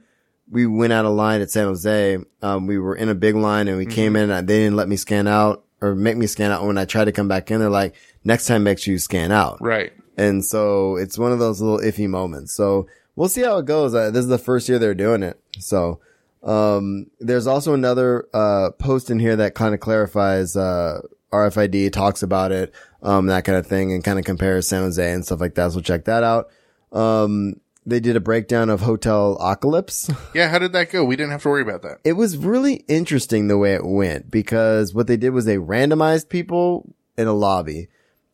we went out of line at San Jose. Um, we were in a big line and we came in. And they didn't let me scan out or make me scan out. When I tried to come back in, they're like, "Next time, make sure you scan out."
right.
And so it's one of those little iffy moments. So we'll see how it goes. Uh, this is the first year they're doing it. So, um, there's also another, uh, post in here that kind of clarifies, uh, RFID talks about it, um, that kind of thing and kind of compares San Jose and stuff like that. So check that out. Um, they did a breakdown of Hotel Ocalypse.
Yeah. How did that go? We didn't have to worry about that.
it was really interesting the way it went because what they did was they randomized people in a lobby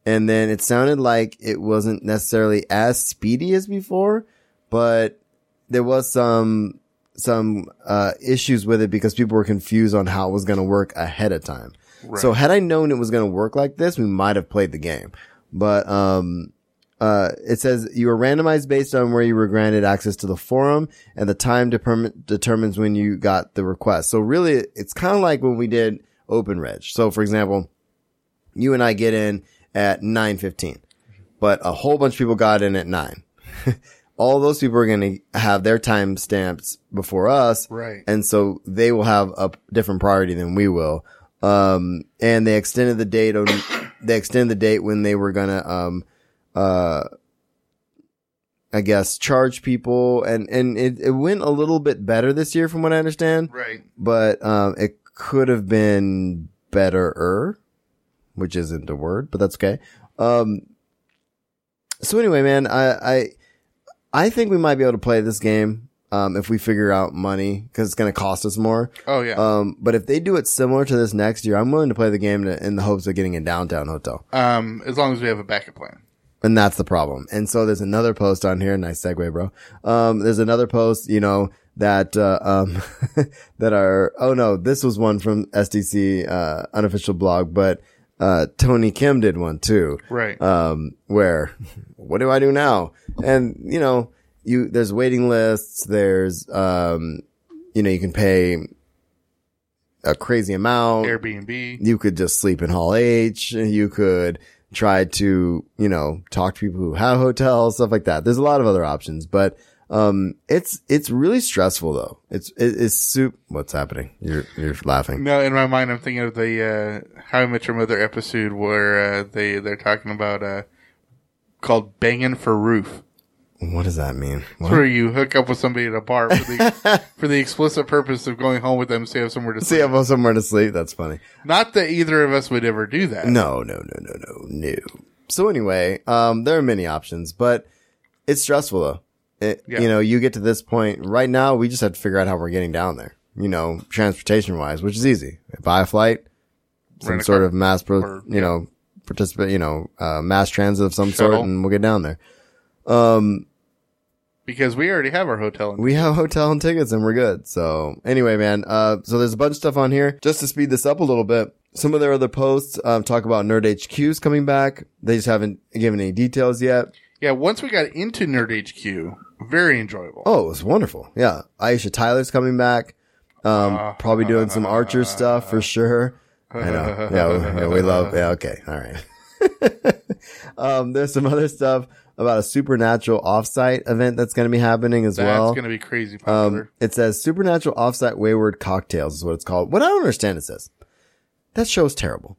and then it sounded like it wasn't necessarily as speedy as before, but there was some, some, uh, issues with it because people were confused on how it was going to work ahead of time. So had I known it was going to work like this, we might have played the game, but, um, uh, it says you were randomized based on where you were granted access to the forum and the time determin- determines when you got the request. So really, it's kind of like when we did OpenReg. So for example, you and I get in at 9.15, but a whole bunch of people got in at 9. All those people are going to have their time stamps before us.
Right.
And so they will have a different priority than we will. Um, and they extended the date on, they extended the date when they were going to, um, uh, I guess charge people and, and it, it went a little bit better this year from what I understand
Right.
but um, it could have been betterer, which isn't a word, but that's okay. Um, so anyway, man, I, I I think we might be able to play this game um, if we figure out money because it's going to cost us more.
Oh yeah.
Um, but if they do it similar to this next year, I'm willing to play the game to, in the hopes of getting a downtown hotel,
um, as long as we have a backup plan.
and that's the problem. And so there's another post on here. Nice segue, bro. Um, there's another post, you know, that uh, um that are oh no this was one from SDC uh unofficial blog but uh Tony Kim did one too
Right.
um where what do I do now and you know you there's waiting lists there's um you know you can pay a crazy amount
Airbnb.
you could just sleep in Hall H. You could try to, you know, talk to people who have hotels, stuff like that. There's a lot of other options, but um, it's it's really stressful though. It's it, it's soup. What's happening? You're you're laughing.
No, in my mind, I'm thinking of the uh, How I Met Your Mother episode where uh, they they're talking about uh, called "Banging for Roof,"
What does that mean? What?
where you hook up with somebody at a bar for the for the explicit purpose of going home with them, so you have somewhere to
See,
sleep.
I have somewhere to sleep. That's funny.
Not that either of us would ever do that.
No, no, no, no, no, no. So anyway, um, there are many options, but it's stressful though. It,
Yeah.
You know, you get to this point right now, we just have to figure out how we're getting down there, you know, transportation wise, which is easy. Buy a flight, some
Rent a
sort
car
of mass, pro,
or-
you know, participate, you know, uh, mass transit of some
Shuttle.
sort and we'll get down there.
because we already have our hotel. in-
We have hotel and tickets and we're good. So anyway, man, uh, so there's a bunch of stuff on here just to speed this up a little bit. Some of their other posts, um, talk about nerd HQs coming back. They just haven't given any details yet.
yeah, once we got into Nerd HQ, very enjoyable.
Oh, it was wonderful. Yeah. Aisha Tyler's coming back. Um, probably doing some Archer stuff for sure. I know. Yeah. We, yeah, we love, yeah. Okay. All right. um, there's some other stuff about a supernatural offsite event that's going to be happening as
That's
well.
going to be crazy popular.
Um, it says supernatural offsite wayward cocktails is what it's called. What I don't understand is this. That show is terrible.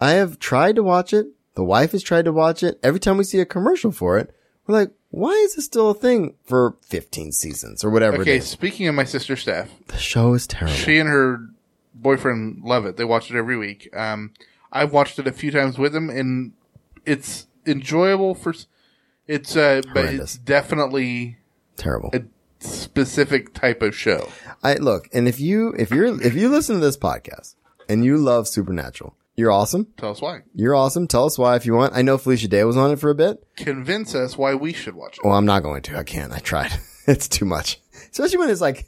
I have tried to watch it. The wife has tried to watch it. Every time we see a commercial for it, we're like, why is this still a thing for 15 seasons or whatever
okay,
it is?
speaking of my sister's staff,
The show is terrible.
she and her boyfriend love it. They watch it every week. Um, I've watched it a few times with them, and it's enjoyable for. s- It's uh, but
Horrendous.
it's definitely
terrible.
a specific type of show.
I look, and if you if you're if you listen to this podcast and you love Supernatural, You're awesome.
Tell us why.
You're awesome. Tell us why if you want. I know Felicia Day was on it for a bit.
Convince us why we should watch it.
Well, I'm not going to. I can't. I tried. it's too much. Especially when it's like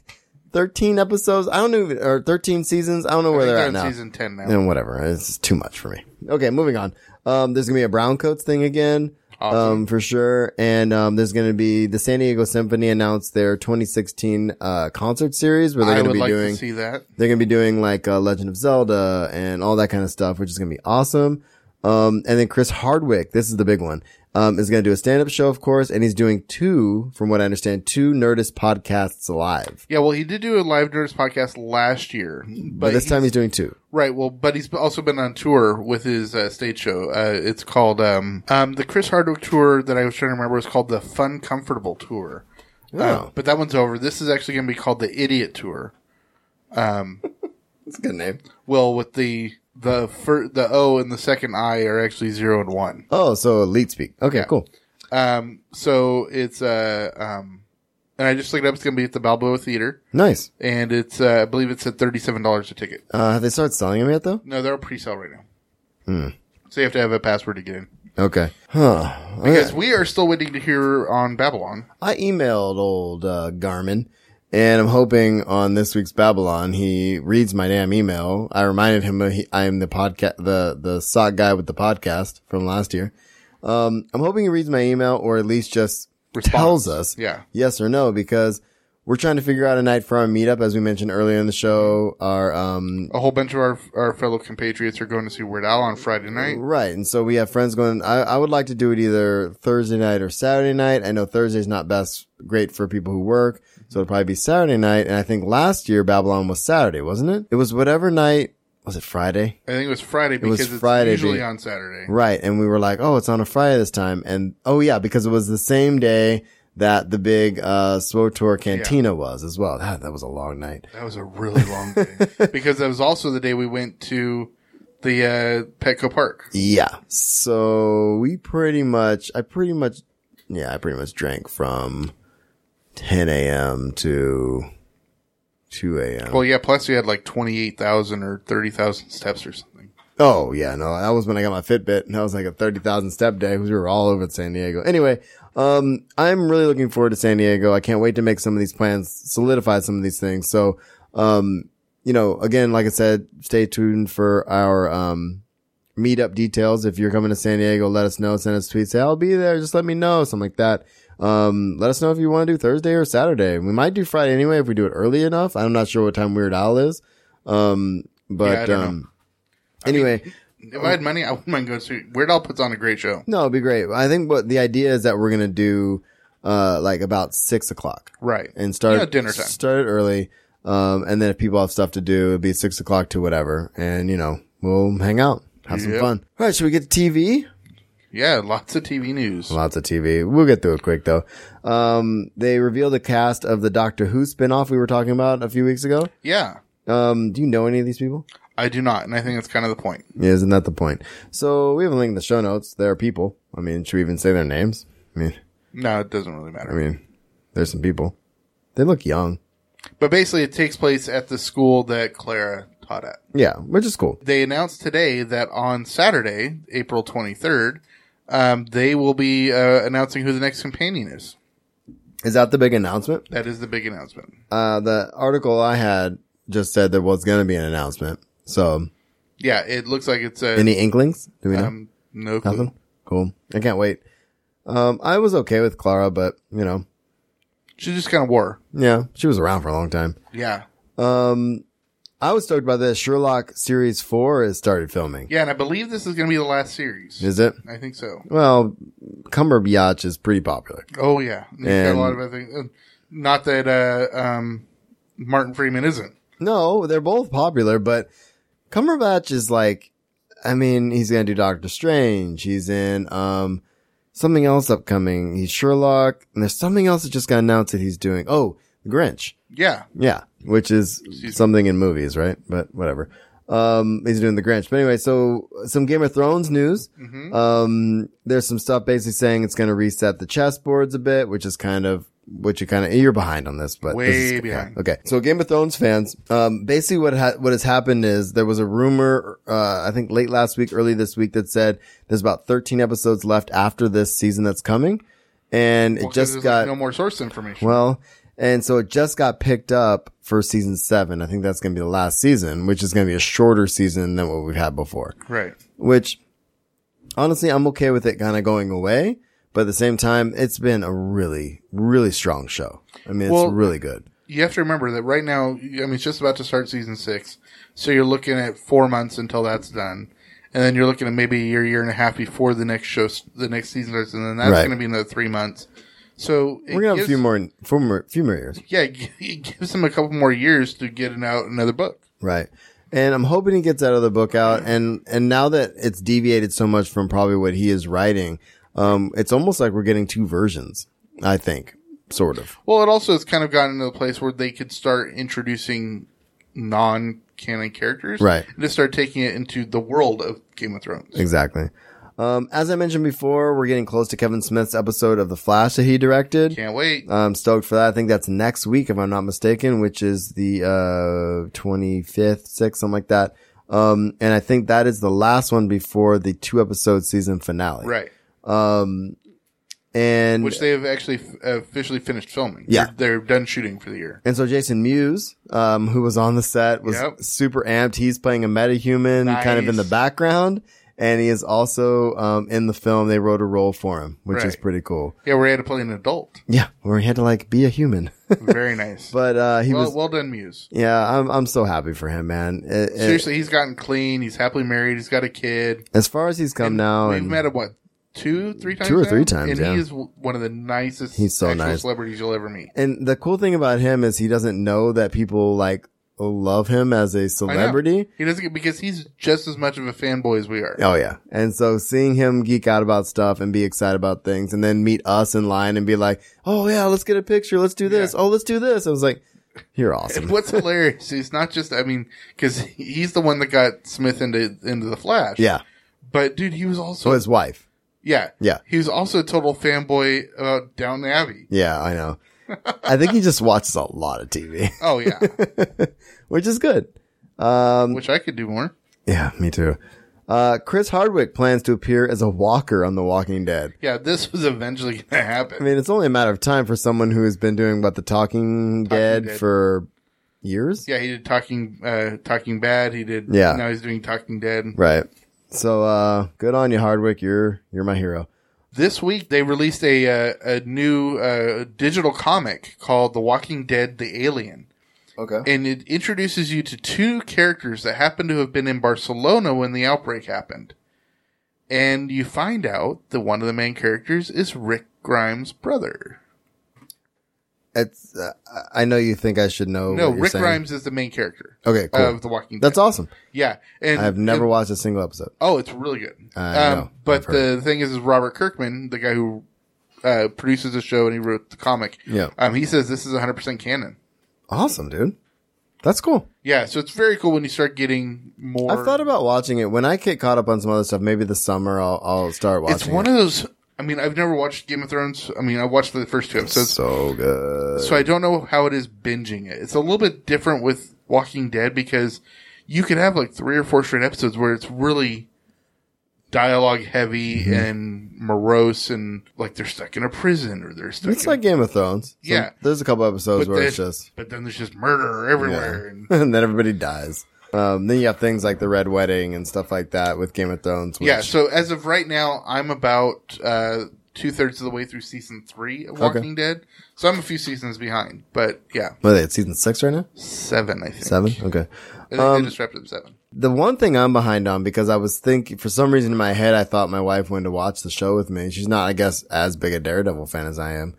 13 episodes. I don't know, if- or 13 seasons. I don't know where
I think
they're
they're
at
in
now.
season 10 now.
And whatever. It's just too much for me. Okay, moving on. Um, there's gonna be a brown coats thing again. Um, for sure. And, um, there's gonna be the San Diego Symphony announced their 2016, uh, concert series where they're
I
gonna
would
be
like
doing,
to see that.
they're gonna be doing like uh, Legend of Zelda and all that kind of stuff, which is gonna be awesome. Um, and then Chris Hardwick, this is the big one, um, is gonna do a stand-up show, of course, and he's doing two, from what I understand, two Nerdist podcasts live.
Yeah, well, he did do a live Nerdist podcast last year, but,
But Hmm, this
he's-
time he's doing two.
right. Well, but he's also been on tour with his uh, stage show. Uh, it's called um, um, the Chris Hardwick tour that I was trying to remember was called the Fun Comfortable tour. Uh,
Oh.
but that one's over. This is actually going to be called the Idiot tour.
That's a good name.
Well, with the the fir- the O and the second I are actually zero and one.
Oh, so Elite Speak. Okay, cool.
Um, so it's uh um, and I just looked it up. It's going to be at the Balboa Theater,
Nice.
and it's uh, I believe it's at thirty seven dollars a ticket.
Uh, have they started selling them yet though?
No, they're on pre-sale right now.
Hmm.
So you have to have a password to get in.
Okay. Huh.
Because we are still waiting to hear on Babylon.
I emailed old uh, Garmin, and I'm hoping on this week's Babylon he reads my damn email. I reminded him he, I am the podcast, the the sock guy with the podcast from last year. Um, I'm hoping he reads my email or at least just tells us
Yeah.
yes or no because we're trying to figure out a night for our meetup as we mentioned earlier in the show. Our um,
A whole bunch of our our fellow compatriots are going to see Weird Al on Friday night.
Right. And so we have friends going, I, I would like to do it either Thursday night or Saturday night. I know Thursday's not best great for people who work. So it'll probably be Saturday night. And I think last year Babylon was Saturday, wasn't it? It was whatever night. Was it Friday?
I think it was Friday because
was
it's
Friday,
usually
dude.
on Saturday.
Right. And we were like, oh, it's on a Friday this time. And oh yeah, because it was the same day that the big, uh, Swotor Cantina was as well. Ah, That, that was a long night.
That was a really long day. because that was also the day we went to the uh, Petco Park.
Yeah. So we pretty much, I pretty much, yeah, I pretty much drank from 10 a.m. to 2 a.m.
Well, yeah, plus we had like 28,000 or 30,000 steps or something.
Oh, yeah. No, that was when I got my Fitbit and that was like a 30,000 step day because we were all over San Diego. Anyway, um, I'm really looking forward to San Diego. I can't wait to make some of these plans, solidify some of these things. So, um, you know, again, like I said, stay tuned for our, um, meetup details. If you're coming to San Diego, let us know. Send us tweets. Say, I'll be there. Just let me know. Something like that. Um, let us know if you want to do Thursday or Saturday. We might do Friday anyway if we do it early enough. I'm not sure what time Weird Al is. Um,
I
but,
don't know.
um, anyway,
If I had money, I wouldn't mind going to see Weird Al puts on a great show.
no, it'd be great. I think what the idea is that we're going to do, uh, like about six o'clock
Right.
and start
Yeah, dinner time.
Start it early, um, and then if people have stuff to do, it'd be six o'clock to whatever, and you know we'll hang out, have some
Yep.
fun. All right, should we get to TV?
Yeah, lots of TV news.
Lots of TV. We'll get through it quick though. Um, they revealed the cast of the Doctor Who spinoff we were talking about a few weeks ago.
Yeah.
Um, do you know any of these people?
I do not, and I think that's kind of the point.
Yeah, isn't that the point? So we have a link in the show notes. There are people. I mean, should we even say their names? I mean,
No, it doesn't really matter.
I mean, there's some people. They look young.
But basically, it takes place at the school that Clara taught at.
Yeah, which is cool.
They announced today that on Saturday, April 23rd, um, they will be uh, announcing who the next companion is.
Is that the big announcement?
That is the big announcement.
Uh, the article I had just said there was going to be an announcement. So
Yeah, it looks like it's a
any inklings? Do we know?
um, no clue.
Nothing? Cool. I can't wait. Um, I was okay with Clara, but you know,
She just kind of wore.
yeah, she was around for a long time.
Yeah,
I was stoked by this. Sherlock series four has started filming.
yeah, and I believe this is going to be the last series.
Is it?
I think so.
Well, Cumberbatch is pretty popular.
Oh yeah, He's got
And-
a lot of other things. Uh, Not that uh, um, Martin Freeman isn't.
No, they're both popular, but Cumberbatch is like, I mean, he's gonna do Doctor Strange. He's in um something else upcoming. He's Sherlock, and there's something else that just got announced that he's doing. Oh, The Grinch.
Yeah,
Yeah, which is something in movies, right? But whatever. Um, he's doing the Grinch. But anyway, so some Game of Thrones news.
Mm-hmm.
Um, there's some stuff basically saying it's going to reset the chessboards a bit, which is kind of what you kind of you're behind on this, but this
Way
is-
behind.
Okay, so Game of Thrones fans, um, basically what ha- what has happened is there was a rumor, uh, I think late last week, early this week, that said there's about 13 episodes left after this season that's coming, and
Well,
it
'cause
just
there's, like,
got
no more source information.
well, and so it just got picked up for season seven. I think that's going to be the last season, which is going to be a shorter season than what we've had before
right.
which honestly, I'm okay with it kind of going away. But at the same time, it's been a really, really strong show. I mean, it's
Well-
really good.
You have to remember that right now. I mean, it's just about to start season six, so you're looking at four months until that's done, and then you're looking at maybe a year, year and a half before the next show, the next season starts, and then that's
Right.
going to be another three months. So it
We're gonna have a
gives-
few more, few more, few more years,
Yeah, it gi- it gives them a couple more years to get an out another book.
right? And I'm hoping he gets that other book out. And and now that it's deviated so much from probably what he is writing, um, it's almost like we're getting two versions. I think, sort of.
Well, it also has kind of gotten to the place where they could start introducing non-canon characters,
Right.
And just start taking it into the world of Game of Thrones.
Exactly. Um, as I mentioned before, we're getting close to Kevin Smith's episode of The Flash that he directed.
Can't wait.
I'm stoked for that. I think that's next week, if I'm not mistaken, which is the uh, 25th, 6th, something like that. Um, and I think that is the last one before the two episode season finale.
right.
And
Which they have actually f- officially finished filming.
Yeah.
They're, they're done shooting for the year.
and so Jason Mewes, um, who was on the set, was
Yep.
super amped. He's playing a metahuman kind of in the
Nice.
background. And he is also um, in the film. They wrote a role for him, which is
Right.
pretty cool.
Yeah, we're had to play an adult.
Yeah, where he had to like be a human.
Very nice.
but uh, he
well,
was.
well done, Muse.
yeah, I'm I'm so happy for him, man. It- it-
Seriously, he's gotten clean. He's happily married. He's got a kid.
as far as he's come now,
We've
and
met him, what, two, three times?
Two or
now?
three times,
And
yeah.
he is w- one of the nicest
He's so
actual
nice.
celebrities you'll ever meet.
and the cool thing about him is he doesn't know that people like love him as a
I know.
celebrity.
He doesn't get, because he's just as much of a fanboy as we are.
Oh yeah. And so seeing him geek out about stuff and be excited about things and then meet us in line and be like, Oh yeah, let's get a picture. Let's do this. Oh, let's do this. I was like, you're awesome.
And what's hilarious is not just, I mean, because he's the one that got Smith into into the Flash.
yeah. Oh,
But, dude, he was also
So his wife.
Yeah.
Yeah.
He was also a total fanboy about Downton Abbey.
Yeah, I know. I think he just watches a lot of TV,
Oh yeah.
which is good. Um,
Which I could do more.
Yeah, me too. Uh, Chris Hardwick plans to appear as a walker on The Walking Dead.
Yeah, this was eventually gonna happen.
I mean, it's only a matter of time for someone who has been doing what the Talking, Dead,
Dead.
for years,
yeah, he did talking uh talking bad, he did
Yeah.
now he's doing talking dead.
right? So, uh, good on you, Hardwick. You're you're my hero.
This week they released a uh, a new uh, digital comic called The Walking Dead the Alien.
Okay.
And it introduces you to two characters that happen to have been in Barcelona when the outbreak happened. And you find out that one of the main characters is Rick Grimes' brother.
It's uh, I know you think I should know.
No,
what you're
Rick
saying.
Grimes is the main character.
Okay, cool.
Of The Walking Dead.
That's awesome.
Yeah, and
I've never
and-
watched a single episode.
Oh, it's really good. Um,
I know. I've
but
heard.
the thing is, is Robert Kirkman, the guy who uh, produces the show and he wrote the comic.
Yeah.
Um, he says this is 100 percent canon.
Awesome, dude. That's cool.
Yeah, so it's very cool when you start getting more.
I've thought about watching it. When I get caught up on some other stuff, maybe this summer I'll, I'll start watching.
It's one of those. I mean, I've never watched Game of Thrones. I mean, I watched the first two
it.
episodes,
so
so,
good.
I don't know how it is binging it. It's a little bit different with Walking Dead because you could have like three or four straight episodes where it's really dialogue heavy
Mm-hmm.
and morose and like they're stuck in a prison or they're stuck.
It's
in
like Game of Thrones. So
Yeah.
there's a couple episodes where
then,
it's just
but then there's just murder everywhere. And,
and then everybody dies. Um, then you have things like the Red Wedding and stuff like that with Game of Thrones. Which,
yeah. So as of right now, I'm about uh, two thirds of the way through season three of Walking Dead. So I'm a few seasons behind, but yeah,
what are they at season six right now?
seven I think.
Seven? Um, Okay.
I think they just wrapped up seven.
The one thing I'm behind on because I was thinking for some reason in my head I thought my wife wanted to watch the show with me. She's not, I guess, as big a Daredevil fan as I am.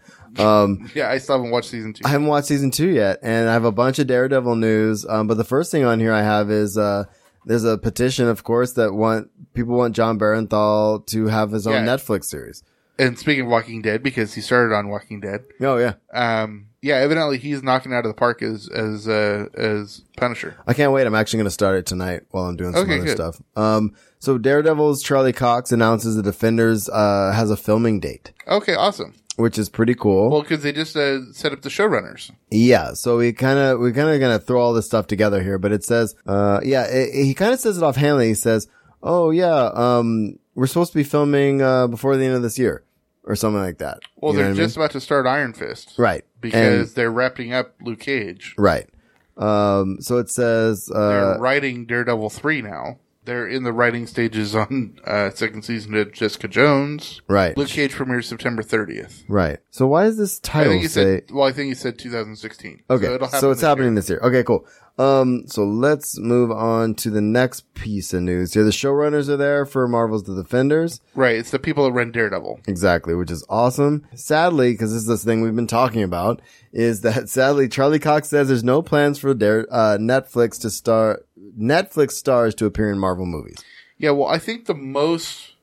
Yeah, I still haven't watched season two.
I haven't watched season two yet, and I have a bunch of Daredevil news. Um, but the first thing on here I have is uh, there's a petition, of course, that want people want John Barenthal to have his own
Yeah.
Netflix series.
and speaking of Walking Dead, because he started on Walking Dead,
Oh yeah,
um, yeah, evidently he's knocking it out of the park as as uh, as Punisher.
I can't wait. I'm actually going to start it tonight while I'm doing some
Okay,
other
good.
stuff. Um, so Daredevil's Charlie Cox announces the Defenders uh, has a filming date.
Okay, awesome.
which is pretty cool.
Well, because they just uh, set up the showrunners.
Yeah, so we kind of we kind of gonna throw all this stuff together here, but it says, uh, yeah, it, it- he kind of says it offhandedly. He says, "Oh yeah, um, we're supposed to be filming uh, before the end of this year, or something like that."
Well,
You know
they're
what I mean?
just about to start Iron Fist,
right
Because
And-
they're wrapping up Luke Cage.
right. Um, so it says,
They're
uh,
writing Daredevil three now. They're in the writing stages on uh, second season of Jessica Jones.
right,
Luke Cage premieres September thirtieth.
right. So why does this
I
title
think you
say?
said. Well, I think you said 2016.
Okay, so,
it'll happen
it's
this
happening
year.
this year. Okay, cool. Um, so let's move on to the next piece of news here. The showrunners are there for Marvel's The Defenders.
Right, it's the people that run Daredevil.
Exactly, which is awesome. Sadly, because this is this thing we've been talking about, is that sadly Charlie Cox says there's no plans for their uh, Netflix to star Netflix stars to appear in Marvel movies.
Yeah, well, I think the most.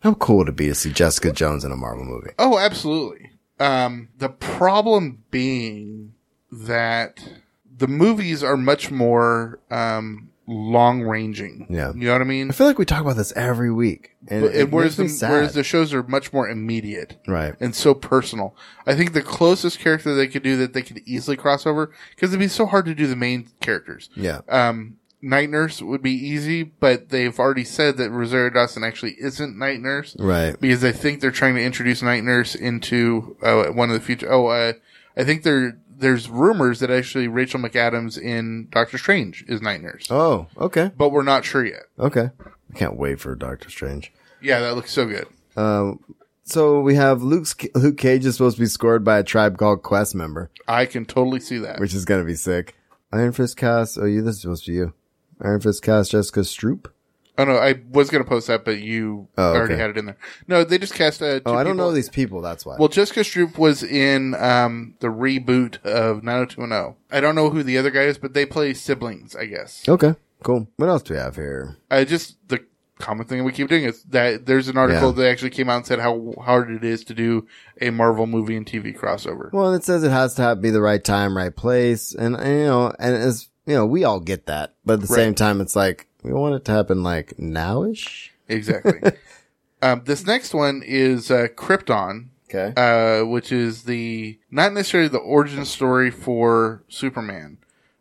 How cool would it be to see Jessica Jones in a Marvel movie?
Oh, absolutely. Um, the problem being that the movies are much more um, long ranging.
Yeah.
you know what I mean.
I feel like we talk about this every week, and,
But-
it
and
where's
whereas the
me sad.
whereas the shows are much more immediate
right?
and so personal. I think the closest character they could do that they could easily cross over because it'd be so hard to do the main characters.
Yeah,
Um, Night Nurse would be easy, but they've already said that Rosario Dawson actually isn't Night Nurse
right.
because I think they're trying to introduce Night Nurse into uh, one of the future. Oh, uh, I think there there's rumors that actually Rachel McAdams in Doctor Strange is Night Nurse,
Oh, okay,
but we're not sure yet.
okay. I can't wait for Doctor Strange.
Yeah, that looks so good.
Um, so we have Luke's Luke Cage is supposed to be scored by a Tribe Called Quest member.
I can totally see that.
which is gonna be sick. Iron Fist cast. Oh, you. This is supposed to be you. Iron Fist cast Jessica Stroop.
Oh no, I was gonna post that, but you
Oh,
already
okay.
had it in there. No, they just cast. Uh, two
Oh, I don't
people.
know these people. That's why.
Well, Jessica Stroop was in um, the reboot of 90210. I don't know who the other guy is, but they play siblings, I guess.
okay, cool. What else do we have here?
I just the common thing we keep doing is that there's an article
Yeah.
that actually came out and said how hard it is to do a Marvel movie and TV crossover.
Well, it says it has to have, be the right time, right place, and and, you know, and as you know, we all get that, but at the
Right.
same time, it's like we want it to happen like nowish.
Exactly. um, this next one is uh, Krypton,
Okay.
uh, which is the not necessarily the origin story for Superman,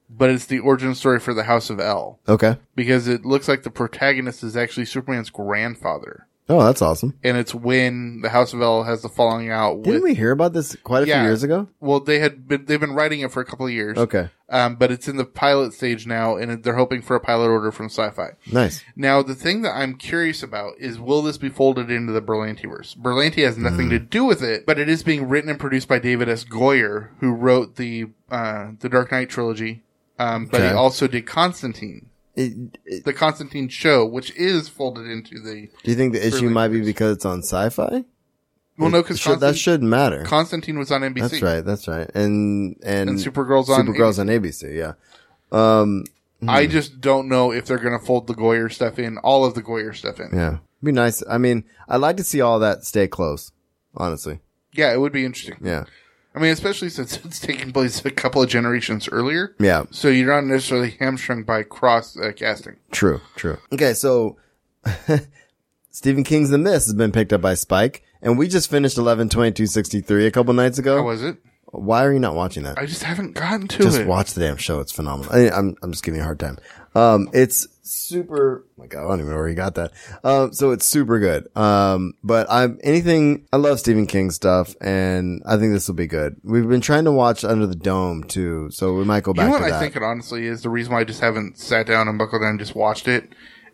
but it's the origin story for the House of L
Okay.
because it looks like the protagonist is actually Superman's grandfather,
Oh, that's awesome.
and it's when the House of L has the falling out
Didn't
with.
we hear about this quite a
Yeah.
few years ago?
well, they had been they've been writing it for a couple of years.
Okay.
um, but it's in the pilot stage now, and they're hoping for a pilot order from Sci-Fi.
Nice.
Now, the thing that I'm curious about is will this be folded into the Berlantiverse? Berlanti has nothing
Mm.
to do with it, but it is being written and produced by David S. Goyer, who wrote the uh, the Dark Knight trilogy, um, but he
Okay.
also did Constantine,
It- it-
the Constantine show, which is folded into the
do you think the issue
Really
might be because it's on sci-fi?
well, no, because
Should- that shouldn't matter.
Constantine was on NBC.
That's right. That's right. And and,
And Supergirl's on
Supergirl's on ABC. Yeah. Um.
I just don't know if they're going to fold the Goyer stuff in, all of the Goyer stuff in.
Yeah. Be nice. I mean, I'd like to see all that stay close. Honestly.
yeah it would be interesting.
Yeah.
I mean, especially since it's taking place a couple of generations earlier.
Yeah.
So you're not necessarily hamstrung by cross uh, casting.
True. True. Okay. So Stephen King's The Mist has been picked up by Spike, and we just finished eleven twenty two sixty three a couple nights
How
ago.
was it?
Why are you not watching that?
I just haven't gotten to
Oh. just
it.
watch the damn show. It's phenomenal. I, I'm I'm just giving you a hard time. Um, it's super. oh my God, I don't even know where you got that. Um, so it's super good. Um, but I'm anything. I love Stephen King stuff, and I think this will be good. We've been trying to watch Under the Dome too, so we might go
you
back
know what
to that.
I think it honestly is the reason why I just haven't sat down and buckled down and just watched it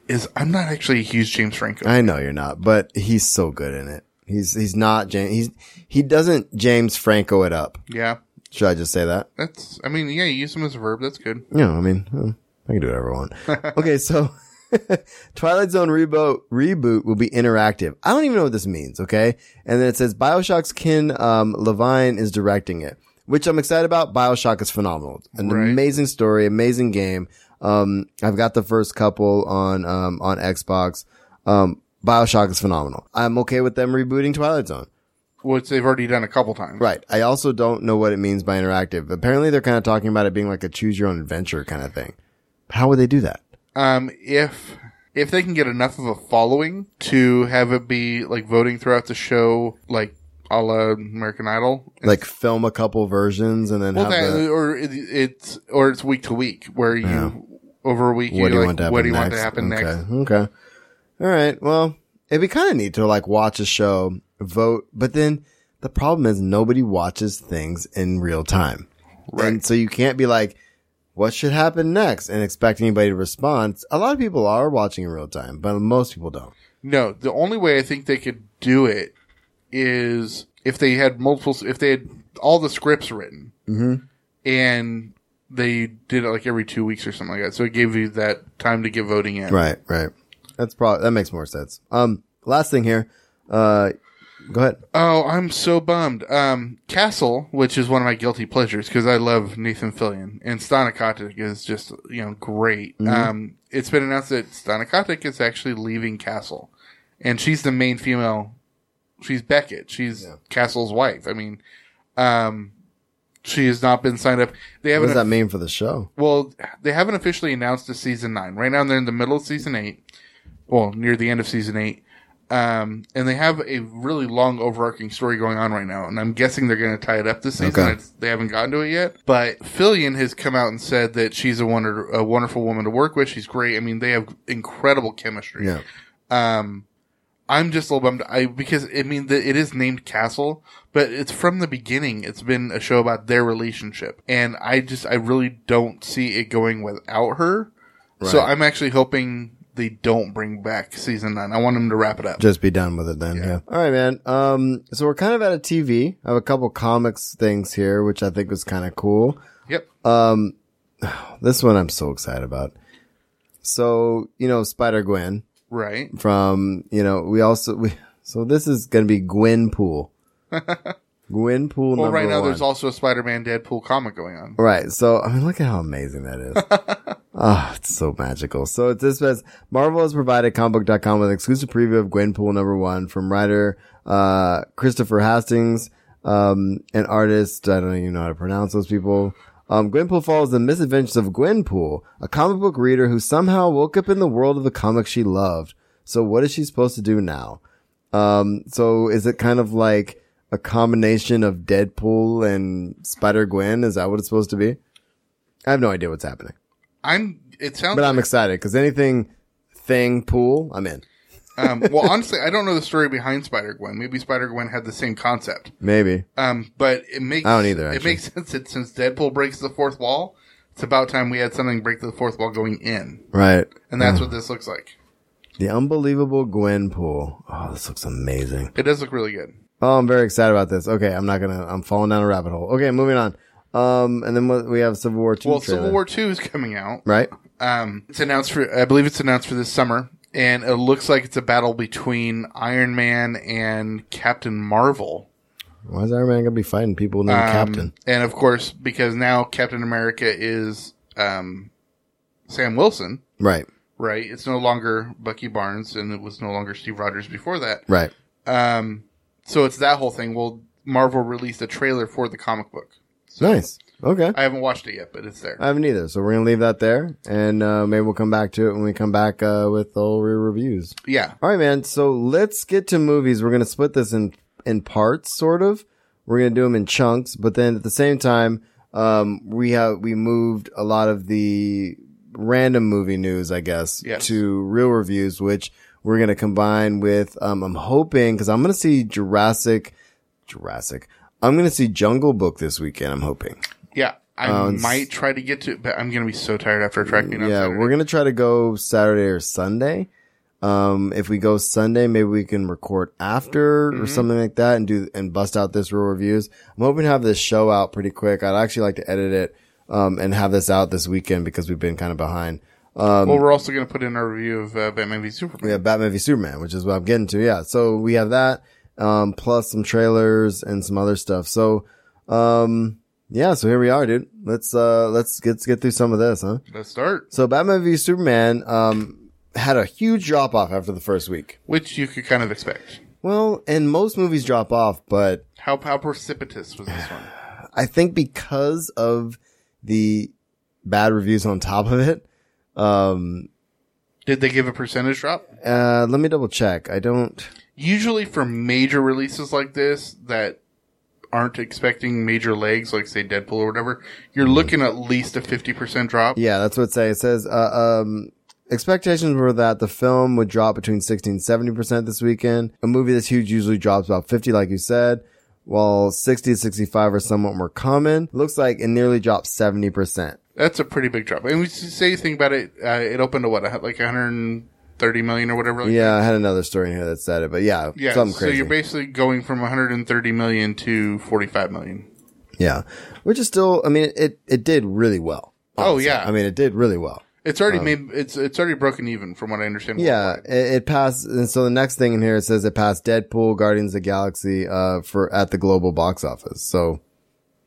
is I'm not actually a huge James Franco.
I know you're not, but he's so good in it. He's he's not James. He's he doesn't James Franco it up.
yeah,
Should I just say that?
that's. I mean, yeah, you use him as a verb. That's good.
you know, I mean, uh, I can do whatever I want. okay, so Twilight Zone reboot reboot will be interactive. I don't even know what this means. Okay, and then it says Bioshock's Ken um, Levine is directing it, which I'm excited about. Bioshock is phenomenal, an
Right.
amazing story, amazing game. Um, I've got the first couple on um on Xbox. Um, Bioshock is phenomenal. I'm okay with them rebooting Twilight Zone.
Which they've already done a couple times.
Right. I also don't know what it means by interactive. Apparently, they're kind of talking about it being like a choose your own adventure kind of thing. How would they do that?
Um, if if they can get enough of a following to have it be like voting throughout the show, like a la American Idol.
Like film a couple versions and then
Well,
have
that,
the,
or it, it's or it's week to week where you
Yeah.
over a week
what do you
like,
want to happen
what do you
next?
want to happen
okay.
next?
Okay. All right. Well, it'd be kind of neat to like watch a show, vote, but then the problem is nobody watches things in real time. Right. And so you can't be like, what should happen next and expect anybody to respond. A lot of people are watching in real time, but most people don't.
No, the only way I think they could do it is if they had multiple, if they had all the scripts written,
Mm-hmm.
and they did it like every two weeks or something like that. So it gave you that time to get voting in.
Right. Right. That's probably, that makes more sense. Um, last thing here. Uh, go ahead.
Oh, I'm so bummed. Um, Castle, which is one of my guilty pleasures because I love Nathan Fillion and Stana Katic is just you know great.
Mm-hmm.
Um, it's been announced that Stana Katic is actually leaving Castle, and she's the main female. She's Beckett. She's Castle's wife. I mean, um, she has not been signed up. They
What
haven't
does that mean for the show?
well, they haven't officially announced a season nine. Right now, they're in the middle of season eight. Well, near the end of season eight. Um, and they have a really long overarching story going on right now. And I'm guessing they're going to tie it up this season.
Okay.
It's- They haven't gotten to it yet. But Fillion has come out and said that she's a, wonder, a wonderful woman to work with. She's great. I mean, they have incredible chemistry.
Yeah.
Um, I'm just a little bummed. I because I mean the, it is named Castle, but it's from the beginning. It's been a show about their relationship, and I just I really don't see it going without her. So
Right.
I'm actually hoping they don't bring back season nine. I want them to wrap it up.
just be done with it then. Yeah. All right, man. Um, so we're kind of out of TV. I have a couple comics things here, which I think was kind of cool.
yep.
uh, This one I'm so excited about. So, you know, Spider Gwen
right.
from, you know, we also, we, so this is going to be Gwenpool. Gwenpool
Well,
number
right now
one.
there's also a Spider-Man Deadpool comic going on.
Right. So, I mean, look at how amazing that is. Ah, it's so magical. So it this says Marvel has provided comicbook.com with an exclusive preview of Gwenpool number one from writer, uh, Christopher Hastings, um, an artist. I don't even know how to pronounce those people. Um, Gwenpool follows the misadventures of Gwenpool, a comic book reader who somehow woke up in the world of the comic she loved. So what is she supposed to do now? Um, so is it kind of like a combination of Deadpool and Spider Gwen? Is that what it's supposed to be? I have no idea what's happening,
I'm. It sounds.
but I'm excited because anything thing pool, I'm in.
um, well, honestly, I don't know the story behind Spider Gwen. Maybe Spider Gwen had the same concept.
Maybe.
Um, but it makes
I don't either,
It
actually.
makes sense that since Deadpool breaks the fourth wall, it's about time we had something break the fourth wall going in,
Right.
and that's
Hmm.
what this looks like.
The unbelievable Gwen pool. Oh, this looks amazing.
It does look really good.
Oh, I'm very excited about this. Okay. I'm not going to, I'm falling down a rabbit hole. Okay. Moving on. Um, and then what- we have Civil War 2.
Well,
trailer.
Civil War Two is coming out.
Right.
Um, it's announced for I believe it's announced for this summer, and it looks like it's a battle between Iron Man and Captain Marvel.
Why is Iron Man going to be fighting people named
Um,
Captain?
and of course, because now Captain America is um, Sam Wilson,
Right.
right? It's no longer Bucky Barnes, and it was no longer Steve Rogers before that.
Right.
Um, so it's that whole thing. Well, Marvel released a trailer for the comic book.
Nice. Okay.
I haven't watched it yet, but it's there.
I haven't either. So we're gonna leave that there, and uh, maybe we'll come back to it when we come back uh, with the whole re- reviews.
yeah.
All right, man. So let's get to movies. We're gonna split this in in parts, sort of. We're gonna do them in chunks, but then at the same time, um, we have we moved a lot of the random movie news, I guess,
Yes.
to real reviews, which we're gonna combine with. Um, I'm hoping because I'm gonna see Jurassic, Jurassic. I'm gonna see Jungle Book this weekend. I'm hoping.
Yeah. I
Oh, it's-
might try to get to it, but I'm going to be so tired after tracking up.
yeah, we're
going
gonna try to go Saturday or Sunday. Um, if we go Sunday, maybe we can record after or something like that and do and bust out this real reviews. I'm hoping to have this show out pretty quick. I'd actually like to edit it um and have this out this weekend because we've been kind of behind. Um,
Well, we're also going to put in a review of uh, Batman v Superman.
we have Batman v Superman, which is what I'm getting to. Yeah. So we have that, um, plus some trailers and some other stuff. So, um, yeah. So here we are, dude. Let's, uh, let's, let's get through some of this, huh?
Let's start.
So Batman v Superman um, had a huge drop off after the first week.
Which you could kind of expect.
Well, and most movies drop off, but
How, how precipitous was this one?
I think because of the bad reviews on top of it, um,
Did they give a percentage drop?
uh, let me double check. I don't.
usually for major releases like this that aren't expecting major legs, like say Deadpool or whatever, you're
Mm-hmm.
looking at least a 50% drop.
Yeah, that's what it says. It says, uh, um, expectations were that the film would drop between 60 and 70% this weekend. A movie this huge usually drops about 50, like you said, while 60 to 65 are somewhat more common. Looks like it nearly dropped 70%.
That's a pretty big drop. And we say you think about it, uh, it opened to what, like 130 million or whatever? Like
Yeah, I had another story in here that said it, but yeah,
Yeah.
something
so
crazy.
you're basically going from 130 million to 45 million.
yeah. Which is still, I mean, it, it did really well.
Oh,
honestly.
yeah.
I mean, it did really well.
It's already made, it's, it's already broken even from what I understand.
Oh. Yeah, it, it passed. And so the next thing in here it says it passed Deadpool, Guardians of the Galaxy, uh, for at the global box office. So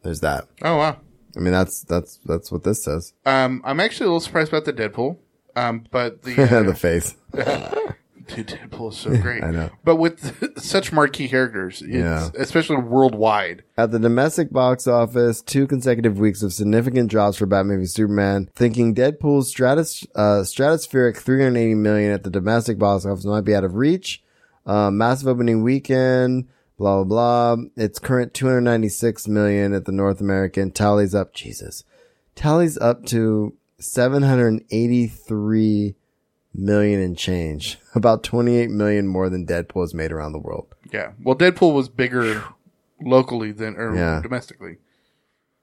there's that.
Oh, wow.
I mean, that's that's that's what this says.
Um, I'm actually a little surprised about the Deadpool. Um, but the, uh,
the face.
Dude, Deadpool is so great.
I know.
But with such marquee characters, it's,
Yeah.
especially worldwide.
At the domestic box office, two consecutive weeks of significant drops for Batman v Superman, thinking Deadpool's stratos- uh, stratospheric 380 million at the domestic box office might be out of reach. Uh, massive opening weekend, blah, blah, blah. Its current 296 million at the North American tallies up, Jesus, tallies up to 783 million and change. About 28 million more than Deadpool has made around the world.
Yeah. Well, Deadpool was bigger locally than or
Yeah.
domestically,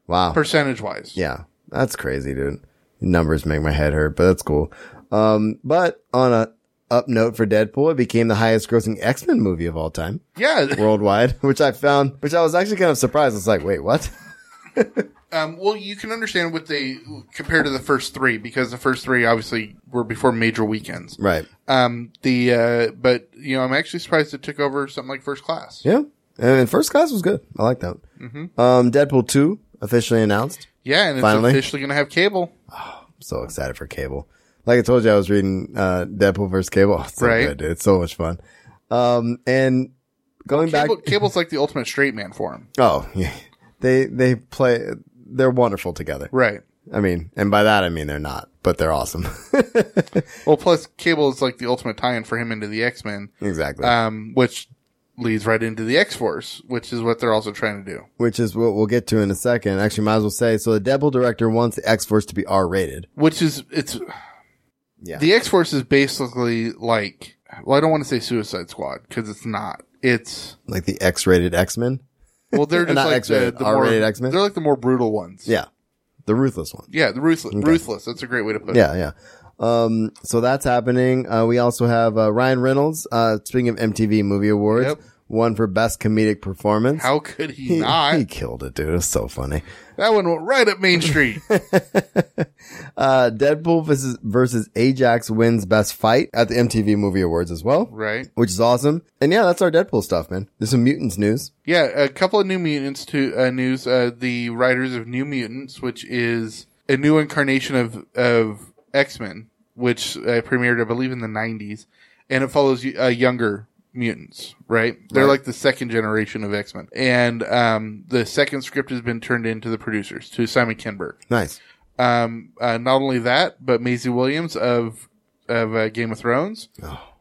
Wow.
percentage wise.
Yeah, that's crazy, dude. Numbers make my head hurt, but that's cool. Um, but on a up note for Deadpool, it became the highest grossing X Men movie of all time
Yeah.
worldwide, which I found, which I was actually kind of surprised. It's like, wait, what?
Um, well, you can understand what they compared to the first three because the first three obviously were before major weekends.
Right.
Um, the uh, but you know, I'm actually surprised it took over something like First Class.
Yeah. And first class was good. I like that.
Mm-hmm.
Um, Deadpool 2 officially announced.
Yeah, and it's
Finally.
officially going to have cable.
so excited for Cable. Like I told you, I was reading uh, Deadpool versus Cable. Oh, it's so
Right.
good, dude. It's so much fun. Um, and going back,
cable. Cable's like the ultimate straight man for him.
oh yeah, they they play. They're wonderful together.
Right.
I mean, and by that I mean they're not, but they're awesome.
Well, plus Cable is like the ultimate tie-in for him into the X Men,
exactly.
um, which leads right into the X Force, which is what they're also trying to do.
Which is what we'll get to in a second. Actually, might as well say so. The Deadpool director wants the X Force to be R rated.
Which is it's
Yeah.
The X Force is basically like well, I don't want to say Suicide Squad because it's not. It's
like the X rated X Men.
well, they're just
Not
like
X-rated,
the, the more
R-rated X-Men?
They're like the more brutal ones.
Yeah. The ruthless one.
yeah, the ruthless. Ruthless. That's a great way to put it.
Yeah, yeah. Um, so that's happening. Uh, we also have uh, Ryan Reynolds. Uh, speaking of MTV Movie Awards,
Yep.
one for best comedic performance.
How could he,
he,
not?
he killed it, dude. It was so funny.
that one went right up Main Street.
Uh, Deadpool versus, versus Ajax wins best fight at the MTV Movie Awards as well.
right.
which is awesome. And yeah, that's our Deadpool stuff, man. There's some mutants news.
Yeah, a couple of New Mutants to uh, news. Uh, the writers of New Mutants, which is a new incarnation of of X Men, which uh, premiered, I believe, in the '90s, and it follows uh, younger mutants. Right, they're like the second generation of X Men, and um, the second script has been turned in to the producers to Simon Kinberg.
Nice.
Um, uh, not only that, but Maisie Williams of of uh, Game of Thrones,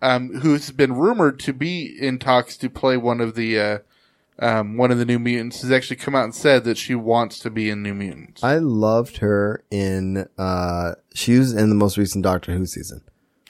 um, who's been rumored to be in talks to play one of the uh, um, one of the New Mutants, has actually come out and said that she wants to be in New Mutants.
I loved her in uh she was in the most recent Doctor Who season.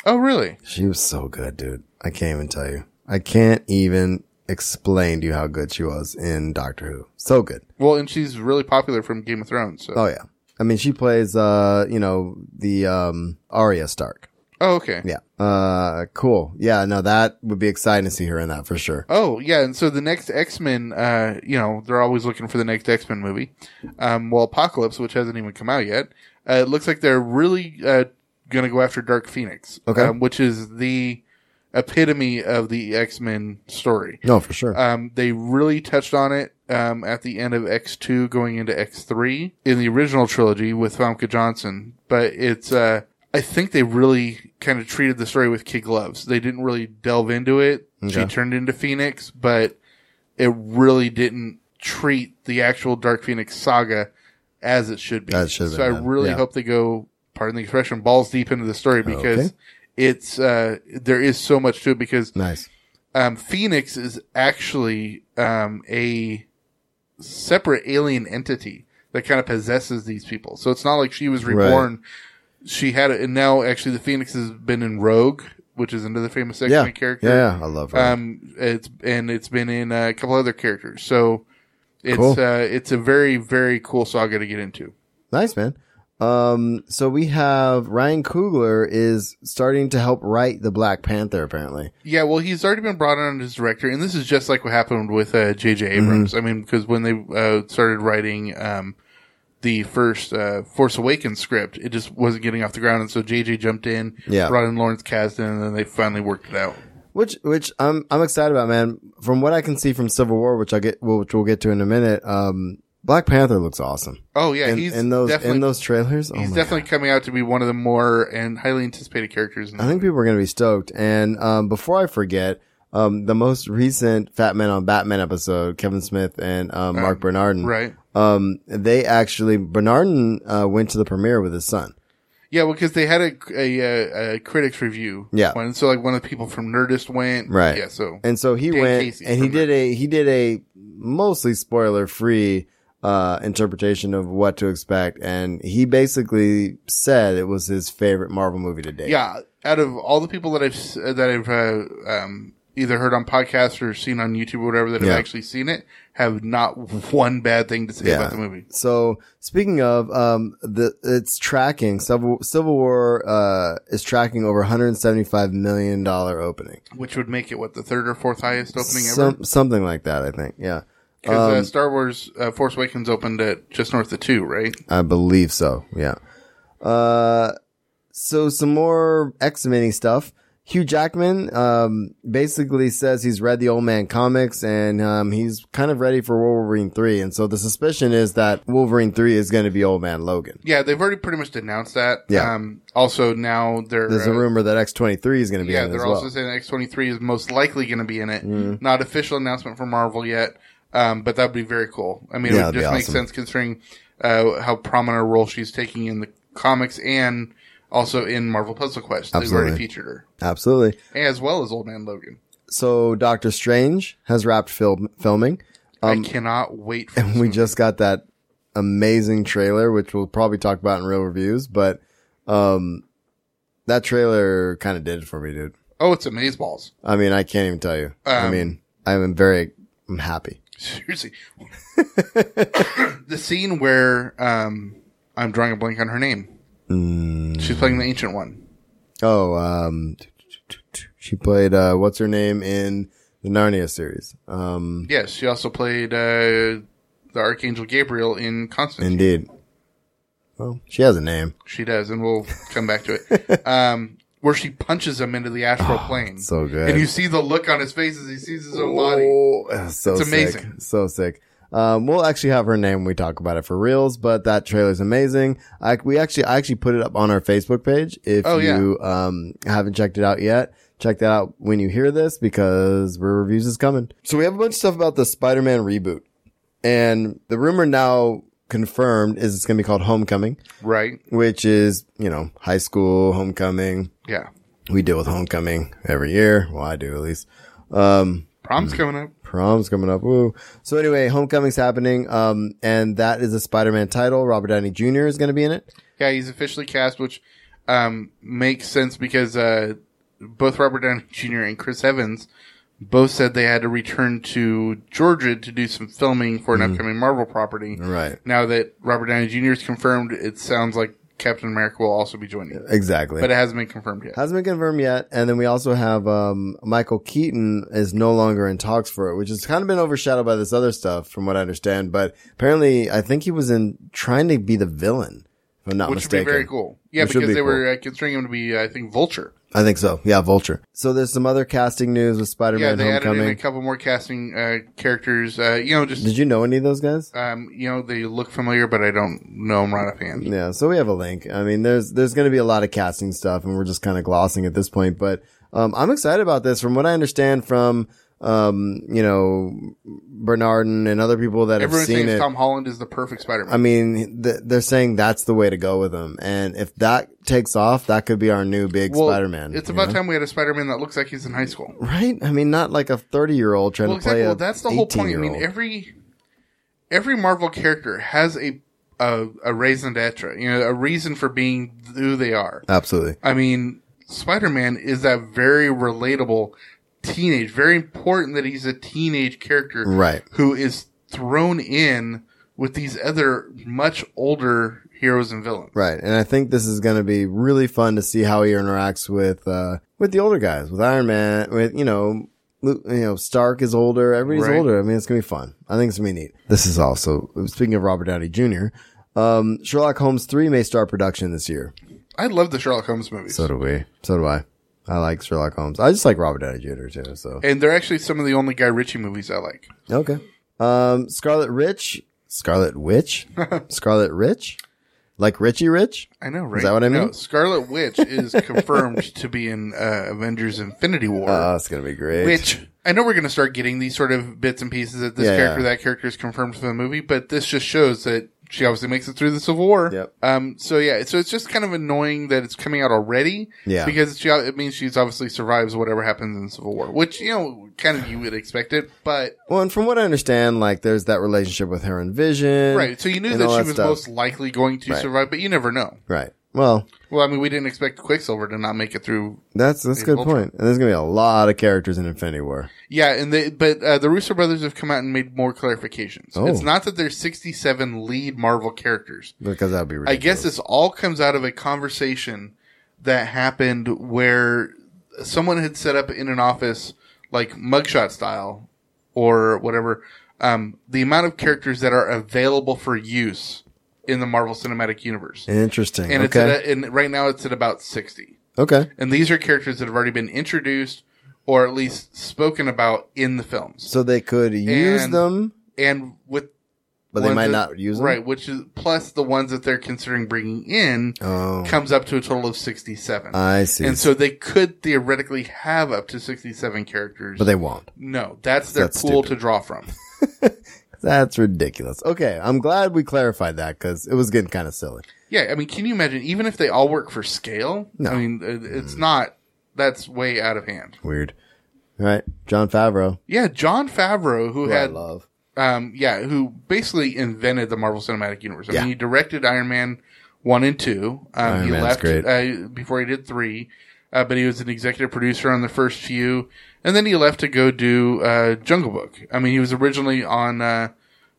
oh, really?
She was so good, dude. I can't even tell you. I can't even explain to you how good she was in Doctor Who. So good.
Well, and she's really popular from Game of Thrones. So.
Oh yeah. I mean she plays uh, you know, the um Arya Stark.
Oh, okay.
Yeah. Uh cool. Yeah, no, that would be exciting to see her in that for sure.
Oh yeah, and so the next X Men, uh, you know, they're always looking for the next X Men movie. Um, well, Apocalypse, which hasn't even come out yet, uh, it looks like they're really uh, going to go after Dark Phoenix,
Okay.
um, which is the epitome of the X Men story.
No, for sure.
Um, they really touched on it um, at the end of X two, going into X three in the original trilogy with Famke Johnson. But it's uh, I think they really kind of treated the story with kid gloves. They didn't really delve into it. She turned into Phoenix, but it really didn't treat the actual Dark Phoenix saga as it should be.
As it should have
so
been
I
done,
really
yeah.
hope they go, pardon the expression, balls deep into the story because
Okay.
it's uh, there is so much to it because
nice.
um, Phoenix is actually um, a separate alien entity that kind of possesses these people. So it's not like she was reborn. She had it, and now actually the Phoenix has been in Rogue, which is another famous X Men
Yeah.
character.
Yeah, yeah, I love her.
Um, it's and it's been in uh, a couple other characters. So it's
Cool.
uh, it's a very very cool saga to get into.
Nice, man. Um, so we have Ryan Coogler is starting to help write the Black Panther, apparently.
Yeah, well, he's already been brought on as director, and this is just like what happened with uh, J.J.
Mm-hmm.
Abrams. I mean, because when they uh, started writing um, the first uh, Force Awakens script, it just wasn't getting off the ground, and so J.J. jumped in,
Yeah.
brought in Lawrence Kasdan, and then they finally worked it out.
Which, which I'm, I'm excited about, man. From what I can see from Civil War, which I get, which we'll get to in a minute, um, Black Panther looks awesome.
Oh yeah,
in,
he's
in those,
definitely
in those trailers. Oh
he's
my
definitely coming out to be one of the more and highly anticipated characters. In
I think people are going to be stoked. And um, before I forget, um, the most recent Fat Man on Batman episode, Kevin Smith and um, Mark Bernardin,
Uh, right.
Um, they actually Bernardin uh, went to the premiere with his son.
Yeah, well, because they had a, a, uh, a critics review.
Yeah.
One. So like one of the people from Nerdist went.
Right.
Yeah. So
And so he
Dan
went
Casey
and he
from
did a he did a mostly spoiler free uh interpretation of what to expect and he basically said it was his favorite Marvel movie to date.
yeah, out of all the people that I've s- that I've uh, um, either heard on podcasts or seen on YouTube or whatever that
Yeah.
have actually seen it, have not one bad thing to say about the movie.
So speaking of, um, the it's tracking Civil, Civil War uh is tracking over 175 million dollar opening,
Which would make it what the third or fourth highest opening ever.
Some, um, something like that, I think. Yeah,
Because uh, Star Wars uh, Force Awakens opened at just north of two, right?
I believe so. Yeah. Uh, so some more X Men stuff. Hugh Jackman um, basically says he's read the Old Man comics and um, he's kind of ready for Wolverine three, and so the suspicion is that Wolverine three is going to be Old Man Logan.
Yeah, they've already pretty much denounced that.
Yeah.
Um, also, now they're
There's a
uh,
rumor that X twenty three is going to be
Yeah,
in it
they're
as
also
well. Mm-hmm.
saying X twenty three is most likely going to be in it. Not official announcement from Marvel yet, um, but that would be very cool. I mean,
Yeah,
it
that'd
would
be
just make
awesome.
sense considering uh, how prominent a role she's taking in the comics and also in Marvel Puzzle Quest. They've
Absolutely.
already featured her
Absolutely.
as well as Old Man Logan.
So Doctor Strange has wrapped film- filming. Um,
I cannot wait. for this
We
movie.
just got that amazing trailer, which we'll probably talk about in real reviews, but um, that trailer kind of did it for me, dude.
oh, it's amazeballs.
I mean, I can't even tell you. I
Um,
mean, I'm very, I'm happy.
Seriously, the scene where um, I'm drawing a blank on her name.
Mm.
She's playing the ancient one.
Oh, um, she played uh, what's her name in the Narnia series? Um,
Yes, she also played uh, the Archangel Gabriel in Constantine.
indeed. Well, she has a name.
She does, and we'll come back to it. um, where she punches him into the astral plane.
Ah, so good.
And you see the look on his face as he sees his own body.
Oh, that's so sick.
It's amazing.
So sick. Um, we'll actually have her name when we talk about it for reals, but that trailer's amazing. I, we actually, I actually put it up on our Facebook page. If
Oh, yeah.
you, um, haven't checked it out yet, check that out when you hear this because Brew Reviews is coming. So we have a bunch of stuff about the Spider-Man reboot and the rumor now confirmed is it's going to be called Homecoming,
Right?
which is, you know, high school homecoming.
Yeah.
We deal with homecoming every year. Well, I do at least. Um,
Prom's coming up.
Prom's coming up. Woo. So anyway, Homecoming's happening. Um, and that is a Spider-Man title. Robert Downey Jr. is going to be in it.
Yeah, he's officially cast, which um, makes sense because uh, both Robert Downey Jr. and Chris Evans both said they had to return to Georgia to do some filming for an upcoming Marvel property.
Mm-hmm. Right.
Now that Robert Downey Jr. is confirmed, it sounds like Captain America will also be joining.
Exactly.
But uh, it hasn't been confirmed yet.
Hasn't been confirmed yet. And then we also have, um, Michael Keaton is no longer in talks for it, which has kind of been overshadowed by this other stuff from what I understand. But apparently I think he was in trying to be the villain. If I'm not
which
mistaken.
would be very cool. Yeah,
Which would
because
be
they were
cool.
uh, considering him to be, I think, Vulture.
I think so. Yeah. Vulture. So there's some other casting news with
Yeah,
Spider-Man
they added in a
Homecoming.
couple more casting uh, characters. Uh, you know, just
Did you know any of those guys?
um, you know, they look familiar, but I don't know them right offhand.
Yeah, so we have a link. I mean, there's there's going to be a lot of casting stuff, and we're just kind of glossing at this point. But um, I'm excited about this. From what I understand from um, you know, Bernardin and other people that
Everyone
have seen
thinks
it.
Tom Holland is the perfect Spider-Man.
I mean, th- they're saying that's the way to go with him. And if that takes off, that could be our new big
Well,
Spider-Man.
It's
you
about
know?
time we had a Spider-Man that looks like he's in high school.
Right? I mean, not like a 30 year old trying
Well,
to play
exactly.
a
Well, that's the whole point. I mean,
18-year-old.
every every Marvel character has a a, a raison d'être, you know, a reason for being who they are.
Absolutely.
I mean, Spider Man is that very relatable teenage. Very important that he's a teenage character,
Right.
Who is thrown in with these other much older heroes and villains.
Right. And I think this is going to be really fun to see how he interacts with, uh, with the older guys, with Iron Man, with, you know, Lu- you know, Stark is older. Everybody's
Right.
older. I mean, it's going to be fun. I think it's going to be neat. This is also, speaking of Robert Downey Jr., um, Sherlock Holmes 3 may start production this year.
I love the Sherlock Holmes movies,
So do we. So do I. I like Sherlock Holmes. I just like Robert Downey Jr. too. So
and they're actually some of the only Guy Ritchie movies I like.
okay. Um, Scarlet Rich, Scarlet Witch, Scarlet Rich, like Richie Rich.
I know, right?
that what I
No,
mean?
Scarlet Witch is confirmed to be in uh, Avengers: Infinity War.
Oh, it's gonna be great.
which I know we're going to start getting these sort of bits and pieces that this
Yeah,
character,
yeah.
that character is confirmed for the movie, but this just shows that she obviously makes it through the Civil War.
Yep.
Um. So yeah. So it's just kind of annoying that it's coming out already.
Yeah.
Because she, it means she's obviously survives whatever happens in the Civil War, which you know, kind of you would expect it, but
Well, and from what I understand, like there's that relationship with her and Vision.
right. So you knew
and
that
all
she
that
was
stuff.
most likely going to
Right.
survive, but you never know.
Right. Well,
Well, I mean, we didn't expect Quicksilver to not make it through
that's that's a good
Ultron.
point. And there's gonna be a lot of characters in Infinity War.
Yeah, and they but uh, the Russo brothers have come out and made more clarifications.
Oh.
It's not that there's 67 lead Marvel characters.
Because that'd be
I
ridiculous.
guess this all comes out of a conversation that happened where someone had set up in an office like mugshot style or whatever um, the amount of characters that are available for use in the Marvel Cinematic Universe.
interesting.
And it's
okay.
at a, and right now it's at about 60.
okay.
And these are characters that have already been introduced or at least spoken about in the films
So they could use
And-
them,
and with
but they
ones
might
that-
not use them.
right, which is plus the ones that they're considering bringing in
Oh.
comes up to a total of sixty-seven.
I see.
and so they could theoretically have up to sixty-seven characters,
but they won't.
no, that's their
That's
pool
stupid.
to draw from.
That's ridiculous. Okay, I'm glad we clarified that because it was getting kind of silly.
yeah, I mean, can you imagine? Even if they all work for scale, I mean, it- it's not. That's way out of hand.
Weird. All right, John Favreau.
Yeah, John Favreau, who
who I
had
love.
um, yeah, who basically invented the Marvel Cinematic Universe. I
Yeah.
mean, he directed Iron Man one and two. Um,
Iron
he
Man's
left
great.
Uh, before he did three, uh, but he was an executive producer on the first few, and then he left to go do uh, Jungle Book. I mean, he was originally on uh,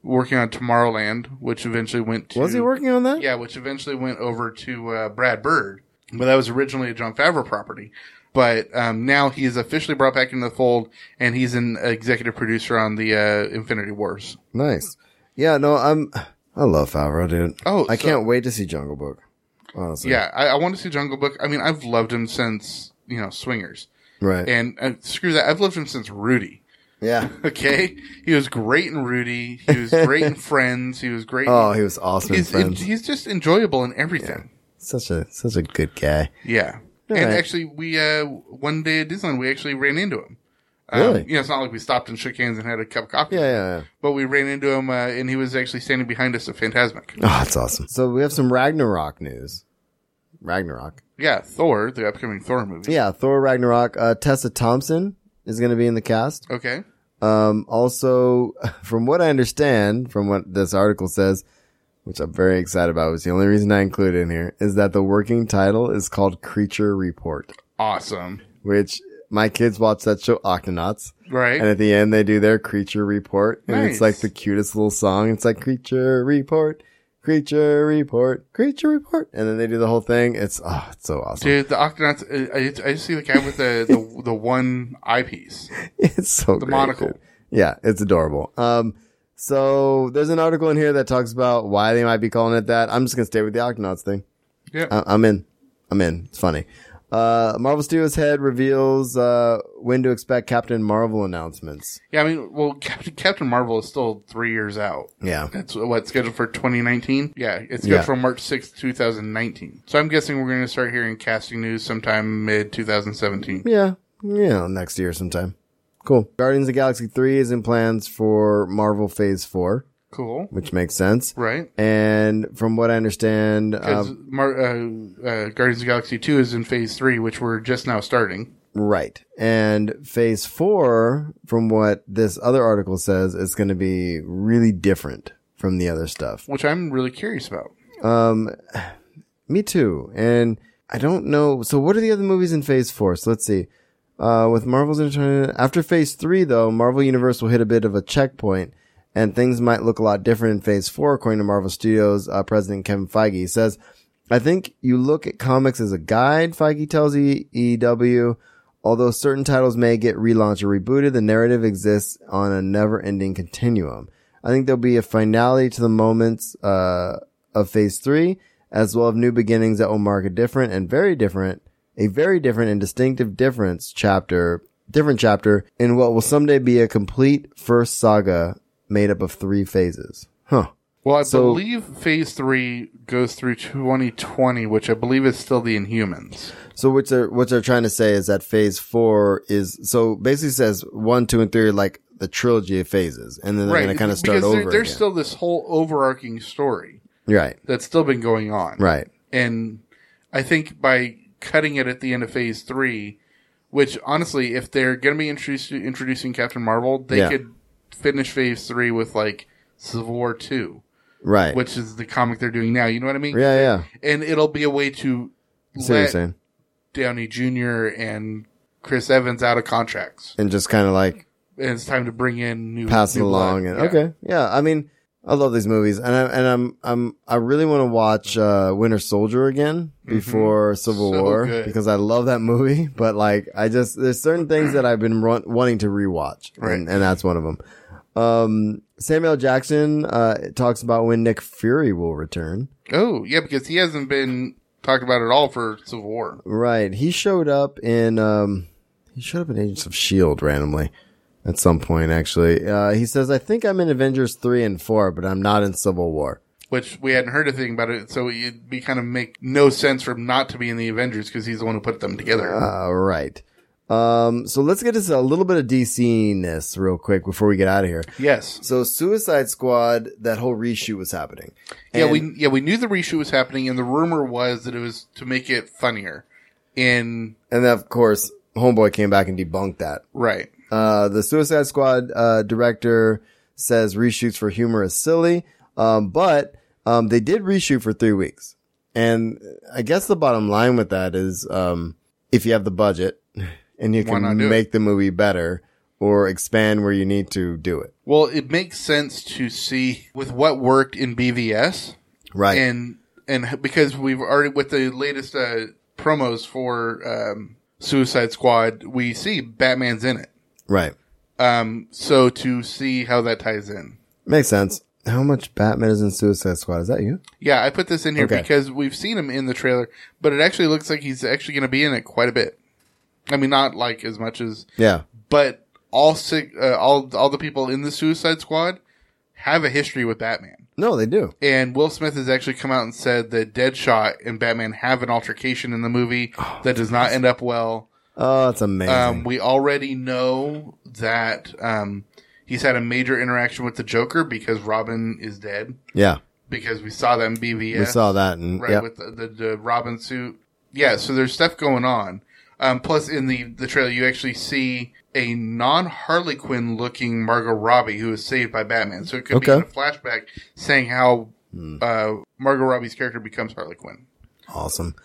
working on Tomorrowland, which eventually went to
Was he working on that?
yeah, which eventually went over to uh, Brad Bird, but that was originally a John Favreau property. But um, now he is officially brought back into the fold, and he's an executive producer on the uh, Infinity Wars.
Nice. Yeah, no, I'm. I love Favreau, dude.
Oh,
I
so-
can't wait to see Jungle Book. Honestly,
Yeah, I, I want to see Jungle Book. I mean, I've loved him since you know Swingers,
right.
and uh, screw that, I've loved him since Rudy.
yeah.
Okay, he was great in Rudy. He was great in Friends. He was great. in-
Oh, he was awesome. in
he's,
friends.
he's just enjoyable in everything.
such a such a good guy.
Yeah.
All
and
right.
actually, we uh, one day at Disneyland, we actually ran into him.
Really?
Um, you know, it's not like we stopped and shook hands and had a cup of coffee.
Yeah, yeah, yeah.
But we ran into him, uh, and he was actually standing behind us at Phantasmic.
Oh, that's awesome. So we have some Ragnarok news. Ragnarok.
Yeah, Thor, the upcoming Thor movie.
Yeah, Thor Ragnarok. Uh, Tessa Thompson is going to be in the cast.
Okay.
Um, also, from what I understand, from what this article says, which I'm very excited about, was the only reason I included in here, is that the working title is called Creature Report,
Awesome.
which my kids watch that show Octonauts,
Right?
and at the end they do their Creature Report, and it's
Nice.
like the cutest little song. It's like Creature Report, Creature Report, Creature Report, and then they do the whole thing. It's oh, it's so awesome.
Dude, the Octonauts, uh, I, I just see the guy with the, the, the one eyepiece.
It's so
The
great,
monocle.
dude. Yeah, it's adorable. Um, so there's an article in here that talks about why they might be calling it that. I'm just gonna stay with the Octonauts thing.
Yeah.
I- I'm in. I'm in. It's funny. Uh, Marvel Studios head reveals uh, when to expect Captain Marvel announcements.
yeah, I mean, well, Captain, Captain Marvel is still three years out.
Yeah,
That's what scheduled for 2019. Yeah, it's
Yeah.
scheduled for March 6th, 2019. So I'm guessing we're going to start hearing casting news sometime mid 2017.
yeah, yeah. Next year sometime. Cool. Guardians of the Galaxy 3 is in plans for Marvel Phase 4,
Cool.
which makes sense.
Right.
And from what I understand, uh,
'Cause Mar- uh, uh, Guardians of the Galaxy 2 is in phase 3, which we're just now starting.
right. And phase four, from what this other article says, is going to be really different from the other stuff.
which I'm really curious about.
Me too. And I don't know. So what are the other movies in phase four? So let's see. Uh, with Marvel's Internet, after phase three, though, Marvel Universe will hit a bit of a checkpoint and things might look a lot different in phase four, according to Marvel Studios, uh, president Kevin Feige He says, I think you look at comics as a guide, Feige tells EEW. Although certain titles may get relaunched or rebooted, the narrative exists on a never ending continuum. I think there'll be a finality to the moments, uh, of phase three, as well as new beginnings that will mark a different and very different, a very different and distinctive difference chapter, different chapter in what will someday be a complete first saga made up of three phases. Huh.
Well, I
So-
believe phase three goes through 2020, which I believe is still the Inhumans.
So what they're what they're trying to say is that phase four is so basically says one, two, and three are like the trilogy of phases, and then they're going to kind of start
because there-
over.
there's
again.
still this whole overarching story
right,
that's still been going on.
right,
And I think by cutting it at the end of phase three, which honestly, if they're going to be introduced, introducing Captain Marvel, they
Yeah.
could finish phase three with like Civil War 2,
right.
which is the comic they're doing now. You know what I mean?
yeah, yeah.
And it'll be a way to
I see what you're
let
saying,
Downey Jr. and Chris Evans out of contracts,
and just kind of like
and it's time to bring in new
pass it
new
along.
blood.
And
Yeah.
okay, yeah. I mean, I love these movies, and I and I'm I'm I really want to watch uh, Winter Soldier again before Civil
Mm-hmm. So
War
good.
because I love that movie. But like, I just there's certain things that I've been run, wanting to rewatch,
Right.
and, and that's one of them. Um, Samuel Jackson uh, talks about when Nick Fury will return.
Oh yeah, because he hasn't been talked about at all for Civil War.
Right, he showed up in um, he showed up in Agents of Shield E randomly. At some point, actually, uh, he says, "I think I'm in Avengers three and four, but I'm not in Civil War."
Which we hadn't heard anything about it, so it'd be kind of make no sense for him not to be in the Avengers because he's the one who put them together.
All Uh, right. Um, so let's get into a little bit of DC-ness real quick before we get out of here.
yes,
So Suicide Squad, that whole reshoot was happening.
yeah,
And-
we yeah we knew the reshoot was happening, and the rumor was that it was to make it funnier. And
and then, of course, Homeboy came back and debunked that.
right,
Uh, the Suicide Squad uh, director says reshoots for humor is silly, um, but um, they did reshoot for three weeks. And I guess the bottom line with that is um, if you have the budget and you
Why not do
can
it?
make the movie better or expand where you need to do it.
well, it makes sense to see with what worked in BVS.
Right.
and and because we've already with the latest uh, promos for um, Suicide Squad, we see Batman's in it.
right.
Um, so to see how that ties in,
Makes sense. How much Batman is in Suicide Squad? Is that you?
yeah, I put this in here
Okay.
because we've seen him in the trailer, but it actually looks like he's actually going to be in it quite a bit. I mean, not like as much as,
Yeah.
but all six, uh, all all the people in the Suicide Squad have a history with Batman.
No, they do.
And Will Smith has actually come out and said that Deadshot and Batman have an altercation in the movie that does not end up well.
Oh, that's Oh, amazing.
Um, we already know that um, he's had a major interaction with the Joker because Robin is dead.
yeah.
Because we saw that in BVS.
We saw that. And,
Right,
yep.
with the, the, the Robin suit. Yeah, so there's stuff going on. Um, plus, in the, the trailer, you actually see a non Harley Quinn looking Margot Robbie who is saved by Batman. So it could be
Okay. Hmm.
in a flashback saying how uh, Margot Robbie's character becomes Harley Quinn.
awesome.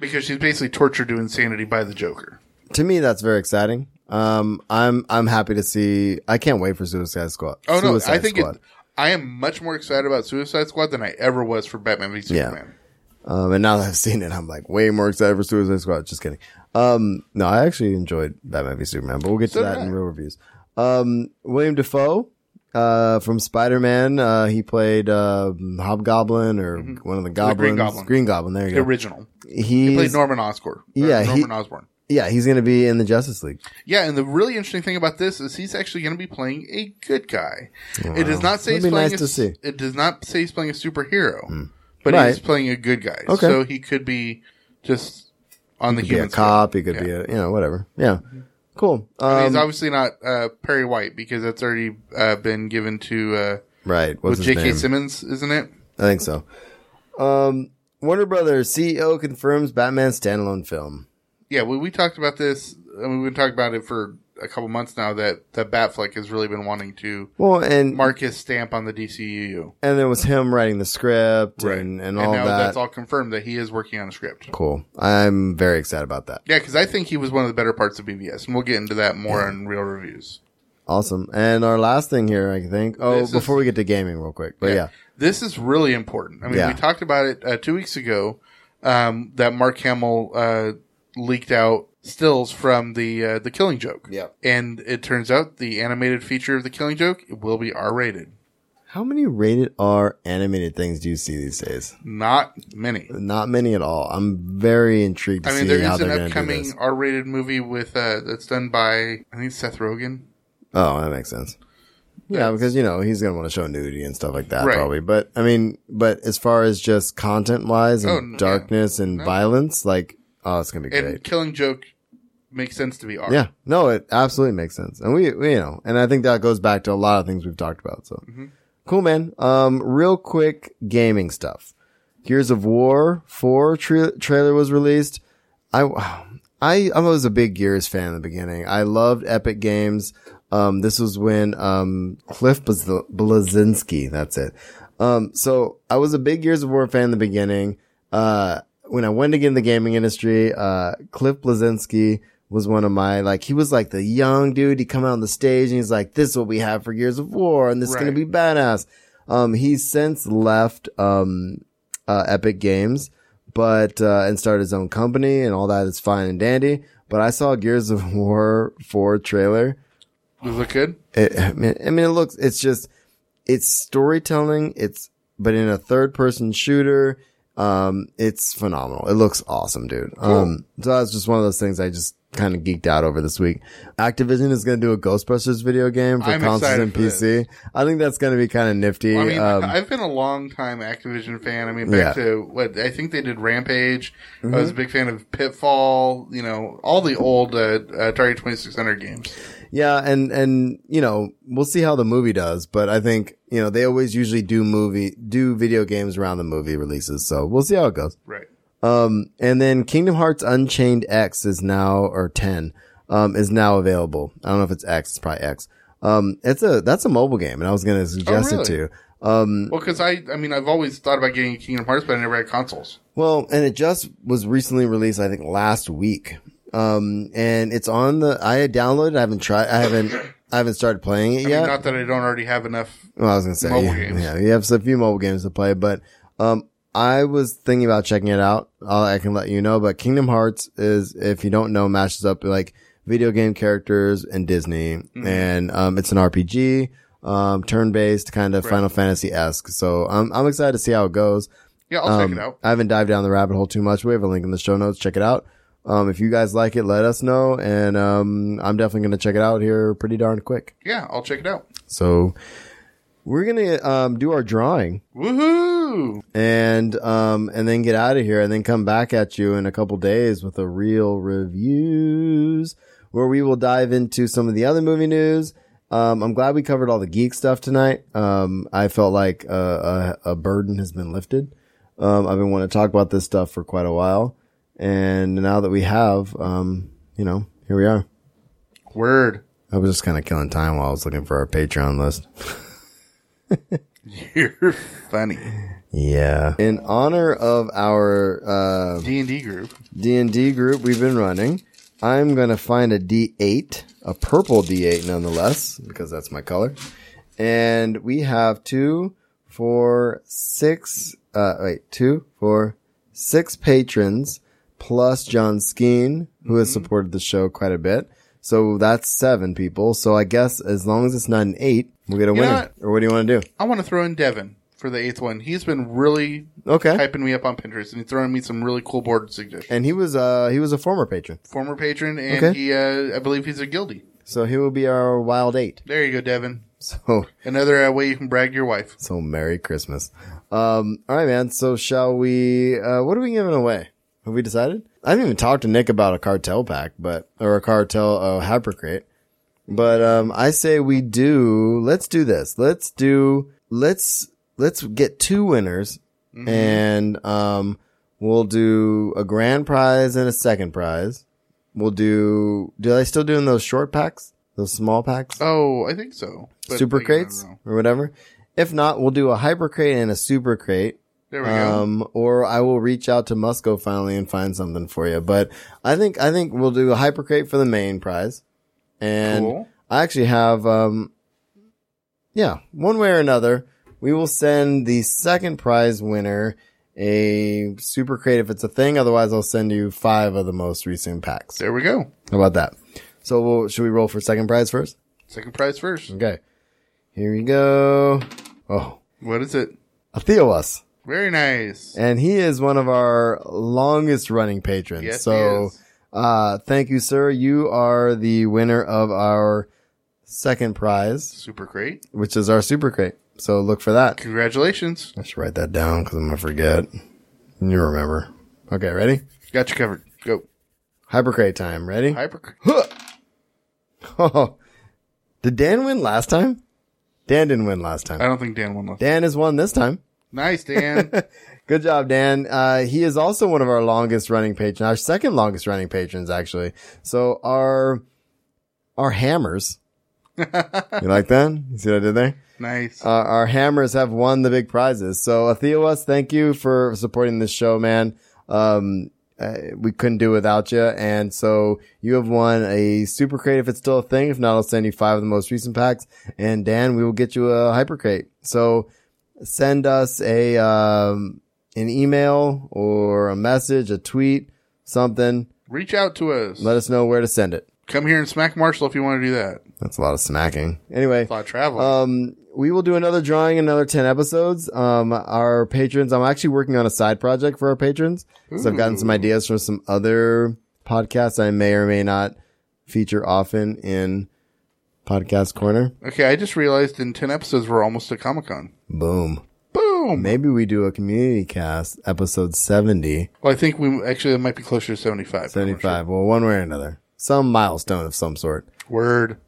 Because she's basically tortured to insanity by the Joker.
To me, that's very exciting. Um, I'm, I'm happy to see, I can't wait for Suicide Squad.
Oh no,
Suicide
I think it, I am much more excited about Suicide Squad than I ever was for Batman v
Yeah.
Superman.
Um, and now that I've seen it, I'm like way more excited for Suicide Squad. Just kidding. Um, no, I actually enjoyed Batman v Superman, but we'll get to
So
that
did I.
in real reviews. Um, William Defoe, uh, from Spider Man, uh, he played, uh, Hobgoblin or one of the goblins.
Mm-hmm. Green Goblin.
Green Goblin, there you
The
go.
original.
He's,
He played Norman Oscorn.
Yeah, he-
Norman Osborn.
yeah, he's going to be in the Justice League.
Yeah, and the really interesting thing about this is he's actually going to be playing a good guy. It does not say
That'd
he's
be
playing
nice
a,
to see.
It does not say he's playing a superhero,
Hmm.
but
Right.
he's playing a good guy.
Okay.
So he could be just on the
be
human
a cop.
scale.
He could be
Yeah.
a you know whatever. Yeah, Cool.
I mean,
Um,
he's obviously not uh, Perry White because that's already uh, been given to uh,
right. What's his
with J.K.
name?
Simmons, isn't it?
I think so. Um, Warner Brothers CEO confirms Batman standalone film.
Yeah, we, we talked about this. I mean, we've been talking about it for a couple months now. That that Batfleck has really been wanting to
Well, and
mark his stamp on the DCU,
and there was him writing the script and, and all
now
that.
that's all confirmed that he is working on a script.
cool. I'm very excited about that.
Yeah, because I think he was one of the better parts of BBS, and we'll get into that more in real reviews.
Awesome. And our last thing here, I think. Oh,
This is-
before we get to gaming, real quick. But yeah,
This is really important. I mean,
Yeah.
we talked about it uh, two weeks ago um, that Mark Hamill uh, leaked out stills from the uh, the Killing Joke.
Yeah.
and it turns out the animated feature of the Killing Joke will be R rated.
how many rated R animated things do you see these days?
Not many.
Not many at all. I'm very intrigued to
I
see
mean, there
how
is an
they're going to do this.
upcoming R rated movie with uh, that's done by I think Seth Rogen.
Oh, that makes sense. Yeah, because you know he's gonna want to show nudity and stuff like that,
Right.
probably. But I mean, but as far as just content wise and
Oh, n- yeah.
darkness and violence, like, oh, it's gonna be
And
great.
Killing Joke makes sense to be R.
Yeah, no, it absolutely makes sense, and we, we, you know, and I think that goes back to a lot of things we've talked about. So,
Mm-hmm.
cool, man. Um, real quick gaming stuff. Gears of War four tra- trailer was released. I, I, I was a big Gears fan in the beginning. I loved Epic Games. Um, this was when um Cliff Blaz- Blazinski. That's it. Um, so I was a big Gears of War fan in the beginning. Uh, when I went to get in the gaming industry, uh, Cliff Blazinski was one of my, like, he was like the young dude. He come out on the stage and he's like, this is what we have for Gears of War and this is going
Right.
to be badass. Um, he's since left, um, uh, Epic Games, but, uh, and started his own company and all that is fine and dandy. But I saw Gears of War 4 trailer
Does it look good?
it, I mean, I mean, it looks, it's just, it's storytelling. It's, but in a third person shooter, um, it's phenomenal. It looks awesome, dude. Um, so that's just one of those things I just kind of geeked out over this week. Activision is going to do a Ghostbusters video game for
I'm
consoles
excited
and
for this.
PC. I think that's going to be kind of nifty.
Well, I mean,
um,
I've been a long time Activision fan. I mean, back
Yeah. Mm-hmm.
to what I think they did Rampage. I was a big fan of Pitfall. You know, all the old uh, uh, Atari Twenty Six Hundred games.
Yeah, and and you know we'll see how the movie does, but I think you know they always usually do movie do video games around the movie releases, so we'll see how it goes.
Right.
Um, and then Kingdom Hearts Unchained X is now or ten um is now available. I don't know if it's X, it's probably X. Um, it's a that's a mobile game, and I was gonna suggest
really?
it to you. Um,
Well, because I, I mean, I've always thought about getting Kingdom Hearts, but I never had consoles.
Well, and it just was recently released, I think last week. Um, and it's on the, I had downloaded, I haven't tried, I haven't, I haven't started playing it
I
yet.
mean, not that I don't already have enough.
Well, I was gonna say, yeah,
Mobile games.
yeah, you have a few mobile games to play, but um, I was thinking about checking it out. I'll, I can let you know, but Kingdom Hearts is, if you don't know, mashes up like video game characters and Disney,
Mm-hmm.
and um, it's an RPG, um, turn based kind of Final Fantasy esque. So I'm, I'm excited to see how it goes.
Yeah, I'll
Um,
check it out.
I haven't dived down the rabbit hole too much. We have a link in the show notes. Check it out. Um, if you guys like it, let us know, and um, I'm definitely gonna check it out here pretty darn quick.
Yeah, I'll check it out.
So we're gonna um, do our drawing
Woohoo!
and um, and then get out of here and then come back at you in a couple days with a real reviews where we will dive into some of the other movie news. Um, I'm glad we covered all the geek stuff tonight. Um, I felt like uh, a, a burden has been lifted. Um, I've been wanting to talk about this stuff for quite a while, and now that we have, um, you know, here we are.
Word.
I was just kind of killing time while I was looking for our Patreon list.
You're funny.
Yeah. In honor of our uh,
D and D group.
D&D group we've been running, I'm going to find a D8, a purple D8 nonetheless, because that's my color. And we have two, four, six, uh, wait, two, four, six patrons plus John Skeen, who has supported the show quite a bit. So that's seven people. So I guess as long as it's not an eight, we'll get a
You know
winner. Or what do you want to do?
I want to throw in Devin for the eighth one. He's been really
Okay.
hyping me up on Pinterest, and he's throwing me some really cool board suggestions.
And he was, uh, he was a former patron.
Former patron, and
Okay.
he, uh, I believe he's a guildie.
So he will be our wild eight.
There you go, Devin.
So
Another uh, way you can brag to your wife.
So Merry Christmas. Um, all right, man. So shall we, uh, what are we giving away? Have we decided? I haven't even talked to Nick about a cartel pack, but or a cartel uh, hypercrate. But um, I say we do. Let's do this. Let's do. Let's let's get two winners, and um, we'll do a grand prize and a second prize. We'll do. Do I still doing those short packs? Those small packs?
Oh, I think so. But
super
again, I don't
crates
know.
or whatever. If not, we'll do a hyper crate and a super crate.
There we go.
Um, or I will reach out to Musco finally and find something for you. But I think, I think we'll do a hyper crate for the main prize. And
Cool.
I actually have, um, yeah, one way or another, we will send the second prize winner a super crate if it's a thing. Otherwise, I'll send you five of the most recent packs.
There we go.
How about that? So we'll, should we roll for second prize first?
Second prize first.
Okay. Here we go. Oh,
What is it?
Atheos.
Very nice.
And he is one of our longest running patrons.
Yes,
so,
he is.
uh, thank you, sir. You are the winner of our second prize,
Super crate.
which is our super crate. So look for that.
Congratulations.
I should write that down because I'm going to forget. You remember. Okay. Ready?
Got you covered. Go.
Hypercrate time. Ready?
Hyper.
Oh, did Dan win last time? Dan didn't win last
I
time.
don't think Dan won last.
Dan has won this time.
Nice, Dan.
Good job, Dan. Uh, he is also one of our longest running patrons, our second longest running patrons, actually. So our, our hammers. you like that? You see what I did there?
nice.
Uh, our hammers have won the big prizes. So Atheos, thank you for supporting this show, man. Um, uh, we couldn't do without you. And so you have won a super crate if it's still a thing. If not, I'll send you five of the most recent packs. And Dan, we will get you a hyper crate. So send us a, um, an email or a message, a tweet, something.
Reach out to us.
Let us know where to send it.
Come here and smack Marshall if you want to do that.
That's a lot of smacking. Anyway,
A lot of travel.
um, we will do another drawing in another 10 episodes. Um, our patrons, I'm actually working on a side project for our patrons. So I've gotten some ideas from some other podcasts I may or may not feature often in Podcast Corner.
okay, I just realized in ten episodes we're almost to Comic Con.
Boom.
Boom.
Maybe we do a community cast episode 70,
Well, I think we actually it might be closer to seventy-five.
75. Well, one way or another, some milestone of some sort.
Word.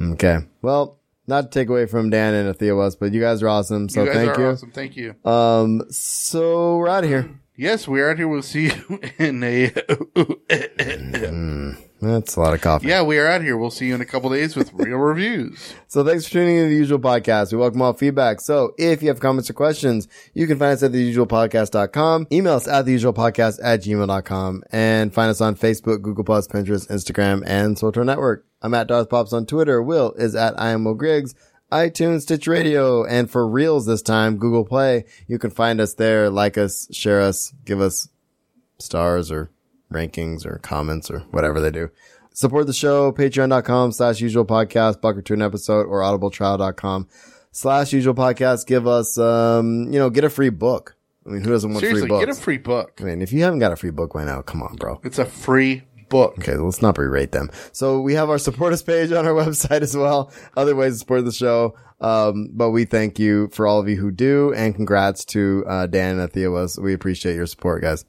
Okay. Well, not to take away from Dan and Athea West, but you guys are awesome. So
you guys
thank
are
you.
awesome. Thank you.
Um, so we're out of here.
yes, we are out here. We'll see you in a.
That's a lot of coffee.
yeah, we are out here. We'll see you in a couple days with real reviews.
So thanks for tuning in to the usual podcast. We welcome all feedback. So if you have comments or questions, you can find us at theusualpodcast.com. Email us at theusualpodcast at gmail.com and find us on Facebook, Google Plus, Pinterest, Instagram, and Social Network. I'm at Darth Pops on Twitter. Will is at I am Will Griggs. iTunes, Stitch Radio, and for reals this time, Google Play. You can find us there, like us, share us, give us stars or rankings or comments or whatever they do. Support the show, patreon.com slash usual podcast, buck or two an episode, or audibletrial.com slash usual podcast. Give us, um, you know, get a free book. I mean, who doesn't want
Seriously,
free books?
get a free book.
I mean, if you haven't got a free book by now, come on, bro.
It's a free book.
Okay, let's not berate them. So we have our support us page on our website as well. Other ways to support the show. Um, but we thank you for all of you who do, and congrats to uh, Dan and Atheos. We appreciate your support, guys.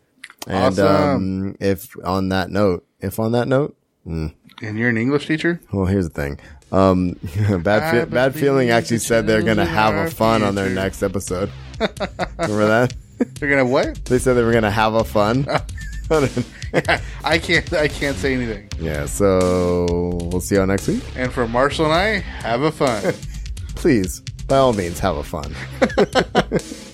And
Awesome.
um, if on that note, if on that note,
And you're an English teacher.
well, here's the thing. Um, bad,
I
fe- bad feeling
believe
actually
the
said they're gonna
children
have a
are
fun on their
future.
next episode. Remember that?
You're gonna what?
They said they were gonna have a fun.
I can't. I can't say anything.
yeah. So we'll see y'all next week.
And for Marshall and I, have a fun.
please, by all means, have a fun.